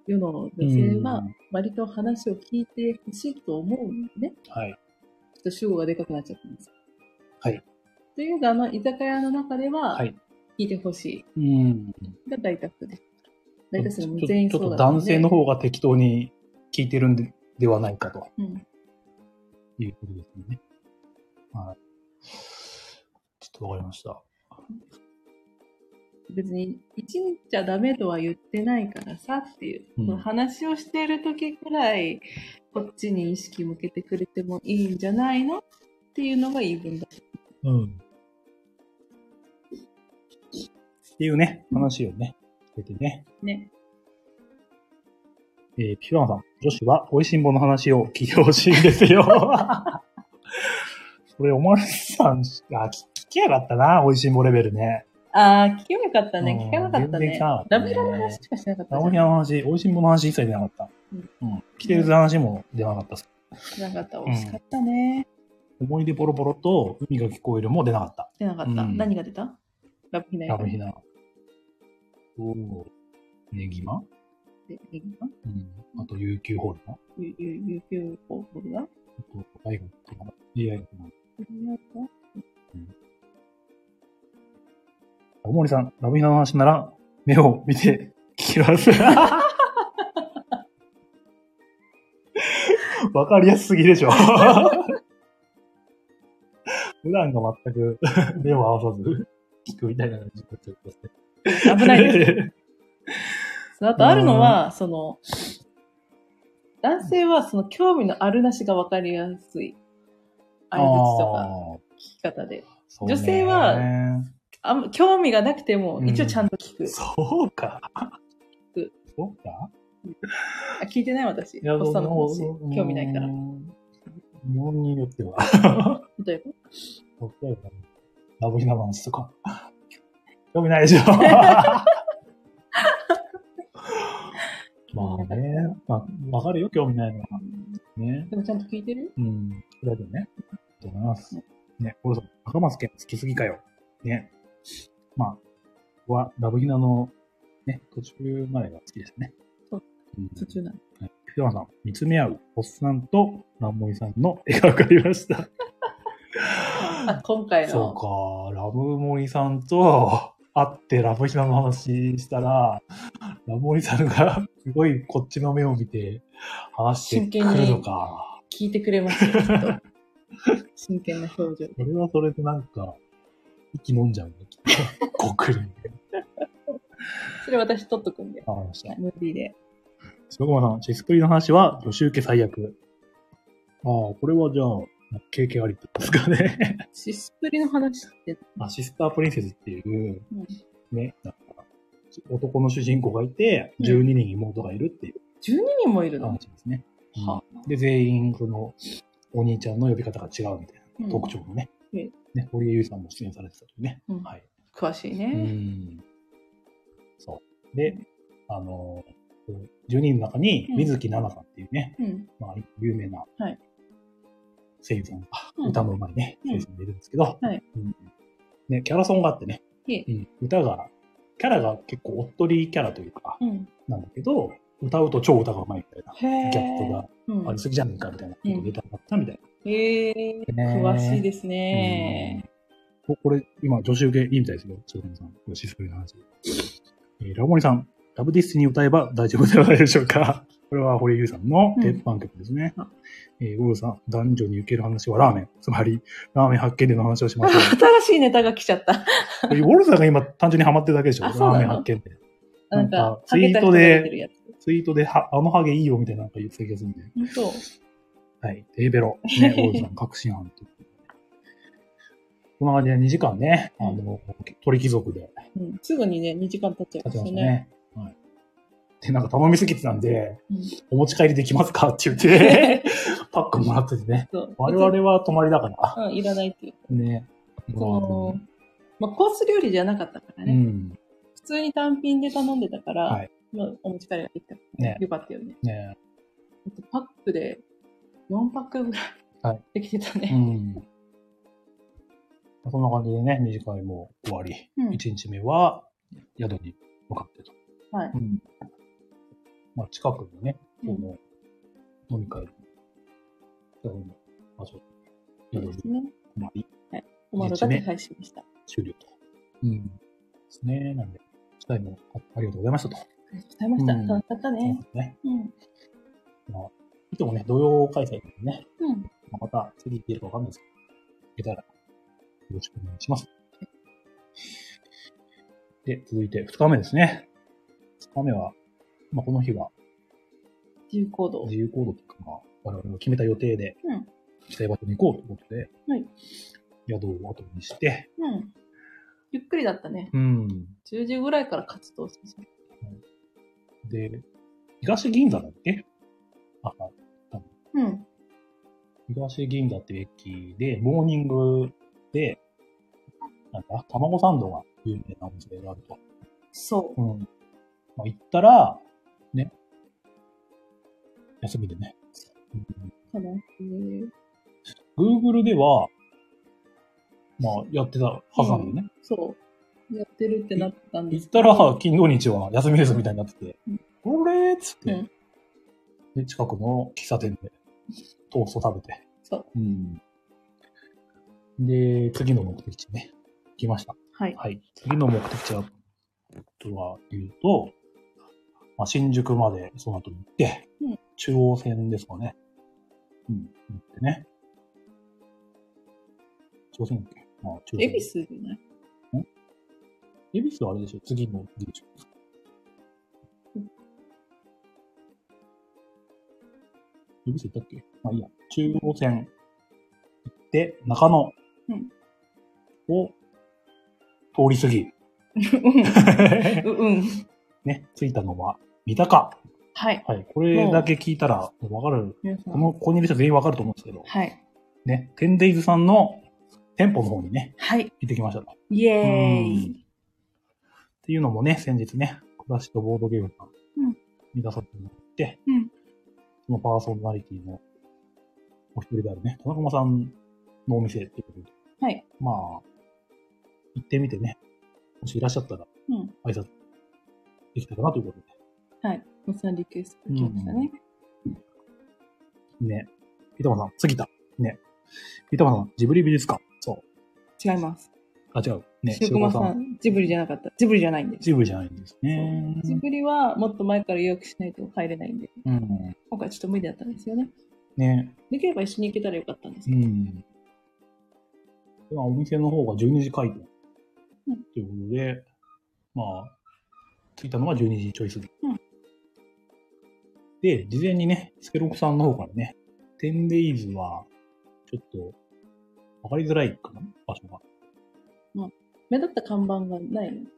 S2: 世の女性は
S1: う、
S2: 割と話を聞いてほしいと思うんでね。
S1: はい。
S2: ちょっと主語がでかくなっちゃったんです。
S1: はい。
S2: というか、あの、居酒屋の中では、
S1: は
S2: 聞
S1: い
S2: いてほし
S1: うん。
S2: いが大多数です。大多数の
S1: ちょ
S2: 全員
S1: ちょ
S2: そ
S1: っ
S2: う
S1: と
S2: だったん
S1: 男
S2: で
S1: 性の方が適当に聞いてるんでではないかと
S2: うん。
S1: いうことですよね。はい。ちょっとわかりました。
S2: 別に、一日じゃダメとは言ってないからさっていう、
S1: うん
S2: その話をしてる時くらい、こっちに意識向けてくれてもいいんじゃないのっていうのが言い分だ。
S1: うん。っていうね、話をね、しててね。
S2: ね。
S1: えー、ピュアンさん、女子は美味しんぼの話を聞いてほしいんです よ。それ、おまるさん、あ、聞聞きやがったな、美味しんぼレベルね。
S2: あー、聞けばよかったね
S1: う。ん
S2: 聞かなかった
S1: 全然聞
S2: ね
S1: かなかっ。た
S2: ダ
S1: ね
S2: メラの話しかしなかった
S1: 名
S2: じゃ
S1: 古
S2: ん
S1: 屋の話、美味しんぼの話一切出なかった。
S2: うん
S1: うん。来てる話も出なかったっす。
S2: しなかった。惜しかったね。
S1: 思い出ボロボロと海が聞こえるも出なかった。
S2: 出なかった。
S1: うん
S2: 何が出たラブヒナ
S1: ラブヒナ。おーネギマ
S2: で、ネギか
S1: うん。あと、琉球ホールの
S2: ゆ、ゆ、ゆ、ゆ、こう、こ れだ。
S1: あと、愛がとかな、AI とかな。大森さん、ラブヒナの話なら、目を見て聞きます。 わかりやすすぎでしょ。 普段が全く目を合わさず聞くみたいな感じになっちゃってますね
S2: 危ない です。そうあとあるのは、その、男性はその興味のあるなしが分かりやすい。
S1: あ
S2: 相づちとか
S1: ー
S2: 聞き方で。
S1: そうね
S2: 女性はあんま興味がなくても
S1: う、ん
S2: 一応ちゃんと聞く。
S1: そうか
S2: く。
S1: そうか
S2: あ聞いてない私。おっさんの話。興味ないから。
S1: 日本によっては。
S2: 例えば。
S1: 例えば、ラブヒナ話とか。 興味ない でしょ。まあね、まあ、わかるよ、興味ないのは。ね。
S2: でもちゃんと聞いてる
S1: うん。それだけね。ありがとうございます。ね、俺さん、赤松健好きすぎかよ。ね。まあ、ここは、ラブヒナの、ね、途中までが好きですね。
S2: そう
S1: うん
S2: 途中なの。
S1: はい福山さん、見つめ合う、おっさんと、ランモリさんの絵が浮かりました。
S2: あ、今回の。
S1: そうか、ラブモリさんと会ってラブヒナの話したら、ラブモリさんがすごいこっちの目を見て話してくるのか。
S2: 聞いてくれますよ、きっと。真剣な表情。
S1: それはそれでなんか、息飲んじゃう ね。きっとごくり。
S2: それ私取っとくんで。
S1: わかりました。
S2: ムービーで。
S1: 白駒さん、シスプリの話は予習受け最悪。ああ、これはじゃあ、経験ありってことですかね。
S2: シスプリの話って、
S1: まあ、シスタープリンセスっていう
S2: うん、
S1: ね、なんか、男の主人公がいて、
S2: うん
S1: 12人妹がいるっていう
S2: 12人もいるの
S1: 話ですね。
S2: は
S1: で、全員、その、お兄ちゃんの呼び方が違うみたいな特徴のね、
S2: うんうん
S1: ね、堀江優さんも出演されてたというね。
S2: うん
S1: はい。
S2: 詳しいうね。
S1: ん。そう。で、あの、12人の中に、
S2: うん
S1: 水木奈々さんっていうね、
S2: うん。
S1: まあ、有名な
S2: はい
S1: 声優さんが、
S2: うん
S1: 歌のうまいね、
S2: うん
S1: 声優さんがいるんですけど、
S2: はい
S1: うんね、キャラソンがあってね、
S2: いえ
S1: うん歌が、キャラが結構おっとりキャラというか、
S2: うん。
S1: なんだけど、歌うと超歌がうまいみたいな、
S2: へえ。
S1: ギャップが
S2: うん
S1: ありすぎじゃねえかみたいな、
S2: うん
S1: ネタだったみたい
S2: へえ。
S1: な。
S2: 詳しい
S1: す
S2: ですね。
S1: おこれ、今、女子受けいいみたいですよ、千代田さん。これ、シスの話。えーラモリさん、ラブディスティに歌えば大丈夫ではないでしょうか。これは堀井優さんの鉄板曲ですね。
S2: うん
S1: えー、ゴールドさん、男女に受ける話はラーメン。つまり、ラーメン発見での話をしましょう。
S2: 新しいネタが来ちゃった。
S1: こ れウォルさんが今単純にハマってるだけでしょ。ラ
S2: あそう
S1: ー
S2: なの
S1: メン発見って。
S2: な
S1: な
S2: んか
S1: んか、
S2: ハゲた人がやってるやつ。
S1: ツイートでは、あのハゲいいよみたいななんか言ってた気がするんで。
S2: 本当。
S1: はい。デーベロ。 ね、ゴールドさん、確信犯ということで。こんな感じで2時間ね、あの、鳥貴族で
S2: うんすぐにね、2時間経っちゃい
S1: 立
S2: ま
S1: てまし
S2: した
S1: た
S2: ね。
S1: ね。はい。で、なんか頼みすぎてたんで、
S2: うん
S1: お持ち帰りできますかって言 って、パックもらっててね。
S2: そう
S1: 我々は泊まりだから。
S2: うん、いらないっていう。
S1: ね。
S2: その、まあ、コース料理じゃなかったから
S1: う
S2: ね。
S1: ん。
S2: 普通に単品で頼んでたか
S1: は
S2: ら
S1: い、
S2: まあ、お持ち帰りができた。
S1: ね。
S2: よかったよね。
S1: ね
S2: とパックで4パックぐらい、
S1: はい
S2: できてた
S1: う
S2: ね。
S1: ん。そんな感じでね、短いもう終わり。
S2: うん
S1: 1日目は宿に向かってと。
S2: はい
S1: うんまあ、近くのね、
S2: う
S1: こ
S2: ん
S1: の飲み会の、近くの場所、
S2: そ
S1: 宿
S2: う
S1: に
S2: ですね。
S1: 泊まり、
S2: おまどが手配しました。あ
S1: 終了と。うん。ですね。なんで、期待もあありがとうございましたと。
S2: りがとうございました。
S1: うん
S2: 楽しかったね。
S1: ね。
S2: うん。
S1: いつもね、土曜開催なんでね、
S2: うん。
S1: まあまた次行けるかわかんないですけど、出たら、よろしくお願いします。で、続いて2日目ですね。2日目は、まあ、この日は
S2: 自由行動。
S1: 自由行動というか、まあ、我々の決めた予定で
S2: うん、
S1: 行きたい場所に行こうということで、
S2: はい
S1: 宿を後にして、
S2: うん。ゆっくりだったね。
S1: うん。
S2: 10時ぐらいから活動しました。
S1: で、東銀座だっけあ、
S2: うん。
S1: 東銀座っていう駅で、モーニングで、なんか、卵サンドが有名なお店があると。
S2: そう。
S1: うん。まあ、行ったら、ね。休みでね。
S2: かな。えー
S1: Google では、まあ、やってたはずなんだよね。
S2: そう。やってるってなったんで
S1: 行っ
S2: す
S1: たら、金土日は休みですみたいになってて
S2: うん、
S1: これっつって、
S2: うん
S1: で、近くの喫茶店で、トースト食べて。。
S2: そう
S1: ん。で、次の目的地ね、来ました。
S2: はい。
S1: はい。次の目的地は、とは言うと、まあ、新宿までその後に行って、
S2: うん
S1: 中央線ですかね。うん。行ってね。中央線だっけまあ、中央
S2: 恵
S1: 線。
S2: 比寿じゃない
S1: 恵比寿はあれでしょ次の駅でしょ
S2: うん
S1: 恵比寿行ったっけまあいいや。中央線行って、中野
S2: うん
S1: を通り過ぎ。
S2: うん。うんうん。
S1: ね、着いたのは三鷹。
S2: はい。
S1: はい。これだけ聞いたら、わかる。
S2: 皆さ
S1: こ
S2: ん。
S1: の、ここにいる人全員わかると思うんですけど、
S2: はい。
S1: ね、テンデイズさんの店舗の方にね、
S2: はい。
S1: 行ってきましたと。
S2: イエー
S1: うん
S2: イ。
S1: っていうのもね、先日ね、クラシックボードゲームさ
S2: うん
S1: んに出させてもらって、
S2: うん
S1: そのパーソナリティのお一人であるね、田中間さんのお店っていうことで、
S2: はい。
S1: まあ、行ってみてね、もしいらっしゃったら
S2: うん。
S1: 挨拶できたらなということで、
S2: はい。おさんリクエスト来ましたね。
S1: ね、ピタマさん、杉田、ね、ピタマさん、ジブリ美術館、そう、
S2: 違います。
S1: あ、違う、ね、
S2: シュウクマさ
S1: 塩川
S2: ん、ジブリじゃなかった。ジブリじゃないんで。
S1: ジブリじゃないんですね。
S2: ジブリはもっと前から予約しないと入れないんで、
S1: うん。
S2: 今回ちょっと無理だったんですよね。
S1: ね、
S2: できれば一緒に行けたらよかったんです
S1: う
S2: けど。
S1: ん。今お店の方が12時開店。
S2: うん
S1: ということで、まあ、着いたのが12時ちょい過ぎ。
S2: うん
S1: で、事前にね、スケロクさんの方からね、テンデイズは、ちょっと、わかりづらいかな場所が。
S2: 目立った看板がないん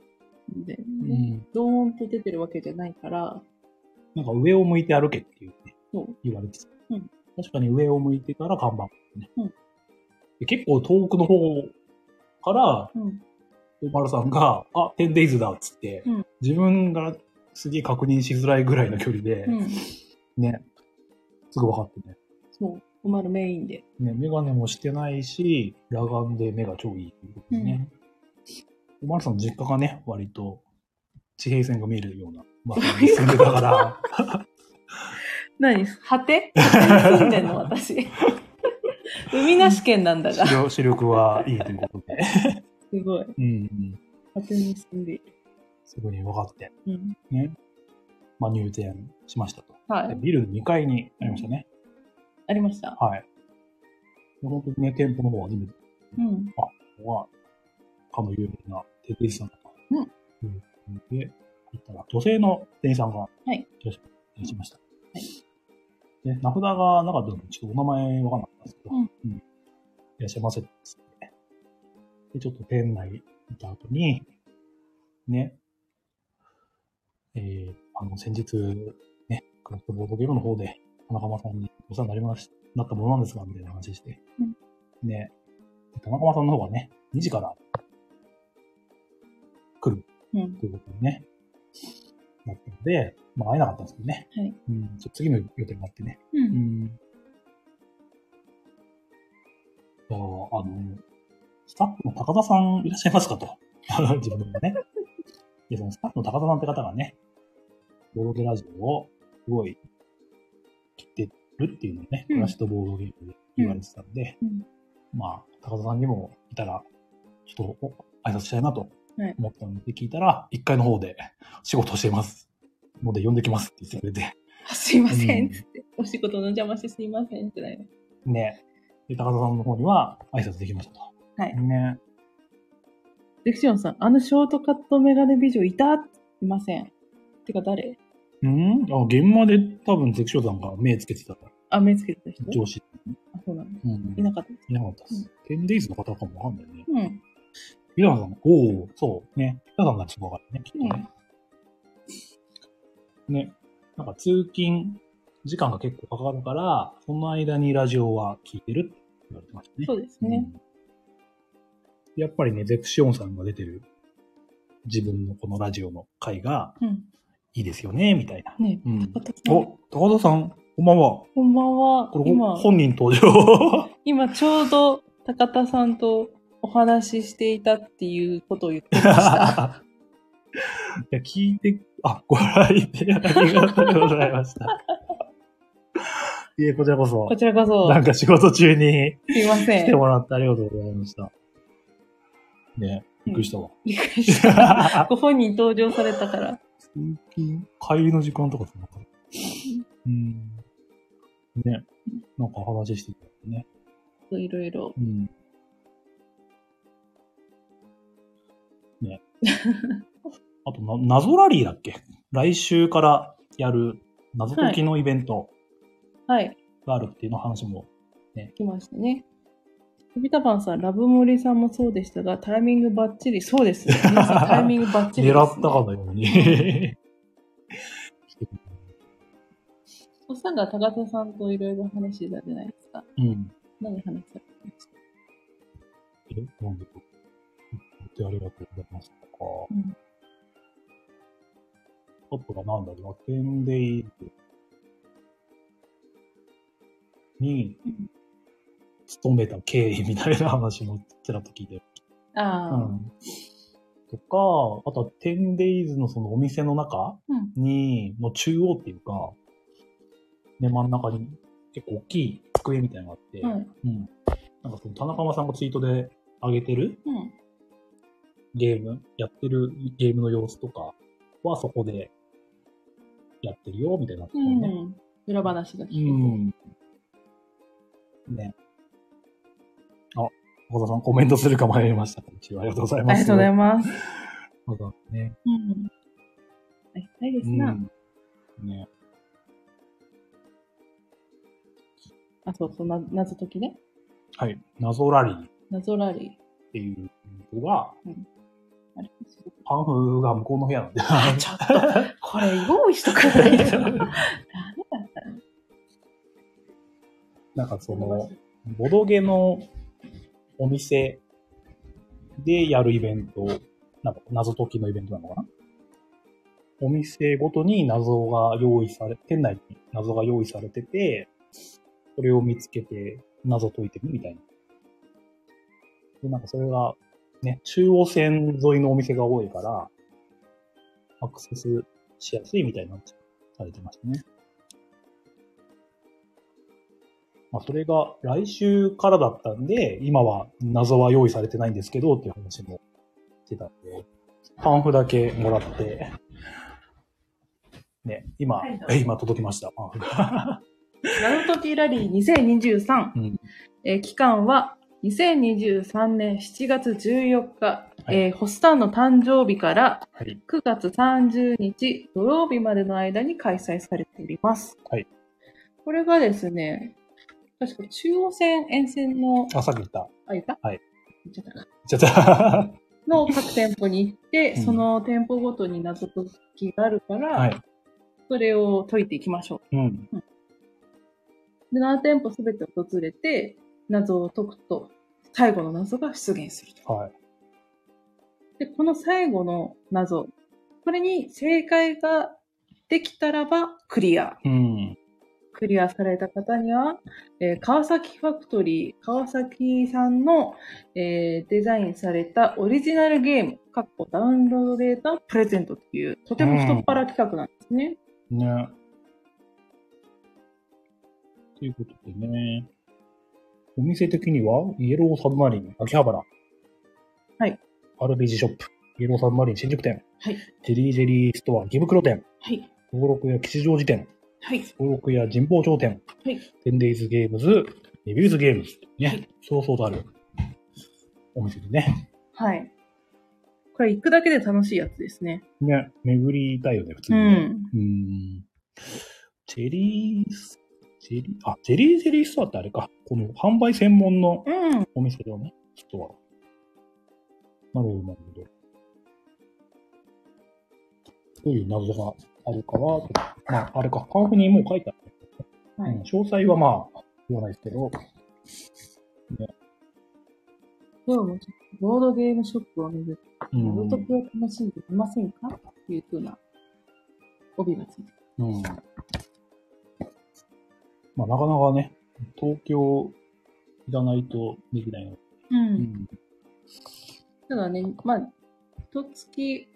S2: で、
S1: ん。
S2: ドーンと出てるわけじゃないから、
S1: なんか上を向いて歩けっていうね、
S2: そう
S1: 言われてた。
S2: うん
S1: 確かに上を向いてたら看板、ね
S2: うん
S1: で結構遠くの方から、
S2: うん。
S1: おまるさんが、あ、10 days だっつって、
S2: うん
S1: 自分がすげえ確認しづらいぐらいの距離で、
S2: うん。
S1: ね、すぐ分かってね。
S2: そう。おまるメインで。
S1: ね、メガネもしてないし、裸眼で目が超いいっていうことでね。おまるさんの実家がね、割と地平線が見えるような場所に住んでたから、
S2: 何果て果てに住んでんの 私。海なし県なんだ
S1: 視
S2: が。す
S1: 力視力はいいということで、
S2: ごい。
S1: うんうん、
S2: 果てに住んでいる。
S1: すぐに分かって、
S2: うん。
S1: ね、まあ入店しましたと。
S2: は
S1: で
S2: い。
S1: ビルの2階にありましたね。
S2: ありました。
S1: はい。で本当にね、店舗の方は初めて
S2: うん。
S1: のは、かの有名なテレビさんとか、
S2: うん
S1: うん。で、行ったら、女性の店員さんが、
S2: い。
S1: いらっしゃいました。はいで、名札がなかったので、ちょっとお名前わかんなかったんですけど、
S2: うん
S1: いらっしゃいませっつって。で、ちょっと店内行った後に、ね、えー、あの、先日、ね、クラフトボードゲームの方で、田中間さんにお世話になりましなったものなんですが、みたいな話して。
S2: うん
S1: ね、で田中間さんの方がね、2時から
S2: うん。
S1: ということでね。だったので、まあ、会えなかったんですけどね。
S2: はい
S1: うん、ちょっと次の予定もあってね。
S2: う。
S1: うんん。いやーあの、スタッフの高田さんいらっしゃいますかと。 自分がね。いや、そのスタッフの高田さんって方がね、ボードゲラジオをすごい切ってるっていうのをね、
S2: うん
S1: 暮らしとボードゲームで言われてたんで、
S2: うん
S1: まあ、高田さんにもいたら、ちょっとお挨拶したいなと
S2: はい
S1: 思ったので聞いたら、1階の方で仕事をしています。ので呼んできますって言ってくれて。
S2: あすいませ
S1: うん
S2: ん。つってお仕事の邪魔してすいません。ってなる
S1: ね。で、高田さんの方には挨拶できましたと。
S2: はい
S1: ね。
S2: デクシオンさん、あのショートカットメガネ美女いたいません。てか誰
S1: うんあ、現場で多分ゼクショーさんが目つけてた
S2: あ、目つけてた人
S1: 上司。
S2: あ、そうなの。
S1: うん。
S2: いなかったです。
S1: いなかったです。テンデイズの方かもわかんないね。
S2: うん。
S1: ピラさん、おおそう、ね。ピラさんがちょっとわかるね、きっとね。ね。なんか通勤時間が結構かかるから、その間にラジオは聞いてるって言われてましたね。
S2: そうですね。
S1: うんやっぱりね、ゼクシオンさんが出てる自分のこのラジオの回が
S2: うん。
S1: いいですよね、みたいな。
S2: ね
S1: うん
S2: 高田さん
S1: お、高田さん、こんばんは。
S2: こんばんは。
S1: これ、
S2: 今、
S1: 本人登場。
S2: 今ちょうど高田さんとお話ししていたっていうことを言って ました。
S1: いや、聞いて、あ、ご覧いただきありがとうございました。いえ、こちらこそ
S2: こ、ちらこそ
S1: な、んか仕事中に
S2: すいませ
S1: 来て
S2: ん。
S1: もらってありがとうございました。ね、びっくりしたわ。
S2: びっくりした。ご本人登場されたから。
S1: 通勤、帰りの時間とかってなんか、うん。ね、なんかお話ししてたよね。
S2: いろいろ。
S1: うん。ね。あとな、謎ラリーだっけ来週からやる謎解きのイベント
S2: はい。
S1: があるっていうの話も、
S2: 来ましたね。飛びたばんさん、ラブモリさんもそうでしたが、タイミングバッチリ。そうですね。皆 さんタイミングバッチリです、ね。
S1: 狙ったかのように。来てくれ
S2: おっさんが高田さんといろいろ話してたじゃないですか。
S1: たうん。
S2: 何話した
S1: え、なんでこうやってありがとうございますとか。
S2: うん
S1: あとがなんだろうな、テンデイズに
S2: うん
S1: 勤めた経緯みたいな話もちらっと聞いてる。
S2: ああ、
S1: うん。とか、あとはテンデイズのそのお店の中
S2: うん
S1: に、の中央っていうか、ね、真ん中に結構大きい机みたいなのがあって、
S2: はい。
S1: うん。なんかその田中間さんがツイートで上げてる
S2: うん。
S1: ゲーム、やってるゲームの様子とかはそこでやってるよ、みたいなとこ
S2: う
S1: ろ
S2: ん。
S1: ね。
S2: 裏話が聞けて、
S1: ん。ね。あ、小田さんコメントするか迷いました。こんにちは。ありがとうござい
S2: あ
S1: ます。
S2: りがとうござい
S1: ま
S2: ます。
S1: す。小田さんね。
S2: うん。ありがたいですな。
S1: うん。ね。
S2: あ、そうそう、な謎解きね。
S1: はい。謎ラリーっ
S2: 謎ラリ
S1: ていうのが、
S2: ー。あれ
S1: パンフが向こうの部屋なんで。
S2: あちょっと、 これ用意しと かないと。ダメだったら。
S1: なんかその、ボドゲのお店でやるイベント、なんか謎解きのイベントなのかなお店ごとに謎が用意され、店内に謎が用意されてて、それを見つけて謎解いてるみたいな。で、なんかそれが、ね、中央線沿いのお店が多いから、アクセスしやすいみたいな、されてましたね。まあ、それが来週からだったんで、今は謎は用意されてないんですけどっていう話もしてたんで、パンフだけもらって、ね、今、
S2: はい
S1: え今届きました、パンフが。
S2: 謎解きラリー2023、
S1: うん
S2: えー期間は2023年7月14日、
S1: はい
S2: えーホスタンの誕生日から
S1: はい。
S2: 9月30日土曜日までの間に開催されております。
S1: はい
S2: これがですね、確か中央線沿線の、
S1: あ、さっき言った。
S2: あ、いた
S1: はい。
S2: 言っちゃったか
S1: 言っちゃった。
S2: の各店舗に行って、
S1: うん
S2: その店舗ごとに謎解きがあるから、
S1: はい。
S2: それを解いていきましょう。
S1: うん。
S2: で7店舗すべて訪れて、謎を解くと、最後の謎が出現すると。
S1: はい。
S2: で、この最後の謎、これに正解ができたらばクリア。
S1: うん。
S2: クリアされた方には、えー川崎ファクトリー、川崎さんの、えーデザインされたオリジナルゲーム、かっこダウンロードデータプレゼントっていう、とても太っ腹企画なんですね。
S1: ね。ということでね。お店的には、イエローサブマリン、秋葉原。
S2: はい。
S1: RPG ショップ、イエローサブマリン新宿店。
S2: はい。
S1: ジェリージェリーストア、池袋店。
S2: はい。
S1: 登録や吉祥寺店。
S2: はい。
S1: 登録や神保町店。
S2: はい。
S1: テンデイズゲームズ、レビューズゲームズ。ね。
S2: はい
S1: そうそうとある。お店でね。
S2: はい。これ行くだけで楽しいやつですね。
S1: ね。巡りたいよね、普通
S2: う
S1: にね。
S2: ん。
S1: うんジェリース、ジェリー、あ、ジェリージェリーストアってあれか。この販売専門の
S2: うん。
S1: お店だね、ストア。なるほど、なるほど。どういう謎があるかは、まあ、あれか、カーフにもう書いてある、
S2: は
S1: うん
S2: い。
S1: 詳細はまあ、言わないですけど、
S2: 今日もちょっとボードゲームショップを巡って、
S1: う
S2: 謎
S1: ん。
S2: 解きを楽しんでみませんかっていうふうな帯がついてる。
S1: うん。まあ、なかなかね、東京いらないとできないので。
S2: うん。ただね、まあ、一月、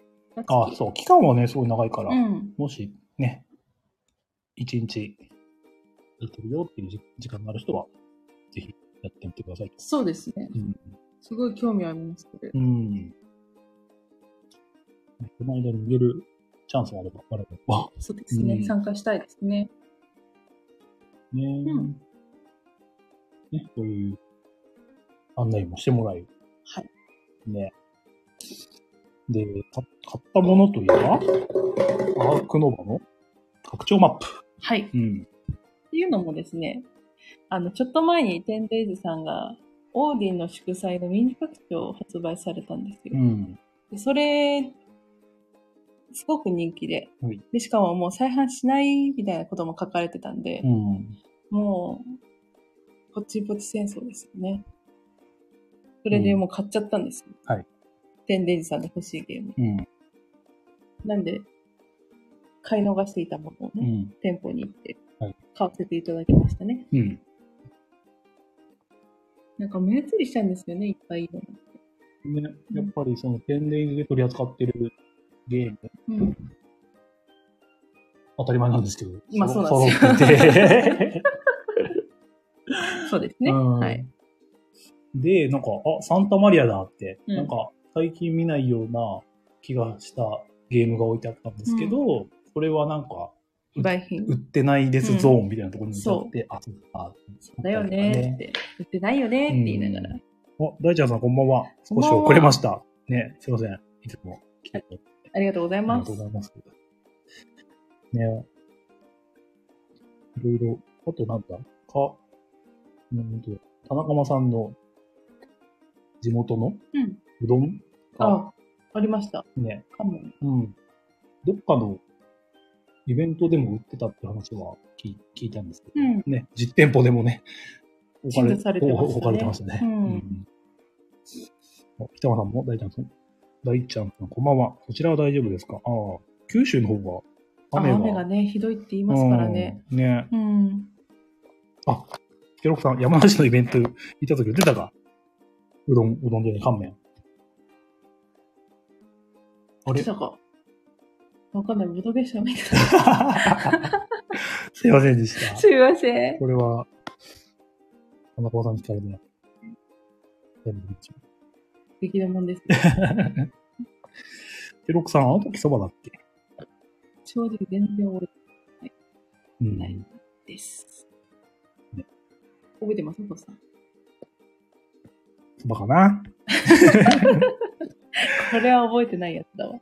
S1: あ、
S2: う。
S1: そう、期間はね、すごい長いから、
S2: うん。
S1: もしね、一日やってるよっていう時時間のある人は、ぜひやってみてくださいと。
S2: そうですね。
S1: うん。
S2: すごい興味ありますけど。
S1: うん。この間逃げるチャンスがあれば、あれば。
S2: そうですね、
S1: うん
S2: 参加したいですね。
S1: ね、
S2: ん
S1: ね、こういう案内もしてもらえる。
S2: はい。
S1: ね。で、か買ったものといえば、アークノバの拡張マップ。
S2: はい。っ
S1: うん。
S2: ていうのもですね、あの、ちょっと前にテンデイズさんが、オーディンの祝祭のミニ拡張を発売されたんですよ
S1: う。ん。
S2: でそれ、すごく人気で、
S1: はい
S2: で、しかももう再販しないみたいなことも書かれてたんで
S1: う、ん。
S2: もう、ポチポチ戦争ですよね。それでもう買っちゃったんですよ。
S1: うんはい。
S2: テンデイジさんで欲しいゲーム。
S1: うん。
S2: なんで、買い逃していたものを
S1: う
S2: ね、
S1: ん。
S2: 店舗に行って
S1: はい、
S2: 買わせていただきましたね。
S1: うん。
S2: なんか目移りしちゃうんですよね、いっぱいいる
S1: ね、やっぱりその天然で取り扱ってるゲーム、
S2: の。うん。
S1: 当たり前なんですけど。
S2: まあそうなん
S1: です
S2: そうですね。はい。。
S1: で、なんか、あ、サンタマリアだって、
S2: うん
S1: なんか、最近見ないような気がしたゲームが置いてあったんですけど、これはなんか、
S2: 非売品
S1: 売。ってないですゾーンみたいなところに置いてあって、あ、そうか。
S2: だよねって、売ってないよねって言いながら。
S1: あ、大ちゃんさんこんばんは。
S2: こ
S1: 少
S2: んばん
S1: し
S2: は
S1: 遅れました。ね、すいません。いつも来ていただいて
S2: ありがとうござい
S1: あり
S2: ま
S1: がと
S2: す
S1: うご。ざいます。ねいろいろ、あとなんだか、うんと、田中間さんの地元の
S2: うん。
S1: うどんが、
S2: あ、ありました。
S1: ね、
S2: かも。
S1: うん。どっかのイベントでも売ってたって話は聞い聞いたんですけど、
S2: うん
S1: ね、実店舗でもね、置
S2: 陳列されてましたね
S1: 置かれてましたね。
S2: うん
S1: あ北川さんも大ちゃんさん、大ちゃんさん、こんばんは。こちらは大丈夫ですかああ、九州の方が雨
S2: 雨
S1: が。
S2: 雨がね、ひどいって言いますからね。
S1: うん。ね。
S2: うん。
S1: ケロクさん、山梨のイベント行 った時売ってたかうどん、うどんじゃない、乾麺。あ れ
S2: 来たか。わかんない。ボドゲしか見てな
S1: すいませんでし
S2: い。
S1: た。
S2: すいません。
S1: これは、田中さんに聞かれてない。全部見ちゃ
S2: 激レモンです、ね。
S1: うケロクさん、あの時そばだっけ
S2: 正直全然覚え
S1: う
S2: てない
S1: ん。
S2: です
S1: ね。
S2: 覚えてますお父さん。
S1: そばかな
S2: これは覚えてないやつだわ。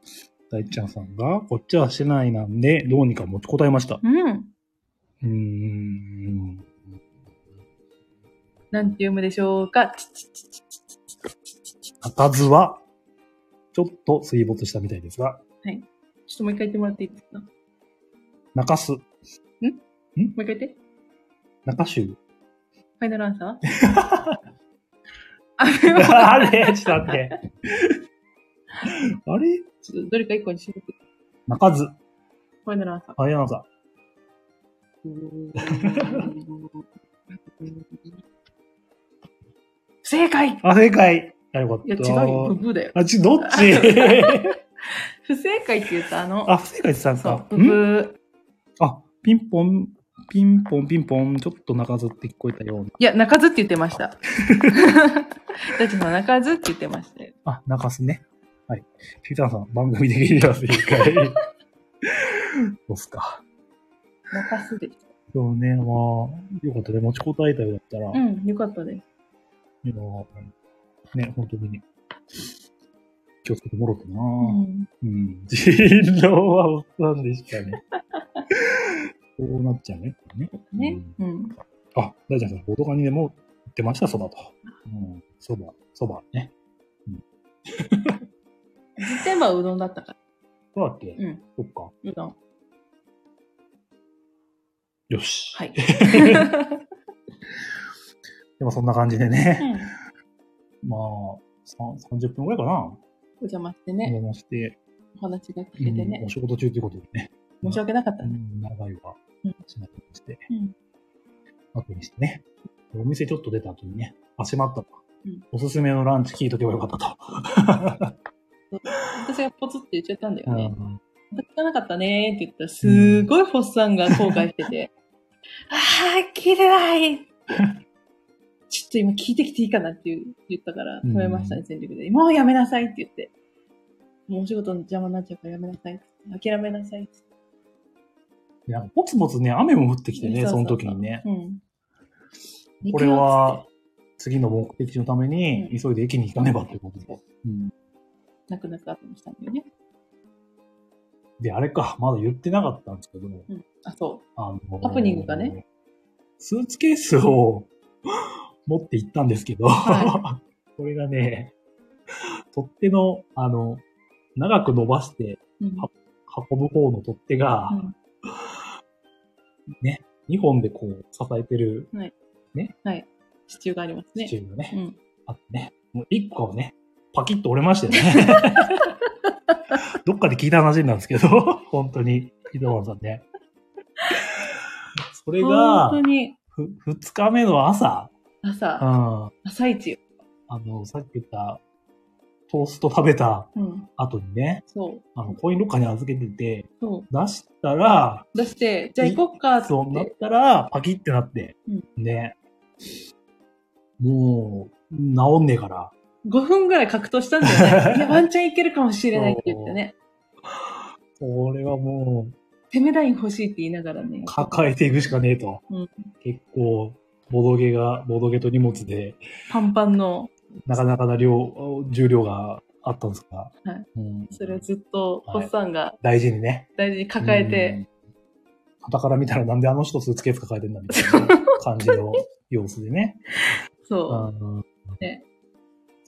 S1: 大ちゃんさんが、こっちは市内なんで、どうにか持ちこたえました。
S2: うん。
S1: うーん。
S2: なんて読むでしょうか。ちちちちち
S1: 赤ずは、ちょっと水没したみたいですが、
S2: ちょっともう一回言ってもらっていいですかも
S1: 中洲、
S2: う一回言って。
S1: 中州。
S2: ファイナルアンサー雨 は、
S1: あれちょっと待って。 あれ
S2: ちょっとどれか一個に絞って。
S1: 中津。
S2: うファイナルアンサー。
S1: ファイナルアンサ
S2: 不正解い
S1: ー。あ、正解。あ、よかった。
S2: や、違うよ。ブブーだよ。
S1: あ、ち、どっち
S2: 不正解って言ったあの、
S1: あ、不正解って言ってた
S2: そ
S1: んですか。ん
S2: う、ブブー。
S1: あ、ピンポン、ピンポン、ピンポン、ちょっと中ずって聞こえたようない
S2: や、泣かずって言ってました。だって泣かずって言ってましたよ。。
S1: あ、中すね。はい。ピーターさん、番組で見てます、一回。どうっすか。
S2: 泣かすで。
S1: そうね、まあ、よかったね。持ちこたえたようだったら、
S2: うん、よかったです。
S1: いやーね、本当にね、気をつけてもろくな、
S2: う
S1: うん
S2: ん、
S1: うん。 人狼はおっさんでしたね。 そうなっちゃうね。ね。
S2: ね
S1: うん。
S2: うん。
S1: あ、大ちゃんさん、ボトガニでも言ってました、そばと。うん。そば、そばね。
S2: 実践はうどんだったから。
S1: そうだっけ、
S2: うん、
S1: そっか。
S2: うどん。
S1: よし。
S2: はい。
S1: でもそんな感じでね。
S2: うん
S1: まあ、さん30分ぐらいかな。
S2: お邪魔してね、
S1: お話して、
S2: お話が聞けて
S1: うん
S2: ね
S1: お、仕事中ということでね。
S2: 申し訳なかった
S1: う
S2: ね。
S1: ん、長いはしないようにして、
S2: うん
S1: 後にしてね。お店ちょっと出た後にね、あ、閉まったか、
S2: うん
S1: おすすめのランチ聞いとけばよかったと。
S2: 私がポツって言っちゃったんだよ
S1: う
S2: ね。
S1: ん
S2: また聞かなかったねーって言ったら、すごいフォッサンが後悔し てて、あー、聞いてないって ちょっと今聞いてきていいかなって言ったから、止めましたね、全力で。もうやめなさいって言って。もうお仕事の邪魔になっちゃうからやめなさいって。諦めなさいって。
S1: いや、ぽつぽつね、雨も降ってきてね、
S2: そう
S1: そ
S2: そうそ
S1: の
S2: う
S1: 時にね。
S2: うん。
S1: これは、次の目的地のために、
S2: うん
S1: 急いで駅に行かねばってことで。うん
S2: 泣く泣く後にしたんだよね。
S1: で、あれか、まだ言ってなかったんですけど、
S2: うん。あ、そ
S1: あの
S2: オープニングがね。
S1: スーツケースを 持って行ったんですけど、
S2: は
S1: これがね、取っ手の、あの、長く伸ばして
S2: う。うん。
S1: 運ぶ方の取っ手が、ね、2本でこう支えてる
S2: 支柱があります
S1: 支
S2: ね。
S1: 柱がね、
S2: うん。
S1: あってね、もう1個はね、パキッと折れましたよね。 どっかで聞いた話なんですけど、本当に、井戸ンさんね。それが、
S2: 本当に、
S1: ふ、二日目の朝、うん。
S2: 朝、
S1: あ
S2: 朝一よ。
S1: の、さっき言った、トースト食べた
S2: うん。
S1: 後にね、
S2: そう。
S1: あの、コインロッカーに預けてて、
S2: そう。
S1: 出したら、
S2: 出して、じゃあ行こっかって。
S1: そうなったら、パキってなって、
S2: うん
S1: ね。もう、治んねえから、
S2: 5分ぐらい格闘したんだよね。いや、ワンチャンいけるかもしれないって言ってね。
S1: これはもう、
S2: 攻めライン欲しいって言いながらね。
S1: 抱えていくしかねえと。
S2: うん
S1: 結構、ボドゲが、ボドゲと荷物で、
S2: パンパンの、
S1: なかなかな量、重量があったんですが、
S2: はい
S1: うん
S2: それをずっと、ホ
S1: はい
S2: ッサンが
S1: 大事にね、
S2: 大事に抱えて、
S1: うん。傍から見たらなんであの人スーツケース抱えてんだみたいな 感じの様子でね。
S2: そう。
S1: うん
S2: ね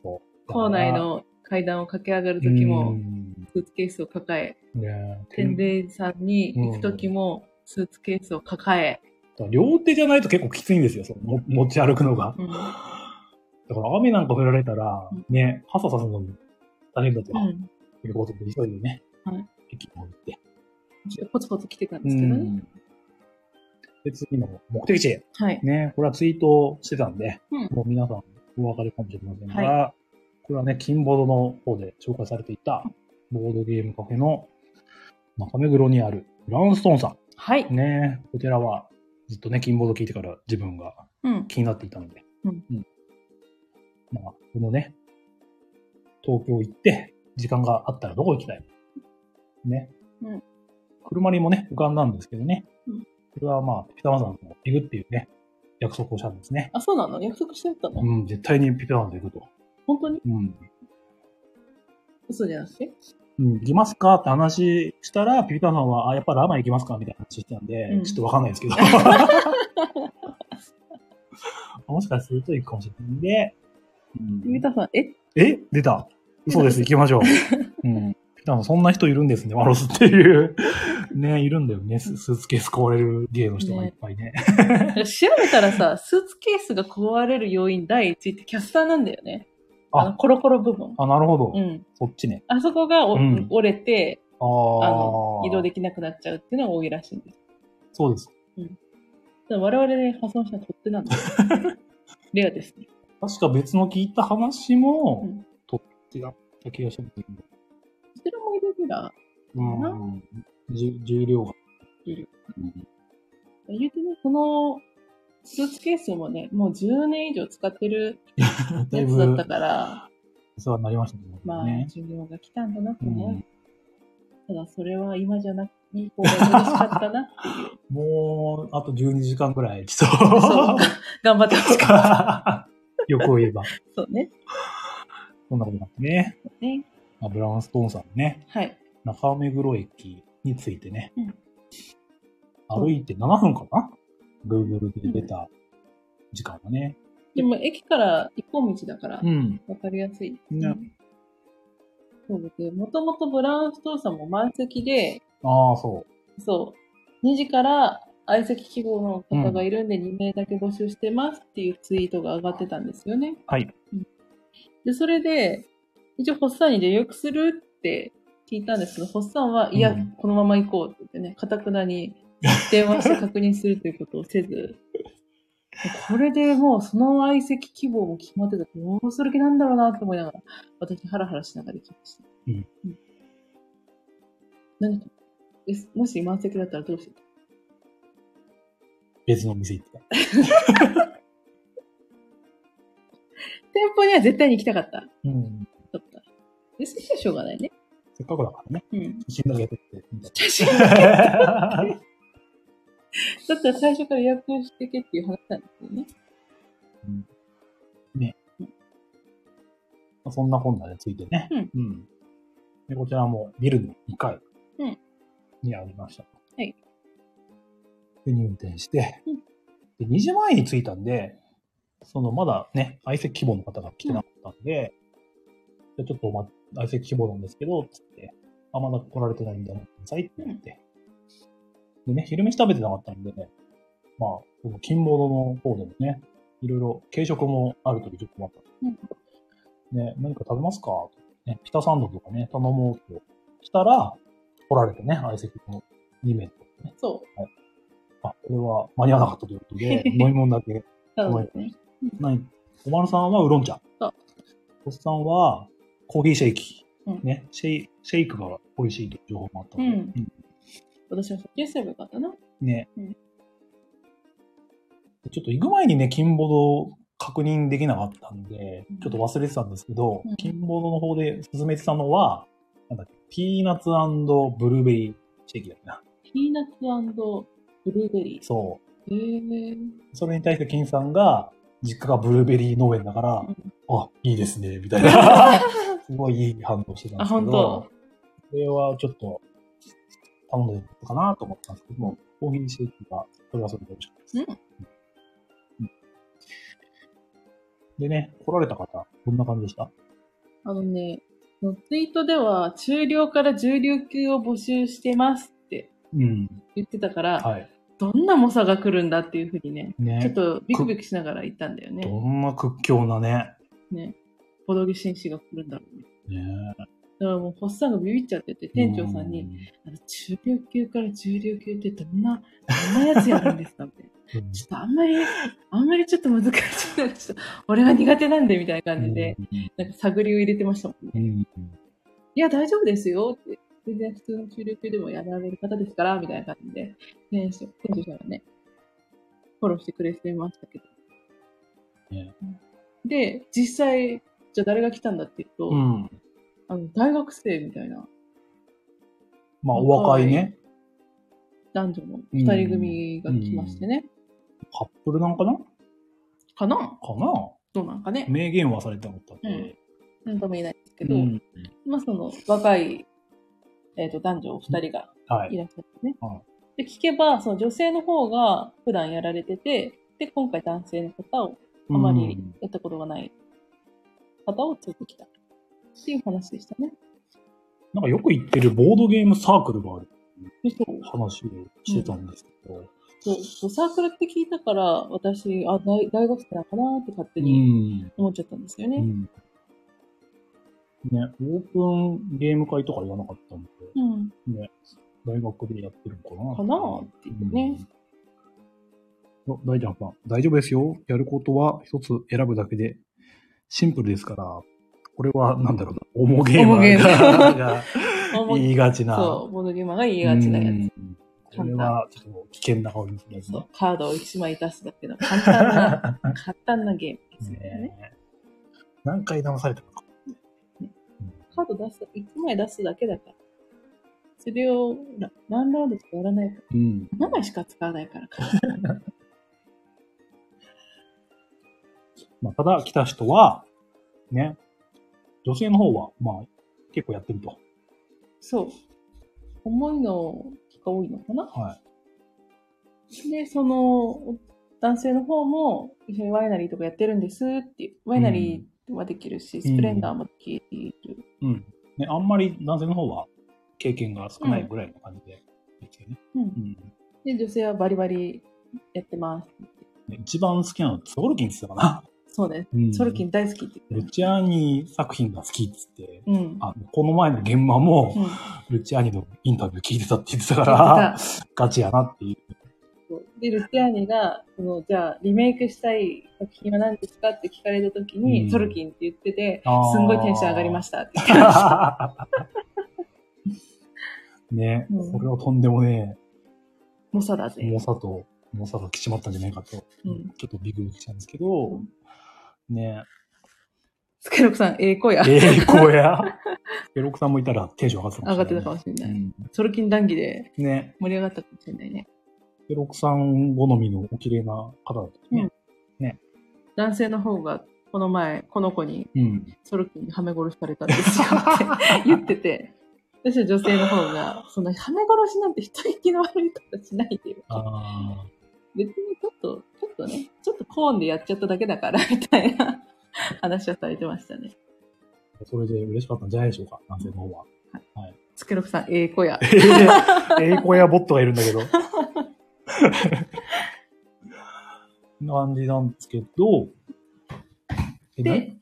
S1: そう。
S2: 校内の階段を駆け上がる時
S1: う
S2: も、
S1: ん
S2: スーツケースを抱え、
S1: ねえ
S2: 天霊さんに行く時も、スーツケースを抱え、
S1: 両手じゃないと結構きついんですよ、そのも持ち歩くのが。
S2: うん
S1: だから雨なんか降られたら
S2: うん、
S1: ね、傘さすのも大変だと、
S2: うん。
S1: いうことで急いでね、
S2: はい
S1: 駅の方行って。
S2: ポツポツ来てたんですけどね。
S1: で、次の目的地。
S2: はい。
S1: ね、これはツイートしてたんで、
S2: うん
S1: もう皆さんお分かりかもしれませんが、
S2: は
S1: これはね、金ボードの方で紹介されていた、ボードゲームカフェの中目黒にあるブラウンストーンさ
S2: はい
S1: ん。。ね、こちらはずっとね、金ボード聞いてから自分が
S2: うん。
S1: 気になっていたので、
S2: うん
S1: まあ、このね、東京行って、時間があったらどこ行きたいね。
S2: うん
S1: 車にもね、浮かんだんですけどね。
S2: うん
S1: これはまあ、ピピタマさんと行くっていうね、約束をしたんですね。
S2: あ、そうなの約束してたの、
S1: うん、絶対にピピタマさんと行くと。
S2: 本当に
S1: うん。
S2: 嘘じゃなくて
S1: うん、行きますかって話したら、ピピタマさんは、あ、やっぱラーマン行きますかみたいな話してたんで、
S2: うん
S1: ちょっとわかんないですけ ど。 もしかすると行くかもしれないんで、うん
S2: ゆうたさん、え
S1: え出た。嘘です。行きましょう。 うん。ピタのそんな人いるんですね、ワロスっていう。 ねいるんだよね。ススーツケース壊れる芸の人がいっぱいね。
S2: なんか調べた らさ、スーツケースが壊れる要因第一位ってキャスターなんだよね。
S1: あ
S2: あの、コロコロ部分。
S1: あ、なるほど。
S2: うん。
S1: そっちね。
S2: あそこがお
S1: うん
S2: 折れて、
S1: あ
S2: あの
S1: あ。
S2: 移動できなくなっちゃうっていうのが多いらしいんです。
S1: そうです。
S2: ただ我々で破損した取っ手 なんでレアですね。
S1: 確か別の聞いた話も
S2: うん、
S1: 取ってあった気がしますね。
S2: こちらもイレギュラ
S1: うん。じゅ重量が。
S2: 重量
S1: うん
S2: ー。言うてね、このスーツケースもね、もう10年以上使ってる
S1: だい
S2: や
S1: ぶ
S2: つだったから、
S1: お世話になりましたね。
S2: まあ、
S1: ね
S2: 寿命が来たんだなって
S1: うん
S2: ね。ただ、それは今じゃなくいい方が楽しかっ たな。
S1: もう、あと12時間くらい来そう。
S2: そう頑張ってほしかっ
S1: 欲を言えば。
S2: た。そうね。
S1: そんなことになってね。
S2: ね
S1: まあ、ブラウンストーンさんね、
S2: はい。
S1: 中目黒駅についてね、
S2: うん
S1: 歩いて7分かな ?Google で出た時間はね。
S2: でも、駅から一本道だから、
S1: ん。
S2: わかりやすい。
S1: ね
S2: うんそうで、もともとブラウンストーンさんも満席で、
S1: ああ、そ
S2: そう、2時から相席記号の方がいるんで2名だけ募集してますっていうツイートが上がってたんですよね。
S1: はい
S2: うん。で、それで、一応、ホッサンに予約するって聞いたんですけど、ホッサンは、
S1: うん
S2: いや、このまま行こうって言ってね、かたくなに電話して確認するということをせず、これでもうその相席希望も決まってたらどうする気なんだろうなと思いながら、私ハラハラしながら行きました。
S1: うん。
S2: 何か、えもし満席だったらどうしよう
S1: う。別の店行ってた。
S2: 店舗には絶対に行きたかった。
S1: うん。
S2: だった。別にしょうがないね。
S1: せっかくだからね、
S2: うん。
S1: 写真だけ撮ってみたい
S2: 写 真
S1: な。
S2: だったら最初から予約してけっていう話なんですよね。
S1: まあそんなこんなでついてね。
S2: うん。
S1: で、こちらもビルの2階
S2: うん
S1: にありました。
S2: はい。
S1: で、入店して
S2: うん、
S1: で、2時前に着いたんで、そのまだね、相席希望の方が来てなかったんで、じゃあちょっとお待相席希望なんですけど、つって、あ、まだ来られてないんだ、待ってくださいって言って。でね、昼飯食べてなかったんで、まあ、この金ボードの方でもね、いろいろ軽食もあるという情報もあったね、何か食べますかとね、ピタサンドとかね、頼もうと来たら、来られてね、相席の2名とね、
S2: そ
S1: あ、これは間に合わなかったということ で、飲み物だけ、
S2: う。ただですね。
S1: 何おまるさんはウーロン茶。
S2: そう
S1: おっさんはコーヒーシェイキー。
S2: うん
S1: ね、シェイ、シェイクが美味しいという情報もあったので、
S2: うん私はそっちにすればよかったな。
S1: ね、
S2: うん
S1: ちょっと行く前にね、金ボド確認できなかったんで
S2: うん、
S1: ちょっと忘れてたんですけど、
S2: うん
S1: 金ボドの方で勧めてたのは、なんだっけ、ピーナッツブルーベリーシェイキーだっけな。
S2: ピーナッツブルーベリ
S1: そ
S2: ー。へえ。
S1: う。それに対して金さんが、実家がブルーベリー農園だから、
S2: うん
S1: あ、いいですね、みたい な。すごいいい反応してたんですけど、
S2: あ本当
S1: これはちょっと、頼んでいくかなと思ったんですけども、コーヒーシェイキーが、それはそれで美味しかったです。うんでね、来られた方、どんな感じでした
S2: あのね、そのツイートでは、中量から重量級を募集してますって
S1: うん。
S2: 言ってたから、
S1: はい。
S2: どんな猛者が来るんだっていうふうにね、
S1: ね
S2: ちょっとビクビクしながら行ったんだよね。
S1: どんな屈強なね。
S2: ね。ボドゲ紳士が来るんだろうね。
S1: ね
S2: だからもう、ホッサンがビビっちゃってて、店長さんに、。あの中量級から重量級ってどんな、どんなやつやるんですかみたいな。
S1: うん
S2: ちょっとあんまり、あんまりちょっと難しいな。ちょっと俺は苦手なんで、みたいな感じで、、なんか探りを入れてましたもんね。
S1: うんうん
S2: いや、大丈夫ですよって。全然普通の中力でもやられる方ですから、みたいな感じで、ね、店長さんがね、フォローしてくれてましたけど。
S1: ね
S2: で、実際、じゃあ誰が来たんだっていうと、
S1: うん。うん
S2: あの大学生みたいな
S1: まあ、お若いね。
S2: 男女の二人組が来ましてね。
S1: カップルなんかなか
S2: かな
S1: な
S2: どうなんかね。
S1: 名言はされてなかったんで。
S2: なんとも言えないですけど、
S1: うん
S2: まあその若い、えー、と男女お二人が
S1: はいい。
S2: らっしゃってね。
S1: は
S2: で、聞けば、その女性の方が普段やられてて、で、今回男性の方を、あまり
S1: うん
S2: やったことがない方を連れてきた。っていう話でしたね。
S1: なんかよく言ってるボードゲームサークルがある
S2: でそう
S1: 話をしてたんですけど。
S2: そうそうサークルって聞いたから、私、あ大、大学生なのかなって勝手
S1: う
S2: に
S1: ん。
S2: 思っちゃったんですよね。
S1: うんね、オープンゲーム会とか言わなかったんで、
S2: うん。
S1: ね、大学でやってるのかな
S2: かなーっていうね。
S1: うんお大ちゃんさん、大丈夫ですよ。やることは一つ選ぶだけで、シンプルですから、これはなんだろうな、重ゲーマ
S2: 重ゲ
S1: ー
S2: ー
S1: が
S2: マ
S1: が
S2: 思 い
S1: 言いがちな。
S2: そう、ボードゲーマーが言いがちなや
S1: うん
S2: つ。。
S1: これは、ちょっと危険な香りです
S2: そ
S1: ね
S2: う。カードを1枚出すだけの簡単な、簡単なゲームですよね。
S1: ね何回騙されたのか。
S2: カード出す、1枚出すだけだから。それをら何ラウンドとかやらないか
S1: うん。
S2: ら、7枚しか使わないからか。
S1: まあ、ただ、来た人は、ね、女性の方は、まあ、結構やってると。
S2: そう。重いのが多いのかな
S1: はい。
S2: で、その、男性の方も、一緒にワイナリーとかやってるんですっていう、ワイナリーはできるし、スプレンダーもできる。
S1: うん。ね、あんまり男性の方は経験が少ないぐらいの感じで、ですよね。
S2: うん
S1: うん。
S2: で、女性はバリバリやってます。
S1: ね一番好きなの、ソルキンって言ってたか
S2: そうです。
S1: な。うん
S2: ソルキ。ン大好きって言
S1: ル
S2: って
S1: チアーニ作品が好きっつって、
S2: た。うん。
S1: あ、この前の現場も、
S2: うん
S1: ルチアーニのインタビュー聞いてたって言ってたか
S2: 言
S1: ら
S2: っ、て
S1: ガチやなっていう。
S2: たで、ルティアーニが、その、じゃあ、リメイクしたい作品は何ですかって聞かれた時に、
S1: うん
S2: ソルキンって言ってて、
S1: あー
S2: すんごいテンション上がりましたって言ってました。
S1: ね、
S2: うん
S1: これはとんでもね
S2: モサだ
S1: え、
S2: ぜ
S1: 重。さと、重さが来ちまったんじゃないかと、
S2: うん
S1: ちょっとビクビクしたんですけど、ね
S2: スケロクさん、ええ子や。
S1: え、ええ子や。 ペロクさんもいたらテンション上がってた
S2: 上がってたかも
S1: し
S2: しれ
S1: れ
S2: な
S1: ない
S2: い。
S1: ね。
S2: ソルキン談義で
S1: うんね、
S2: 盛り上がったかもしれないね。
S1: ペロクさん好みのお綺麗な方だったね。
S2: 男性の方が、この前、この子に、
S1: うん。
S2: ソルキンにはめ殺しされたんですよ って言ってて、私は女性の方が、その、はめ殺しなんて人聞きの悪いことしないでよ。
S1: あ
S2: 別にちょっと、ちょっとね、ちょっとコーンでやっちゃっただけだから、 みたいな話はされてましたね。
S1: あ、それで嬉しかったんじゃないでしょうか、男性の方は。
S2: つけろくさん、ええ子や。
S1: ええ、ええ子やボットがいるんだけど。こんな感じなんですけど、でね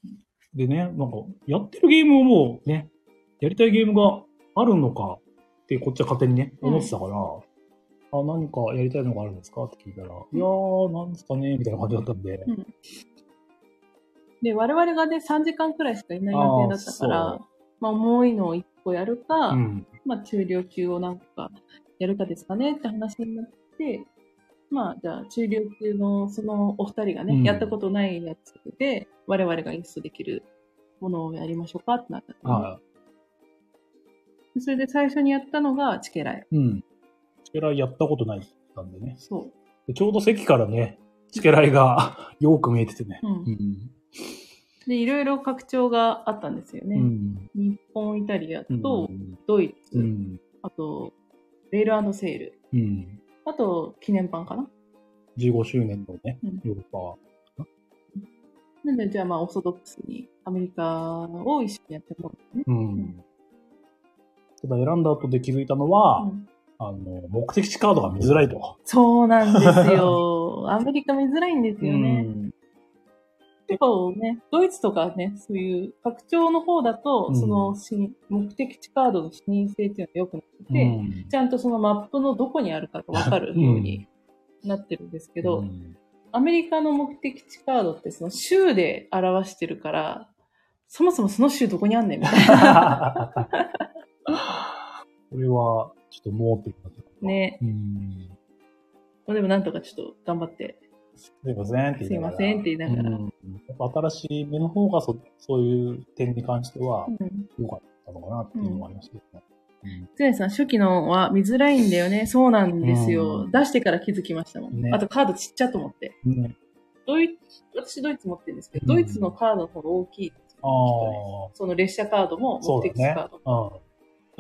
S2: で、
S1: でね、なんか、やってるゲームをもうね、やりたいゲームがあるのかって、こっちは勝手にね、
S2: うん
S1: 思ってたから、あ、何かやりたいのがあるんですかって聞いたら、いやー、なんですかねみたいな感じだったんで、
S2: で、我々がね、3時間くらいしかいない予定だったから
S1: あーそ、
S2: まあ、重いのを1個やるか、
S1: うん。
S2: まあ、中量級をなんかやるかですかねって話になって、まあ、じゃあ、中量級のそのお二人がね、
S1: うん
S2: やったことないやつで、我々が演出できるものをやりましょうかってなったのね、
S1: は
S2: でそれで最初にやったのがチケライ。
S1: い。うん。チケライやったことないったんでね。
S2: そ
S1: でちょうど席からね、チケライがよく見えててね。
S2: う。うん
S1: う。ん。
S2: で、いろいろ拡張があったんですよ
S1: う
S2: ね。
S1: ん。
S2: 日本、イタリア
S1: うん
S2: と、ドイツ、
S1: うん。
S2: あと、レールセール、
S1: うん。
S2: あと、記念版かな。
S1: 15周年のね
S2: うん、
S1: ヨーロッパは
S2: なんで、じゃあまあ、オーソドックスにアメリカを一緒にやってもらうね。
S1: うん。ただ選んだ後で気づいたのは、
S2: うん
S1: あの、目的地カードが見づらいと。
S2: そうなんですよ。 アメリカ見づらいんですよ
S1: う
S2: ね。
S1: ん
S2: 結構ね、ドイツとかね、そういう拡張の方だと、
S1: うん
S2: そのし目的地カードの視認性っていうのが良くなってて、
S1: うん
S2: ちゃんとそのマップのどこにあるかがわかるようになってるんですけど、
S1: うん
S2: アメリカの目的地カードってその州で表してるから、そもそもその州どこにあんねんみ たい
S1: これ
S2: な。
S1: は、ちょっともうってなってた。
S2: ね。
S1: うん。
S2: まあでもなんとかちょっと頑張って。
S1: すいませんって言いながら。
S2: すいませんって言いながら
S1: うんやっぱ新しい目の方がそ、そういう点に関しては、
S2: うん。
S1: 良かったのかなっていうのもありましたけどね。
S2: つねさん、初期のは見づらいんだよね。そうなんですよ。
S1: うん
S2: 出してから気づきましたもん。
S1: ね
S2: あとカードちっちゃと思って。
S1: ね
S2: ドイツ、私ドイツ持ってるんですけど、
S1: うん
S2: ドイツのカードの方が大きい。
S1: ああ、
S2: その列車カードも
S1: そ
S2: 目
S1: うだ
S2: 的地カ
S1: ね。
S2: ード
S1: うん。だか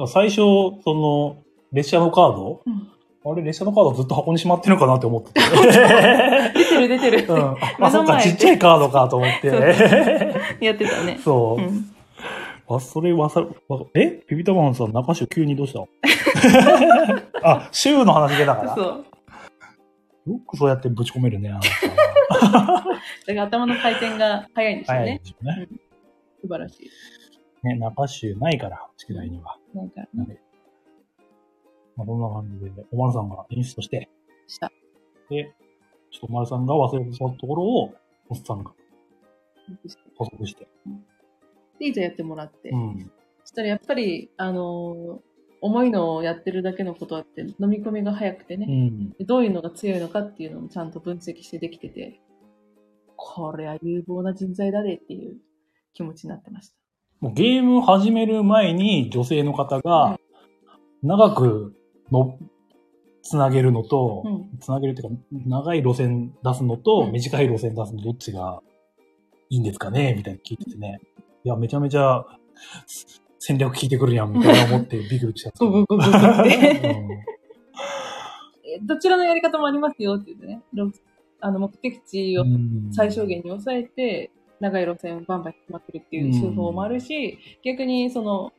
S1: ら最初、その、列車のカード
S2: も。うん
S1: あれ、列車のカードずっと箱にしまってるのかなって思って て。
S2: 出てる出てる
S1: う。ん。あ、
S2: 目
S1: そ
S2: の
S1: っか、
S2: 前
S1: ちっちゃいカードかと思っ
S2: そう
S1: て。
S2: やってたね。
S1: そう う。
S2: ん。
S1: あ、それわさ、わえピピタマンさん、中州急にどう したのあ、州の話出たから。
S2: そ
S1: よ
S2: う。
S1: くそうやってぶち込めるね。あなた
S2: だから頭の回転が早いんですよ
S1: 早
S2: ね
S1: い。ですよね。
S2: 素晴らしい。
S1: ね、中州ないから、宿題には。
S2: なんか、
S1: なんで、まあ、こんな感じで、おまるさんが演出として、
S2: した。
S1: で、ちょっとおまるさんが忘れてしまったところを、おっさんが補足して。
S2: で、いざやってもらって。
S1: うん。
S2: そしたらやっぱり、あのー重いのをやってるだけのことあって、飲み込みが早くてね。
S1: うん。
S2: でどういうのが強いのかっていうのもちゃんと分析してできてて、これは有望な人材だねっていう気持ちになってました。
S1: もうゲーム始める前に女性の方
S2: う
S1: が
S2: ん、
S1: 長くの、つなげるのと、
S2: うん。
S1: つなげるっていうか、長い路線出すのと、
S2: うん
S1: 短い路線出すのどっちがいいんですかねみたいな聞いててね。いや、めちゃめちゃ戦略聞いてくるやん、みたいな思ってビクビクしちゃった。
S2: ごごごごご
S1: う
S2: って。
S1: ん
S2: えどちらのやり方もありますよって言ってね、ろあの目的地を最小限に抑えて、長い路線をバンバン引きまくるっていう手法もあるし、逆にその、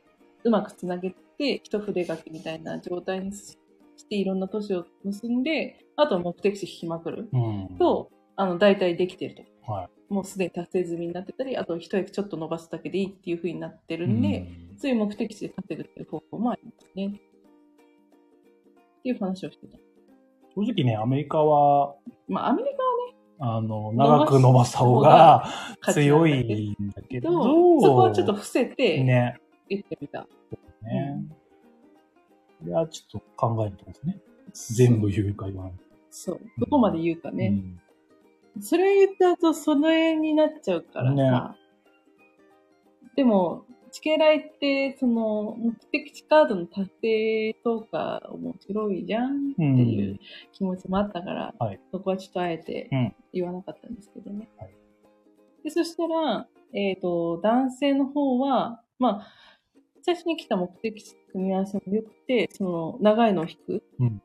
S2: うまくつなげて、一筆書きみたいな状態にしして、いろんな都市を結んで、あとは目的地引きまくる。
S1: うん、
S2: と、あの、大体できてると。
S1: は
S2: もうすでに達成済みになってたり、あと一役ちょっと伸ばすだけでいいっていう風になって
S1: い。
S2: るん
S1: う
S2: で、
S1: ん
S2: そういう目的地で立てるっていう方法もありますね。っていう話をしてた。
S1: 正直ね、アメリカは、
S2: まあ、アメリカは
S1: あの、長く伸ばした方が
S2: 勝ちな
S1: 強
S2: んだ
S1: いんだけ
S2: け
S1: ど、
S2: ど、そこはちょっと伏せて
S1: ね。
S2: 言ってみた。
S1: ね
S2: うん
S1: これはちょっと考えるところですね。全部言うか言わないか
S2: そう。どこまで言うか
S1: う
S2: ね。
S1: ん
S2: それ言っちゃうと、その辺になっちゃうからさ。でも、地形ライって、その、目的地カードの達成とか面白いじゃんっていう気持ちもあったから、
S1: はい
S2: そこはちょっとあえて
S1: うん
S2: 言わなかったんですけどね。
S1: はい
S2: でそしたら、えっと男性の方は、まあ、最初に来た目的地組み合わせも良くてその長いのを引く、
S1: うん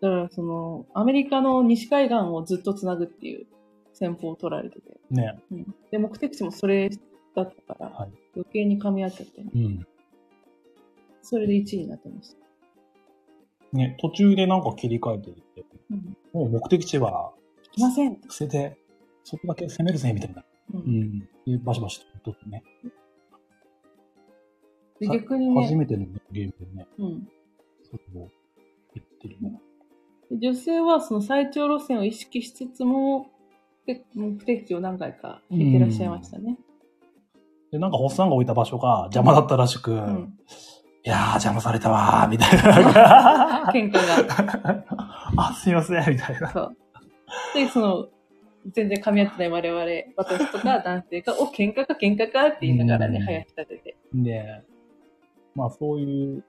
S2: だからそのアメリカの西海岸をずっとつなぐっていう戦法を取られてて、
S1: ね。
S2: うんで目的地もそれだったから、
S1: はい
S2: 余計に噛み合っちゃってね
S1: うん。
S2: それで1位になってました。
S1: ね、途中でなんか切り替えていって、
S2: うん、
S1: もう目的地は
S2: 来ません、
S1: 捨てて、そこだけ攻めるぜ、みたいな。
S2: うん
S1: ん。でバシバシと撮ってね。
S2: で
S1: さ
S2: 逆に
S1: 初
S2: ね、
S1: めてのゲームでね、
S2: うん、
S1: そこを言ってるね。
S2: で女性はその最長路線を意識しつつも、で目的地を何回か行ってらっしゃいましたね。
S1: で、なんか、ホッサンが置いた場所が邪魔だったらしく、
S2: うん。
S1: いやー、邪魔されたわー、みたいな。
S2: 喧嘩が。
S1: あ、すいません、みたいな。
S2: そう。で、その、全然噛み合ってない我々、私とか男性が、お、喧嘩か喧嘩かって言いながらね、
S1: うん
S2: 林立てて。
S1: ねまあ、そういう、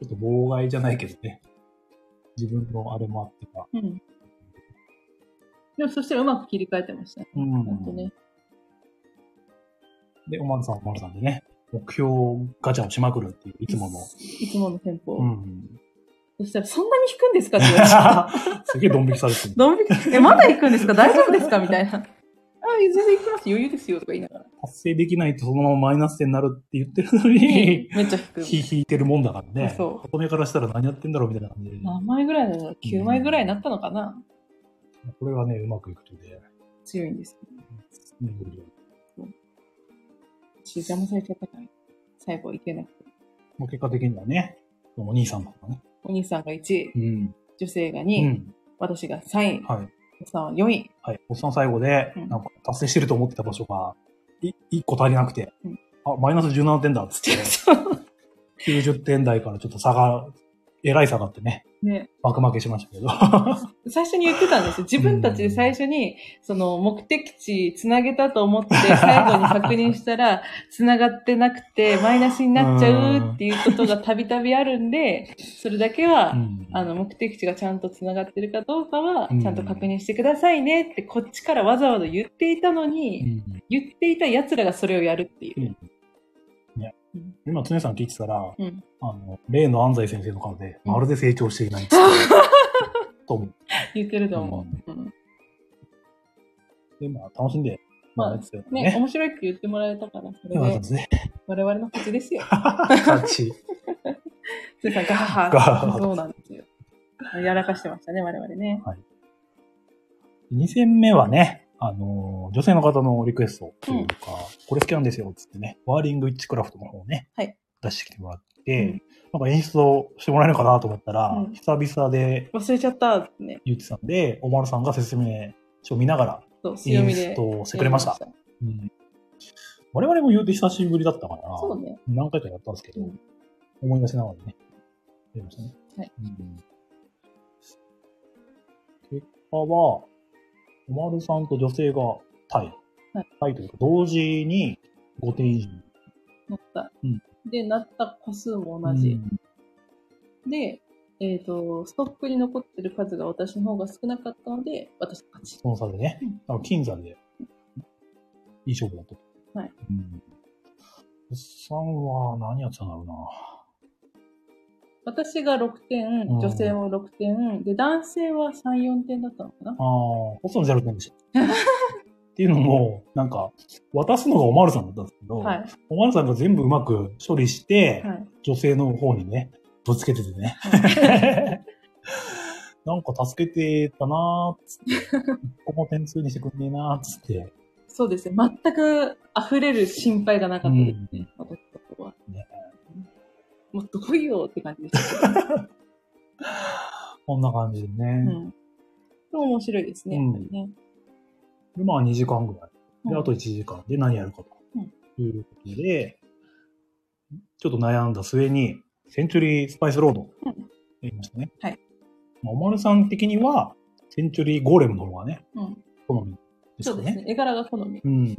S1: ちょっと妨害じゃないけどね。自分のあれもあってか。
S2: うん。でも、そしたらうまく切り替えてましたね。
S1: うん
S2: ほんとね。
S1: で、おまるさんはおまるさんでね、目標ガチャをしまくるっていう、いつもの。
S2: いつもの戦法。
S1: うん。
S2: そしたら、そんなに引くんですかって言われて。
S1: すげえドン引きされ てる。
S2: ドン引きえ、まだ引くんですか大丈夫ですかみたいな。あ、全然行きます。余裕ですよ。とか言いながら。
S1: 達成できないとそのままマイナス点になるって言ってるのに、
S2: めっちゃ引く。
S1: 引引いてるもんだからね。
S2: そう
S1: 乙女からしたら何やってんだろうみたいな感じで。
S2: 何枚ぐらいだろう ?9 枚ぐらいになったのかな、
S1: これがね、うまくいくとね。
S2: 強いんです。
S1: うん
S2: 私邪魔されちゃったから、最後いけなくて。
S1: まあ結果的にはね、お兄さんとかね。
S2: お兄さんが1位、
S1: うん。
S2: 女性が2
S1: う
S2: 位、
S1: ん。
S2: 私が3位、
S1: はい。
S2: おさんは4位。
S1: はい。おっさん最後で、
S2: うん
S1: なんか達成してると思ってた場所が、い一個足りなくて、
S2: うん
S1: あ、マイナス17点だっつっ て。90点台からちょっと差が、えらい下がってね、
S2: ね、
S1: 爆負けしましたけど。
S2: 最初に言ってたんですよ。自分たちで最初に、その目的地つなげたと思って最後に確認したら、つながってなくてマイナスになっちゃうっていうことがたびたびあるんで、それだけは、
S1: うん
S2: あの、目的地がちゃんとつながってるかどうかは、
S1: うん
S2: ちゃんと確認してくださいねって、こっちからわざわざ言っていたの
S1: う
S2: に、
S1: ん
S2: 言っていた奴らがそれをやるっていう。
S1: 今、常さん聞いてたら、
S2: うん
S1: あの、例の安西先生の顔で、
S2: うん
S1: まるで成長していないっつっ てと思う。
S2: 言ってると思う。うん
S1: で、まあ、楽しんで、まあ、やってたよ
S2: ね
S1: ね。
S2: 面白いって言ってもらえたから、それ
S1: よかった
S2: で
S1: ですね。
S2: 我々の勝ち ですよ。
S1: 勝ち。
S2: つーさん、ガハ
S1: ガ
S2: ハ。
S1: ハ
S2: そうなんですよ。やらかしてましたね、我々ね。
S1: 2戦目はね、あのー女性の方のリクエストというか、これ好きなんですよ、つってね、ワーリングイッチクラフトの方をね、
S2: はい
S1: 出してきてもらって、なんか演出をしてもらえるかなと思ったら、
S2: うん
S1: 久々で
S2: 忘れちゃったってね。
S1: 言ってたんで、おまるさんが説明書を見ながら
S2: そう、
S1: 演
S2: 強みで
S1: 出。をしてくれました。。うん、我々も言うて久しぶりだったから、
S2: そうね。
S1: 何回かやったんですけど、
S2: うん
S1: 思い出しながらね、やりましたね。
S2: はい
S1: うん結果は、おまるさんと女性がタイ。
S2: はい
S1: タイというか、同時に5点以上。
S2: なった。
S1: うん
S2: で、なった個数も同じ。
S1: うん
S2: で、えっ、と、ストックに残ってる数が私の方が少なかったので、私の勝ち。
S1: その差でね
S2: うん、
S1: あの金山で、いい勝負だった。
S2: はい。
S1: うん。おっさんは何やってたんだろうな。
S2: 私が6点、
S1: うん
S2: 女性も6点、で、男性は3、4点だったのかな
S1: ああ、細野ジャル君で した。っていうのも、なんか、渡すのがおまるさんだったんですけど、
S2: はい。
S1: おまるさんが全部うまく処理して、
S2: はい。
S1: 女性の方にね、ぶつけててね。 なんか助けてたなーっつって、ここ点数にしてくんねえなーっつって、
S2: そうですね。全く溢れる心配がなかったですね。私の方は。
S1: ね
S2: もっと来いよって感じでした、ね。
S1: こんな感じで
S2: う
S1: ね。
S2: ん。でも面白いですね。
S1: う
S2: や
S1: ん
S2: っぱりね
S1: で、まあ2時間ぐらい。
S2: う
S1: で、
S2: ん
S1: あと1時間で何やるか
S2: うん
S1: ということで、ちょっと悩んだ末に、センチュリースパイスロード
S2: うん
S1: やりましたね。
S2: はい。
S1: まあ、おまるさん的には、センチュリーゴーレムの方がね、
S2: うん。
S1: 好みでし
S2: そ
S1: た
S2: うです
S1: ね。
S2: ね。絵柄が好み。
S1: うん。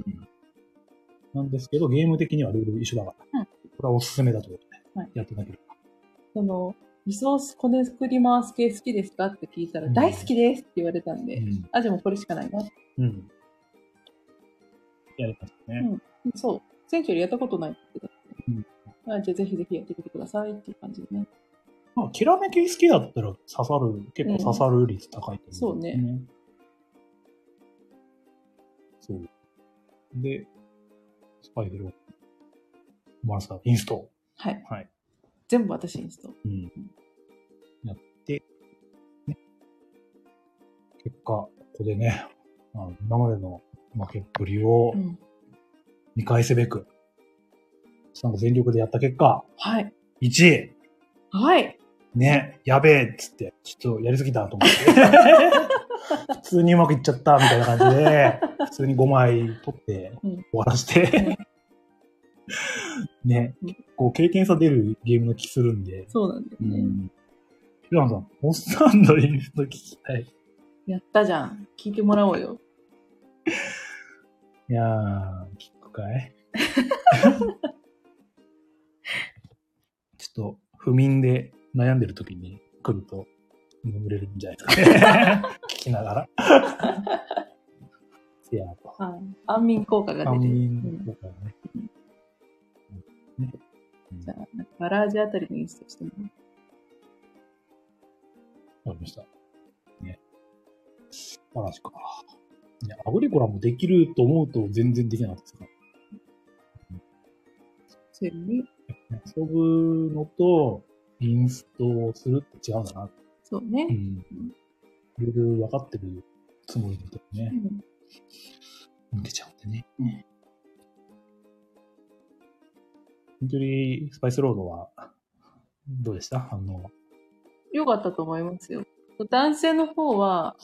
S1: なんですけど、ゲーム的にはルール一緒だから、
S2: うん
S1: これはおすすめだということで、
S2: はい
S1: やってなければ。
S2: その、リソースこねくり回す系好きですかって聞いたら、
S1: うん
S2: 大好きですって言われたんで、
S1: うん。
S2: あ、でもこれしかないな。
S1: うん。やりましたね。
S2: そう。選挙よりやったことないって言ってたんで、あじゃあぜひぜひやってみてくださいっていう感じでね。
S1: まあ、きらめき好きだったら刺さる、結構刺さる率高いと思んですよ。そう。で、スパイフルを、マルサインスト
S2: はい。
S1: はい
S2: 全部私インスト。
S1: ール。うん。やって、ね。結果、ここでね、あの今までの負けっぷりを
S2: うん。
S1: 見返すべく、なんか全力でやった結果、
S2: はい。
S1: 1位
S2: はい。
S1: ね、やべえっつって、ちょっとやりすぎたと思 って。普通にうまくいっちゃったみたいな感じで、普通に5枚取って
S2: うん
S1: 終わらして、ね
S2: うん、
S1: こう経験差出るゲームの気するんで、
S2: そうなんです
S1: う
S2: ね。
S1: ん。平野さん、おっさんの演出聞きたい。
S2: やったじゃん。聞いてもらおうよ。
S1: いやー、聞くかい ちょっと、不眠で悩んでる時に来ると眠れるんじゃないですかね。聞きながら。いや、
S2: はい。安眠効果が出
S1: 安
S2: てる。
S1: 眠とかね。
S2: うんじゃあ、なんかガラージあたりのインストしてもらう
S1: わかりました。ね。素晴らしか。いや、アグリコラもできると思うと全然できなかったですから。
S2: そういうのに、
S1: 遊ぶのと、インストをするって違うんだな
S2: そうね。
S1: うんいろいろ分かってるつもりだけどね、
S2: うん
S1: 抜けちゃうんでね。本当にスパイスロードはどうでしたあの、
S2: 良かったと思いますよ。男性の方は、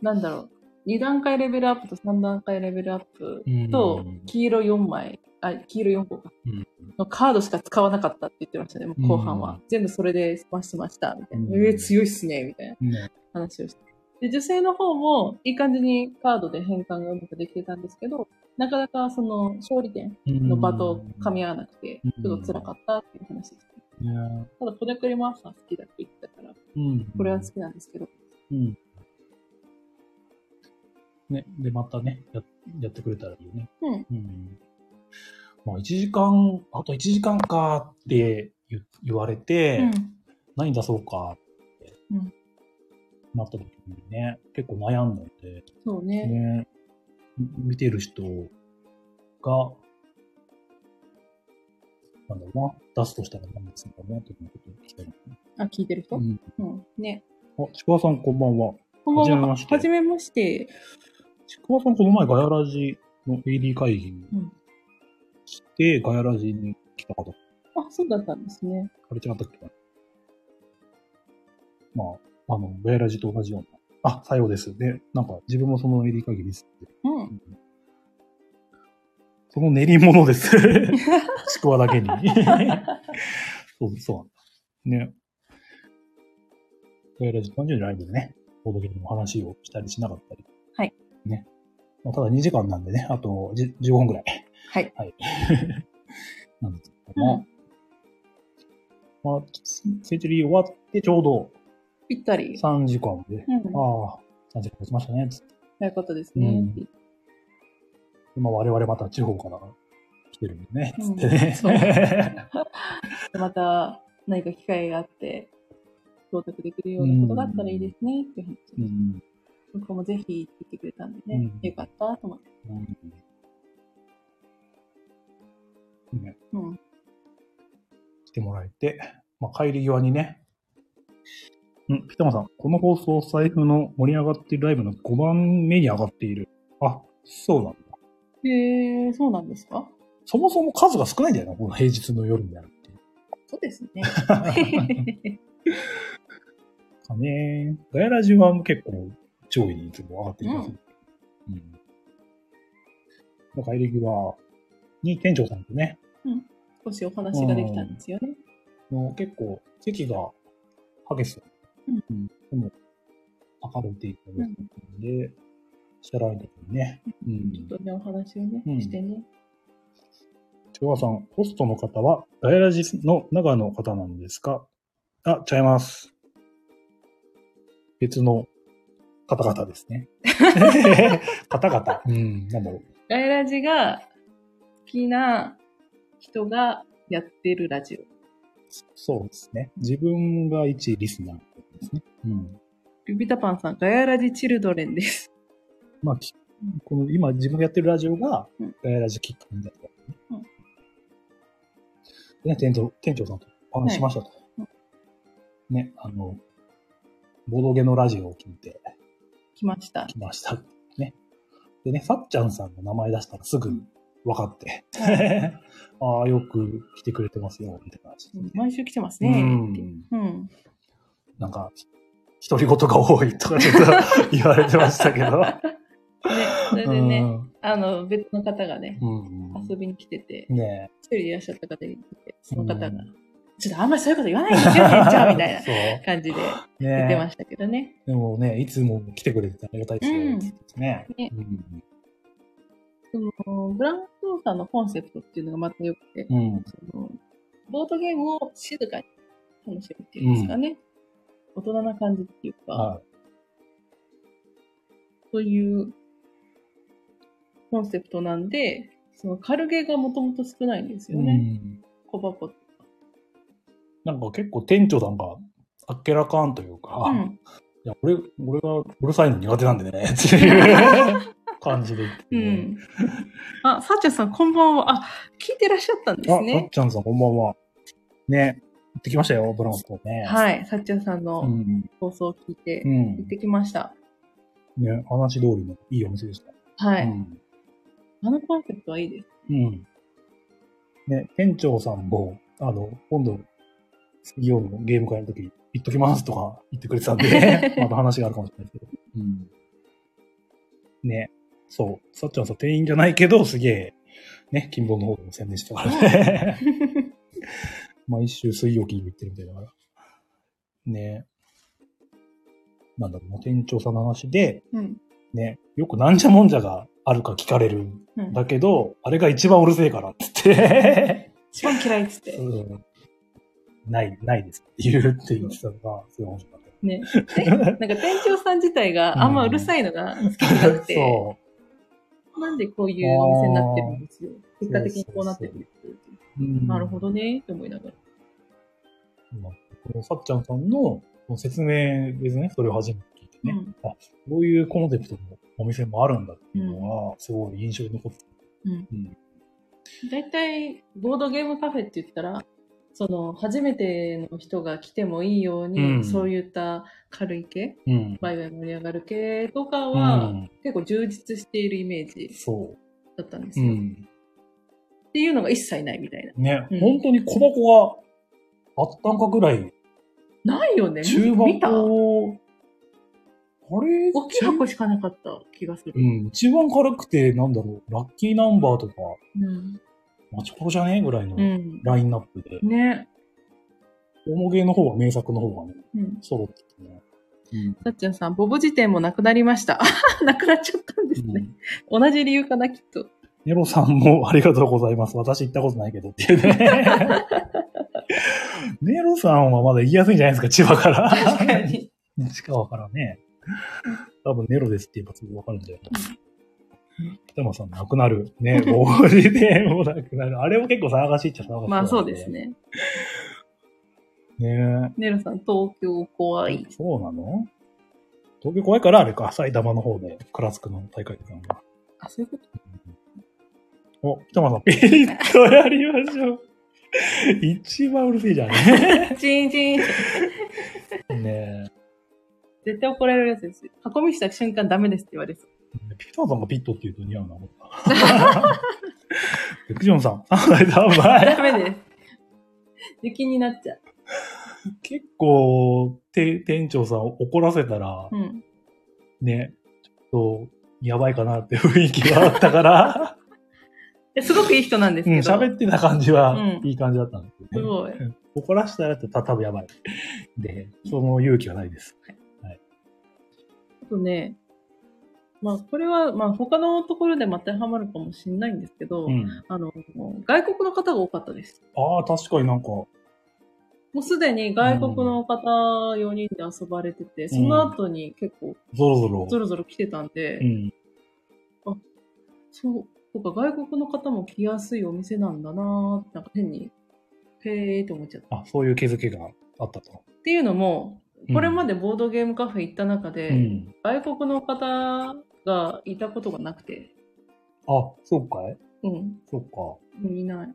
S2: なんだろう、2段階レベルアップと3段階レベルアップと
S1: うん、
S2: 黄色4枚、あ、黄色4個か
S1: うん、
S2: のカードしか使わなかったって言ってましたね、もう後半
S1: う
S2: は。
S1: ん
S2: 全部それで済ましてました、みたいな。
S1: うん
S2: えー強いっすね、みたいな
S1: ね、
S2: 話をして。で、女性の方も、いい感じにカードで変換がうまくできてたんですけど、なかなかその、勝利点の場と噛み合わなくて、
S1: うん
S2: ちょっと辛かったっていう話で
S1: ね
S2: す。ただ、こねくり回すのは好きだって言ってたから、
S1: うん、
S2: これは好きなんですけど、
S1: うん。ね、で、またね、ややってくれたらいいよね。
S2: うん。
S1: うん。まあ、1時間、あと1時間かって言言われて、何出そうかって、
S2: うん
S1: なった時にね、結構悩んだんで、
S2: そうね。
S1: ね、見てる人が、なんだろうな、出すとしたら何でするかな、ということを聞きたいな。
S2: あ、聞いてる人、
S1: う
S2: うん
S1: ん、
S2: ね。
S1: あ、ちくわさんこんばんは。
S2: こんばんは。
S1: はじめまして
S2: はじめまして。
S1: ちく川さんこの前ガヤラジの AD 会議に
S2: うん
S1: 来て、ガヤラジに来た方、
S2: あ、そうだったんですね。
S1: あれ違ったっけなまあ、あの、ガヤラジと同じような。あ、さようです。で、なんか自分もその AD 会議見せて、
S2: うん。
S1: その練り物です。 ちくわだけ に。そう、そうなんだ。ね。ガヤラジ誕生日ライブでね、ボードゲームの話をしたりしなかったり。
S2: はい。
S1: ね。まあ、ただ2時間なんでね、あとじ15分くらい。
S2: はい。
S1: はい。 なんですけども。まあ、センチュリー終わってちょうど
S2: ぴったり。
S1: 3時間で、
S2: うん。
S1: ああ、3時間経ちましたね、つって
S2: ということですね。
S1: うん今我々また地方から来てるんでね、つって
S2: うんそう
S1: ね。
S2: また何か機会があって、到着できるようなことがあったらいいですね、っていう話。
S1: うん
S2: 僕もぜひ聞いてくれたんでね、
S1: うん
S2: よかったと思って。
S1: うんね、
S2: うん。
S1: 来てもらえて、まあ、帰り際にね、うん、ピタマさん、この放送、財布の盛り上がっているライブの5番目に上がっている。あ、そうなんだ。
S2: へえー、そうなんですか
S1: そもそも数が少ないんだよな、この平日の夜にやるっていう
S2: そうです ね。
S1: かね。ガヤラジは結構上位にいつも上がってきまする。うん。帰り際に店長さんとね、
S2: 少しお話ができたんですよね。
S1: の結構席が激しい。
S2: うん
S1: うん。でも、明るいっていうことだったんで、支払い時にね。うん。
S2: ちょっとね、お話をね、
S1: うん
S2: してね。
S1: 千葉さん、ホストの方は、ガヤラジの長野の方なんですかあ、ちゃいます。別の方々です ね。方々。うん、なんだろ
S2: ガヤラジが好きな人がやってるラジオ。
S1: う。そうですね。自分が一リスナーですね。うん。
S2: ビビタパンさん、ガヤラジチルドレンです。
S1: まあ、きこの今自分がやってるラジオが
S2: うん、
S1: ガヤラジきっかけだった、ね
S2: うん
S1: でね、店長、店長さんとお話ししましたと。
S2: は
S1: ね、あの、ボドゲのラジオを聞いて、
S2: 来ました。
S1: 来ました。ね。でね、さっちゃんさんの名前出したらすぐ分かって、 ああ、よく来てくれてますよ、みたいな話。
S2: うん毎週来てます
S1: う
S2: ね。
S1: ん。
S2: うん。
S1: なんか、独り言が多いとか ちょっと言われてましたけど。
S2: で、 それでね、あの、別の方がね、
S1: うん。う
S2: 遊びに来てて、
S1: ん。ね
S2: 一人いらっしゃった方がいて、その方が、
S1: うん
S2: ちょっとあんまりそういうこと言わないでしょ、店長みたいな
S1: そう。
S2: 感じで言ってま
S1: ね
S2: したけどね。
S1: でもね、いつも来てくれてありがたいですよ。
S2: うん
S1: ね。
S2: ね
S1: うん
S2: その、ブランドさんのコンセプトっていうのがまた良くて、
S1: うん。
S2: その、ボードゲームを静かに楽しむっていうんですかね。大人な感じっていうか、
S1: は
S2: そういうコンセプトなんで、その軽ゲーがもともと少ないんです
S1: い。
S2: よ
S1: う
S2: ね。
S1: ん。
S2: 小箱とか。
S1: なんか結構店長さんがあっけらかんというか、
S2: う
S1: い
S2: ん。
S1: や俺俺がうるさいの苦手なんで ねっていう感じで言ってて
S2: う
S1: ね、
S2: ん。あ、さっちゃんさん、こんばんは。あ、聞いてらっしゃったんです
S1: あ、さっ
S2: ね。
S1: ちゃんさんこんばんは。ね、行ってきましたよ、ブランコね。い。
S2: はい。さっちゃんさん
S1: う
S2: の
S1: ん。
S2: 放送を聞いて
S1: う、
S2: 行っ
S1: ん。
S2: てきました。
S1: ね、話通りのいいお店でした。
S2: はい。
S1: うん。
S2: あのコンセプトはいいです。
S1: うん。ね、店長さんも、あの、今度、次曜のゲーム会の時、行っときますとか言ってくれてたんで、また話があるかもしれないですけど。うん。ね、そう。さっちゃんさ、店員じゃないけど、すげえ、ね、金棒の方でも宣伝してたからね。毎週水曜金曜行ってるみたいだから。ね。なんだろうな、店長さんの話で、
S2: うん。
S1: ね、よくなんじゃもんじゃがあるか聞かれる
S2: うん
S1: だけど、あれが一番うるせえからって言 って、
S2: 一番嫌いっつって。
S1: うんない、ないですって言うって言ってたのが、すごい面白かっ
S2: ね。えなんか店長さん自体があんまうるさいのが好きじゃなく
S1: た。
S2: て、
S1: そ
S2: なんでこういうお店になってるんですよ。結果的にこうなってるんですよ。
S1: う。うん
S2: なるほ。どね、って思いながら。
S1: まあこのさっちゃんさんの説明ですね、それを初めて聞いて
S2: う
S1: ね。
S2: ん。
S1: こういうコンセプトのお店もあるんだっていうのは、すごい印象に残ってた。
S2: うん
S1: うん
S2: 大体、ボードゲームカフェって言ったら、その、初めての人が来てもいいように、
S1: うん
S2: そういった軽い系、
S1: うん。
S2: ワイワイ盛り上がる系とか
S1: う
S2: は、
S1: ん。
S2: 結構充実しているイメージ
S1: そ
S2: だったんです
S1: う。う
S2: よ。
S1: ん。
S2: っていうのが一切ないみたいな。
S1: ね、
S2: うん
S1: 本当に小箱があったんかぐらい、
S2: ないよね。
S1: 中
S2: 見た
S1: 箱、あれ
S2: 大きい箱しかなかった気がする。
S1: うん、一番軽くて、なんだろう、ラッキーナンバーとか、
S2: うん。
S1: マチコロじゃねえぐらいの
S2: うん。
S1: ラインナップで、
S2: ね。
S1: 重げの方は名作の方がね、
S2: うん。
S1: 揃っててね。うん
S2: さっちゃんさん、ボブ辞典もなくなりました。あ ははなくなっちゃったんです
S1: う
S2: ね。
S1: ん
S2: 同じ理由かな、きっと。
S1: ネロさんもありがとうございます。私行ったことないけどっていう ね。ネロさんはまだ行きやすいんじゃないですか、千葉から。
S2: 確かに。
S1: 西川からね。多分ネロですって言えばすぐわかるんだよな。北間さん、なくなる。 ね、もう、 ね、もうなくなる。あれも結構騒がしいっちゃ騒がしい。
S2: まあそうです。ね。
S1: ね
S2: ネロさん、東京怖い。
S1: そうなの東京怖いから、あれか、埼玉の方で、クラスクの大会ってたのが。
S2: あ、そういうこと
S1: お、北 間さん、ピリッとやりましょう。一番うるせえじゃんね。
S2: チンチン
S1: ね
S2: 絶対怒られるやつです。囲みした瞬間ダメですって言われそう。
S1: えピタさんがピットって言うと似合うな、思 った。でクジョンさん、あ、やばい。
S2: ダメです。雪になっちゃう。
S1: 結構、て店長さんを怒らせたら
S2: う、ん。
S1: ね、ちょっと、やばいかなって雰囲気があったから、
S2: すごくいい人なんです
S1: うん
S2: けど。
S1: 喋ってた感じは
S2: う、ん
S1: いい感じだったんですけ
S2: す
S1: どね。
S2: ごい。
S1: 怒らせたらちょっと多分やばい。で、その勇気はないです。
S2: あとね、まあこれは、まあ他のところでも当てはまるかもしれないんですけど、
S1: うん。
S2: あの、外国の方が多かったです。
S1: ああ、確かになんか、
S2: もうすでに外国の方4人で遊ばれてて、その後に結構
S1: ゾロゾロ。
S2: ぞろぞろ来てたんで、
S1: うん。
S2: そう、とか外国の方も来やすいお店なんだなーってなんか変に、へーって思っちゃった。
S1: あ、そういう気づきがあったと。
S2: っていうのも、
S1: うん
S2: これまでボードゲームカフェ行った中で、
S1: うん。
S2: 外国の方がいたことがなくて、
S1: あ、そうかい
S2: うん、
S1: そうか。
S2: いない。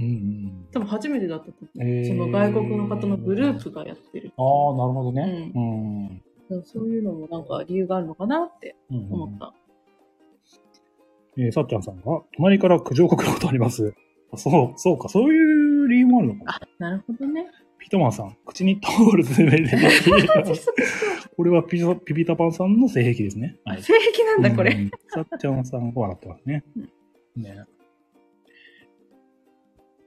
S1: うんうんう
S2: 多
S1: ん。
S2: 分初めてだったと思う。
S1: へー
S2: その外国の方のグループがやってる。
S1: ああ、なるほどね。
S2: う
S1: うん。
S2: そういうのもなんか理由があるのかなって
S1: うんうん
S2: 思った。
S1: えーさっちゃんさんが、隣から苦情をかけることあります。あそう、そうか、そういう理由もあるのかな。
S2: なるほ どね。
S1: ピトマンさん、口にタオル詰めて これはピザピピタパンさんの性癖ですね。はい。
S2: 性癖なんだ、こ
S1: う
S2: れ。
S1: ん。さっちゃんさんが笑ってますね
S2: う。
S1: ね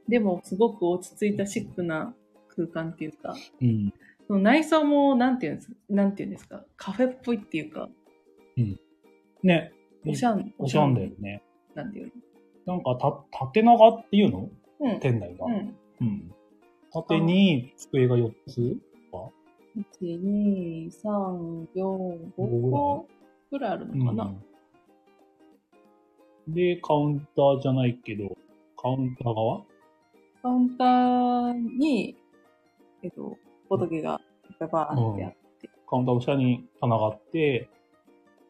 S2: でも、すごく落ち着いたシックな空間っていうか、
S1: うん。
S2: その内装も、なんていうんですなんていうんですか、カフェっぽいっていうか、
S1: ね。
S2: おしゃん、
S1: おしゃんだよね。
S2: なんていう
S1: なんか、た、縦長っていうの
S2: の。うん。
S1: 店内が。
S2: うん。
S1: うん。縦に机が4つ
S2: 1、2、3、4、5
S1: 五
S2: 個ぐらいあるのかな。
S1: うんで、カウンターじゃないけど、カウンター側
S2: カウンターに、えっと、ボトゲがバーンってあって、
S1: カウンターの下に棚があって、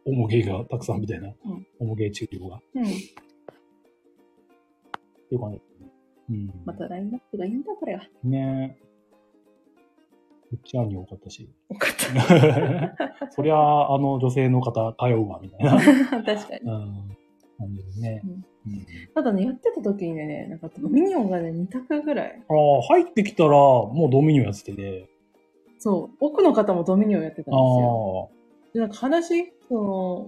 S1: おもげがたくさんみたいな、
S2: うん
S1: おもげ治療がっ
S2: うん。
S1: ていう感じですね。うん。
S2: またラインナップがいいんだ、これは。
S1: ねえ。うちはに多かったし。
S2: よかっ
S1: そりゃあ、あの女性の方通うわ、み たいな。
S2: た。 確かに。
S1: うん。感じですね。
S2: うん
S1: うん
S2: ただね、やってた時にね、なんかミニオンがね、2択ぐらい。
S1: ああ、入ってきたら、もうドミニオンやっててね。
S2: そう、奥の方もドミニオンやってたんです
S1: あ
S2: よ。
S1: あ。
S2: で、なんか話、そ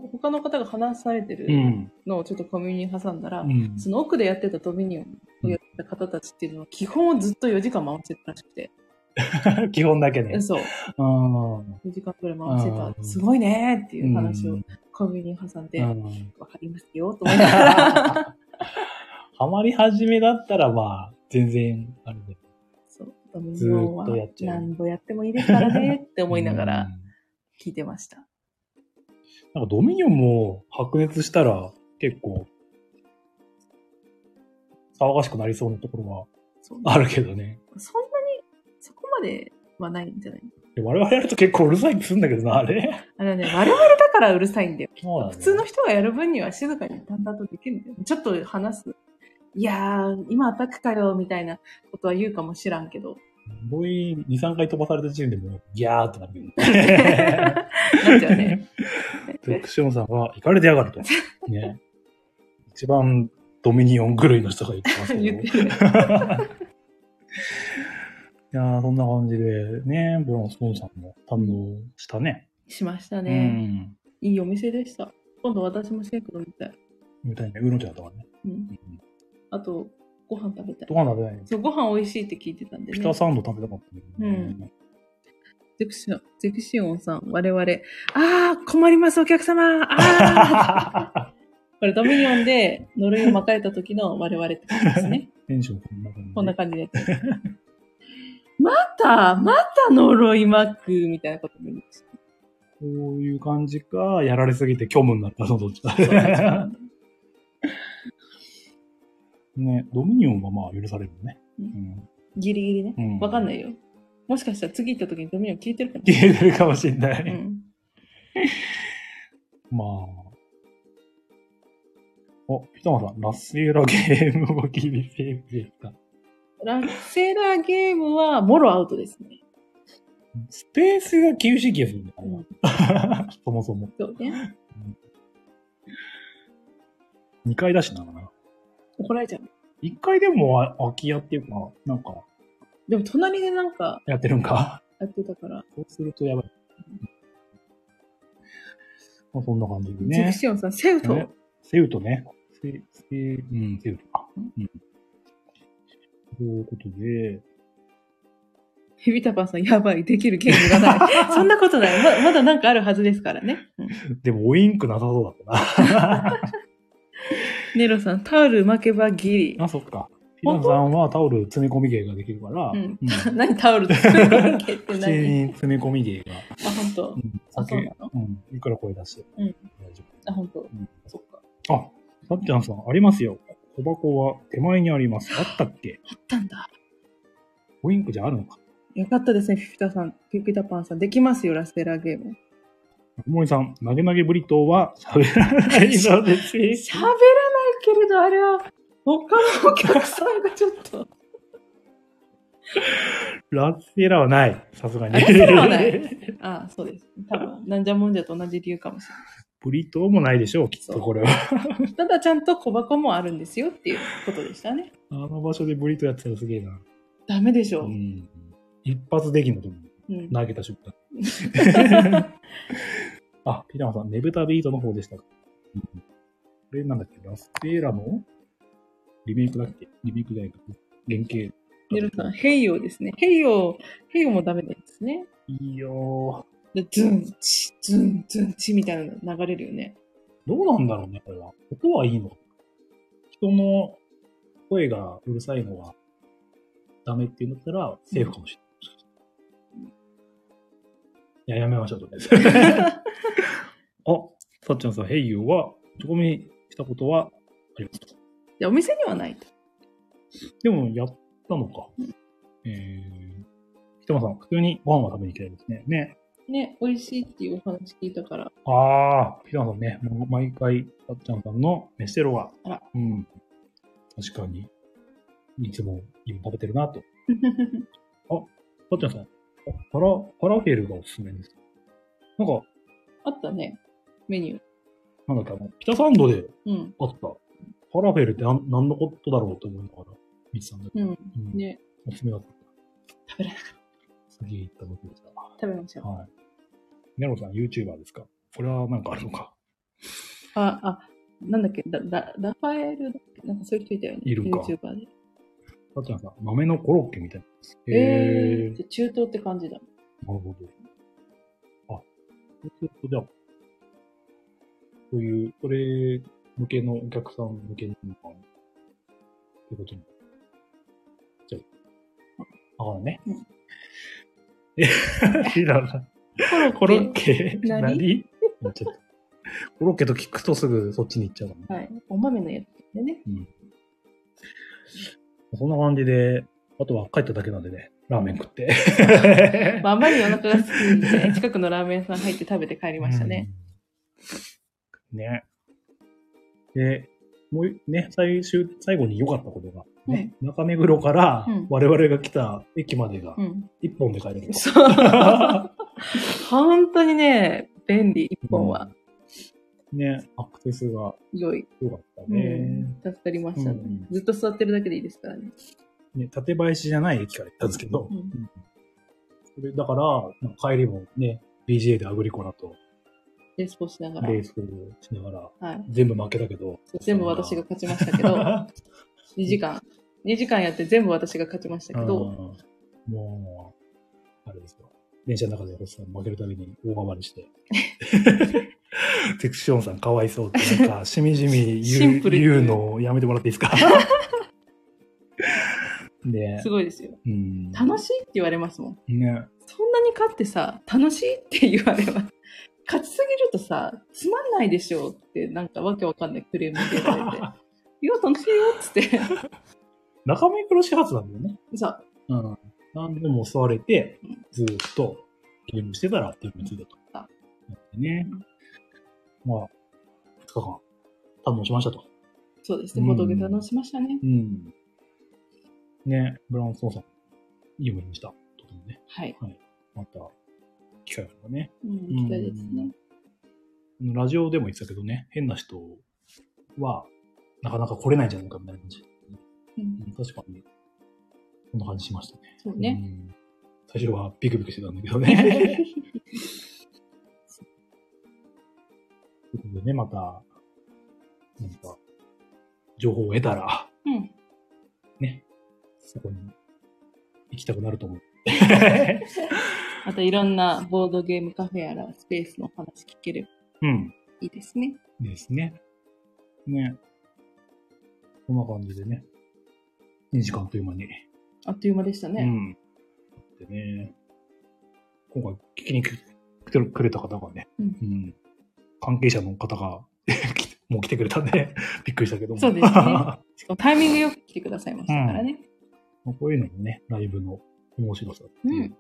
S2: の、他の方が話されて
S1: う
S2: る
S1: ん。
S2: のをちょっとコミュニに挟んだら、
S1: うん。
S2: その奥でやってたドミニオンをやってた方たちっていうのは、基本をずっと4時間回してたらしくて、
S1: 基本だけね。
S2: そう、
S1: うん。
S2: 4時間くらい回して
S1: う
S2: た、
S1: ん
S2: すごいねーっていう話
S1: う
S2: を
S1: ん
S2: コミュニに挟んで、
S1: う
S2: わ
S1: ん
S2: かりますよ、と思いながら。
S1: ハマり始めだったら、まあ、全然、あれだよ
S2: そう、ドミニオンは
S1: ずーっとやっちゃう
S2: 何度やってもいいですからねって思いながら聞いてました。
S1: うん。なんかドミニオンも白熱したら結構騒がしくなりそうなところ
S2: そう
S1: はあるけどね。
S2: そんなに、そこまではないんじゃない
S1: で我々やると結構うるさいってするんだけどな、あ れ。
S2: あのね、我々だからうるさいんだよ。
S1: そうだね
S2: 普通の人がやる分には静かに淡々とできるんだよ。ちょっと話すいやー、今アタックかよ、みたいなことは言うかもしらんけど。
S1: ボイン2、3回飛ばされた時点でもう、ギャーってなるけど。
S2: なっちゃ うね。
S1: で、クシオンさんは、行かれてやがると。ね。一番ドミニオン狂いの人が言ってますけど。
S2: 言ってるね。
S1: いやーそんな感じで、ね、ブランスポンさんも堪能したね。
S2: しました
S1: う
S2: ね。
S1: ん。
S2: いいお店でした。今度私もシェイク飲みたい。
S1: みたいね。うのちゃんとかね。
S2: うん。あと、ご飯食べたい
S1: と。か食べないね。
S2: そう、ご飯美味しいって聞いてたんで
S1: ピ
S2: ね。
S1: タサンド食べたかったんだけどね。
S2: ゼクシオン、ゼクシオンさん、我々、あー、困ります、お客様あー これ、ドミニオンで呪いを巻かれた時の我々って感じですね。
S1: テンションこんな感じ。
S2: こんな感じで。また、また呪い巻く、みたいなことも言いました。
S1: こういう感じか、やられすぎて虚無になったのどっちか。ね、ドミニオンはまあ許されるね。
S2: う
S1: うん。
S2: ギリギリね
S1: う。ん
S2: わ、かんないよ。もしかしたら次行った時にドミニオン聞いてるかもし
S1: 消えてるかもしれな
S2: れない。
S1: い。
S2: うん。
S1: まあ。お、ピタマさん、ラスエラゲームを切りセーブでした。
S2: ラッセラゲームは、もろアウトですね。
S1: スペースが厳しい気がするんだよ
S2: うん、
S1: あれは そもそも。
S2: そうね。
S1: 2階だしな。
S2: 怒られちゃう。
S1: 1階でもあ空き家っていうか、なんか、
S2: でも、隣でなんか
S1: やってるんか。
S2: やってたから、
S1: そうするとやばい。まあ、そんな感じで
S2: ゼク
S1: ね。
S2: シオンさん、セウト、
S1: ねセウとね。セ、セ、うん、セウとか。うん。ということで、
S2: ヘビタパンさん、やばい、できるゲームが ない。そんなことない。ままだなんかあるはずですからね。うん
S1: でも、オインクなさそうだった
S2: ネロさん、タオル負けばギリ
S1: な。。あ、そっか。ひなさんはタオル詰め込み芸ができるから、
S2: うん 何タオル作るわけって
S1: 口
S2: 何
S1: に詰め込み芸が、
S2: あ、本当
S1: う。ん、
S2: あ、
S1: 酒、
S2: そうなの
S1: うん、いくら声出して、
S2: うん
S1: 大丈
S2: あ、本当
S1: 夫。うん
S2: そっか。
S1: あ、さっちゃんさん、ありますよ。小箱は手前にあります。あったっけ
S2: あったんだ。
S1: オインクじゃあるのか
S2: よかったですね、ピピタさん。ピピタパンさん、できますよ、ラステラゲーム。
S1: 森さん、投げ投げブリトーは喋らないので 正解
S2: 喋らないけれど、あれは、他のお客さんがちょっ と。
S1: ラッセラはない。さすがに。
S2: ラッセラはなあ、そうです。多分、なんじゃもんじゃと同じ理由かもしれ
S1: ブリトーもないでしょう、きっとこれは。
S2: ない。ただ、ちゃんと小箱もあるんですよっていうことでしたね。
S1: あの場所でブリトーやってたらすげえな。
S2: ダメでしょ
S1: う
S2: う。
S1: ん。一発できんのと思う。
S2: うん
S1: 投げた瞬 間。あ、ピラマさん、ねぶたビートの方でしたか。うんこれなんだっけ、ラステーラのリメイクだっけリメイクじゃないか。原型。
S2: ネルさん、ヘイヨーですね。ヘイヨー、ヘイヨーもダメなんですね。
S1: いいよ
S2: で、ズンチ、ズン、ズンチみたいなの流れるよね。
S1: ー。どうなんだろうね、これは。音はいいの人の声がうるさいのはダメっていうんだったら、セーフかもしれない。いや、やめましょう、とりあえず。あ、さっちゃんさん、ヘイユーは、打ち込みしたことはありますと。
S2: でお店にはないと。
S1: でも、やったのか。えー、ひとまさん、普通にご飯は食べに行きたいですね。ね。
S2: ね、美味しいっていうお話聞いたから、
S1: ああ、ひとまさんね、もう毎回、さっちゃんさんの飯テロが
S2: あら。
S1: うん。確かに、いつも今食べてるな と。さっちゃんさん、あファラ、ファラフェルがおすすめです。なんか、
S2: あったね、メニュー。
S1: なんだっけ、あの、ピタサンドで
S2: うん、
S1: あった。ファラフェルってなん何のことだろうと思いながら、見てたんだけ
S2: う
S1: ど、
S2: ん。
S1: うん
S2: ね、
S1: おすすめだった。
S2: 食べられなかっ
S1: 次行った時でした。
S2: た。食べましょう。
S1: はい。ネロさん、YouTuber ですかこれはなんかあるのか。
S2: あ、あ、なんだっけ、だだラファエルだっけなんかそういう人いたよね。
S1: いるか
S2: YouTuber で。
S1: さっちゃんさん、豆のコロッケみたいな。
S2: えー、
S1: ー
S2: じゃあ中東って感じだ。
S1: なるほど。あ、そうするとじゃあ、そういう、それ向けのお客さん向けにのかなってことに。じゃあ、ああね
S2: うん。
S1: え、知らない。コロッケ
S2: 何
S1: 何言っちゃったコロッケと聞くとすぐそっちに行っちゃうからね。
S2: はい。お豆のやつでね。
S1: そんな感じで、あとは帰っただけなんでね、ラーメン食って。
S2: まあ、あまりにお腹が空きす ぎて、近くのラーメン屋さん入って食べて帰りましたね。
S1: うん。ね。で、もうね、最終、最後に良かったことが、
S2: ね。
S1: 中目黒から
S2: うん
S1: 我々が来た駅までが
S2: うん。
S1: 一本で帰れる。
S2: そう。本当にね、便利、一本は
S1: ね、アクセスが
S2: 良い。
S1: 良かった
S2: う
S1: ね。
S2: ん。助かりましたね
S1: うん。
S2: ずっと座ってるだけでいいですからね。
S1: ね、館林じゃない駅から行ったんですけど、
S2: うん
S1: うんそれだから、まあ帰りもね、BGA でアグリコラと
S2: レースをしながら。
S1: レースしながら、
S2: はい。
S1: 全部負けたけど、
S2: 全部私が勝ちましたけど、2時間。2時間やって全部私が勝ちましたけど、
S1: うんもう、あれですよ。電車の中で星さん負けるたびに大暴れ して。テクションさんかわいそうって、なんか、しみじみ
S2: シ
S1: 言
S2: ン
S1: う
S2: プルに
S1: 言うのをやめてもらっていいで すかね
S2: すごいですよ。
S1: うん。
S2: 楽しいって言われますもん。
S1: ね。
S2: そんなに勝ってさ、楽しいって言われます。勝ちすぎるとさ、つまんないでしょうって、なんかわけわかんないクレーム言われて。いや、楽しいよっつって。
S1: 中目黒始発なんだよね。
S2: さ、
S1: うん。なんでも襲われて
S2: うん、
S1: ずーっとゲームしてたら、ゲームついたと。
S2: あ
S1: ね。まあ、2日間、堪能しましたと。
S2: そうですね、
S1: うん
S2: ボトゲ楽しましたね。
S1: うん。ね、ブラウンソーさん、いい思いでした。とてもね、
S2: はい。
S1: また、機会があればね。
S2: うん、行きたいですね。
S1: ラジオでも言ってたけどね、変な人は、なかなか来れないんじゃないかみたいな感じ。
S2: うん、
S1: うん確かに、そんな感じしましたね。
S2: そうね。
S1: うん最初はビクビクしてたんだけど ね。ということでね、また、なんか、情報を得たら、
S2: うん。
S1: そこに行きたくなると 思う。
S2: またいろんなボードゲームカフェやらスペースのお話聞ければ
S1: うん。
S2: いいですね。
S1: ですね。ね。こんな感じでね。2時間という間に。
S2: あっという間でした
S1: う
S2: ね。
S1: ん。でね、今回聞きに来てくれた方がね、
S2: うん
S1: 関係者の方が 来てもう来てくれたんで、 びっくりしたけども。
S2: そうです ね
S1: ま
S2: しかもタイミングよく来てくださいましたからね。
S1: あこういうのもね、ライブの面白さっていう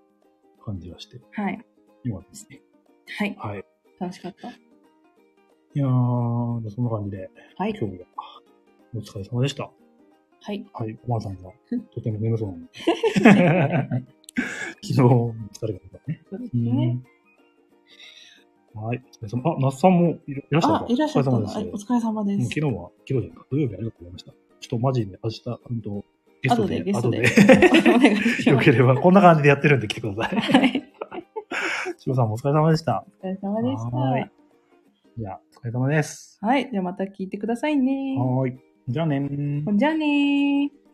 S1: 感じがして、
S2: はい。
S1: 今ですね。
S2: はい。
S1: はい。
S2: 楽しかった。
S1: いやー、そんな感じで、
S2: はい。
S1: 今日はお疲れ様でした。
S2: はい。
S1: はい、コマさんがとても眠そう なんで。昨日、疲れが出たね。
S2: そうです
S1: う
S2: ね。
S1: んはい、お疲れ様。あ、那須さんもいらいらっしゃった
S2: あ、いらっしゃった
S1: お
S2: の。
S1: 疲れ
S2: はい
S1: 様
S2: お
S1: です。
S2: 疲れ様で
S1: うん
S2: す
S1: 昨。日は、昨日じゃない土曜日ありがとうございました。ちょっとマジで明日、うんと、ゲス
S2: 後
S1: ト
S2: で
S1: で、
S2: ゲストで。
S1: 後
S2: お願いし
S1: で よ
S2: ま
S1: け。
S2: す
S1: れば、こんな感じでやってるんで来てください。
S2: はい。
S1: しさんもお疲れ様でした。
S2: お疲れ様でした。
S1: は
S2: は
S1: ーいじゃあ、お疲れ様です。
S2: い。じゃあまた聞いてくださいね。
S1: はーい。じゃあねー。
S2: ほんじゃあねー。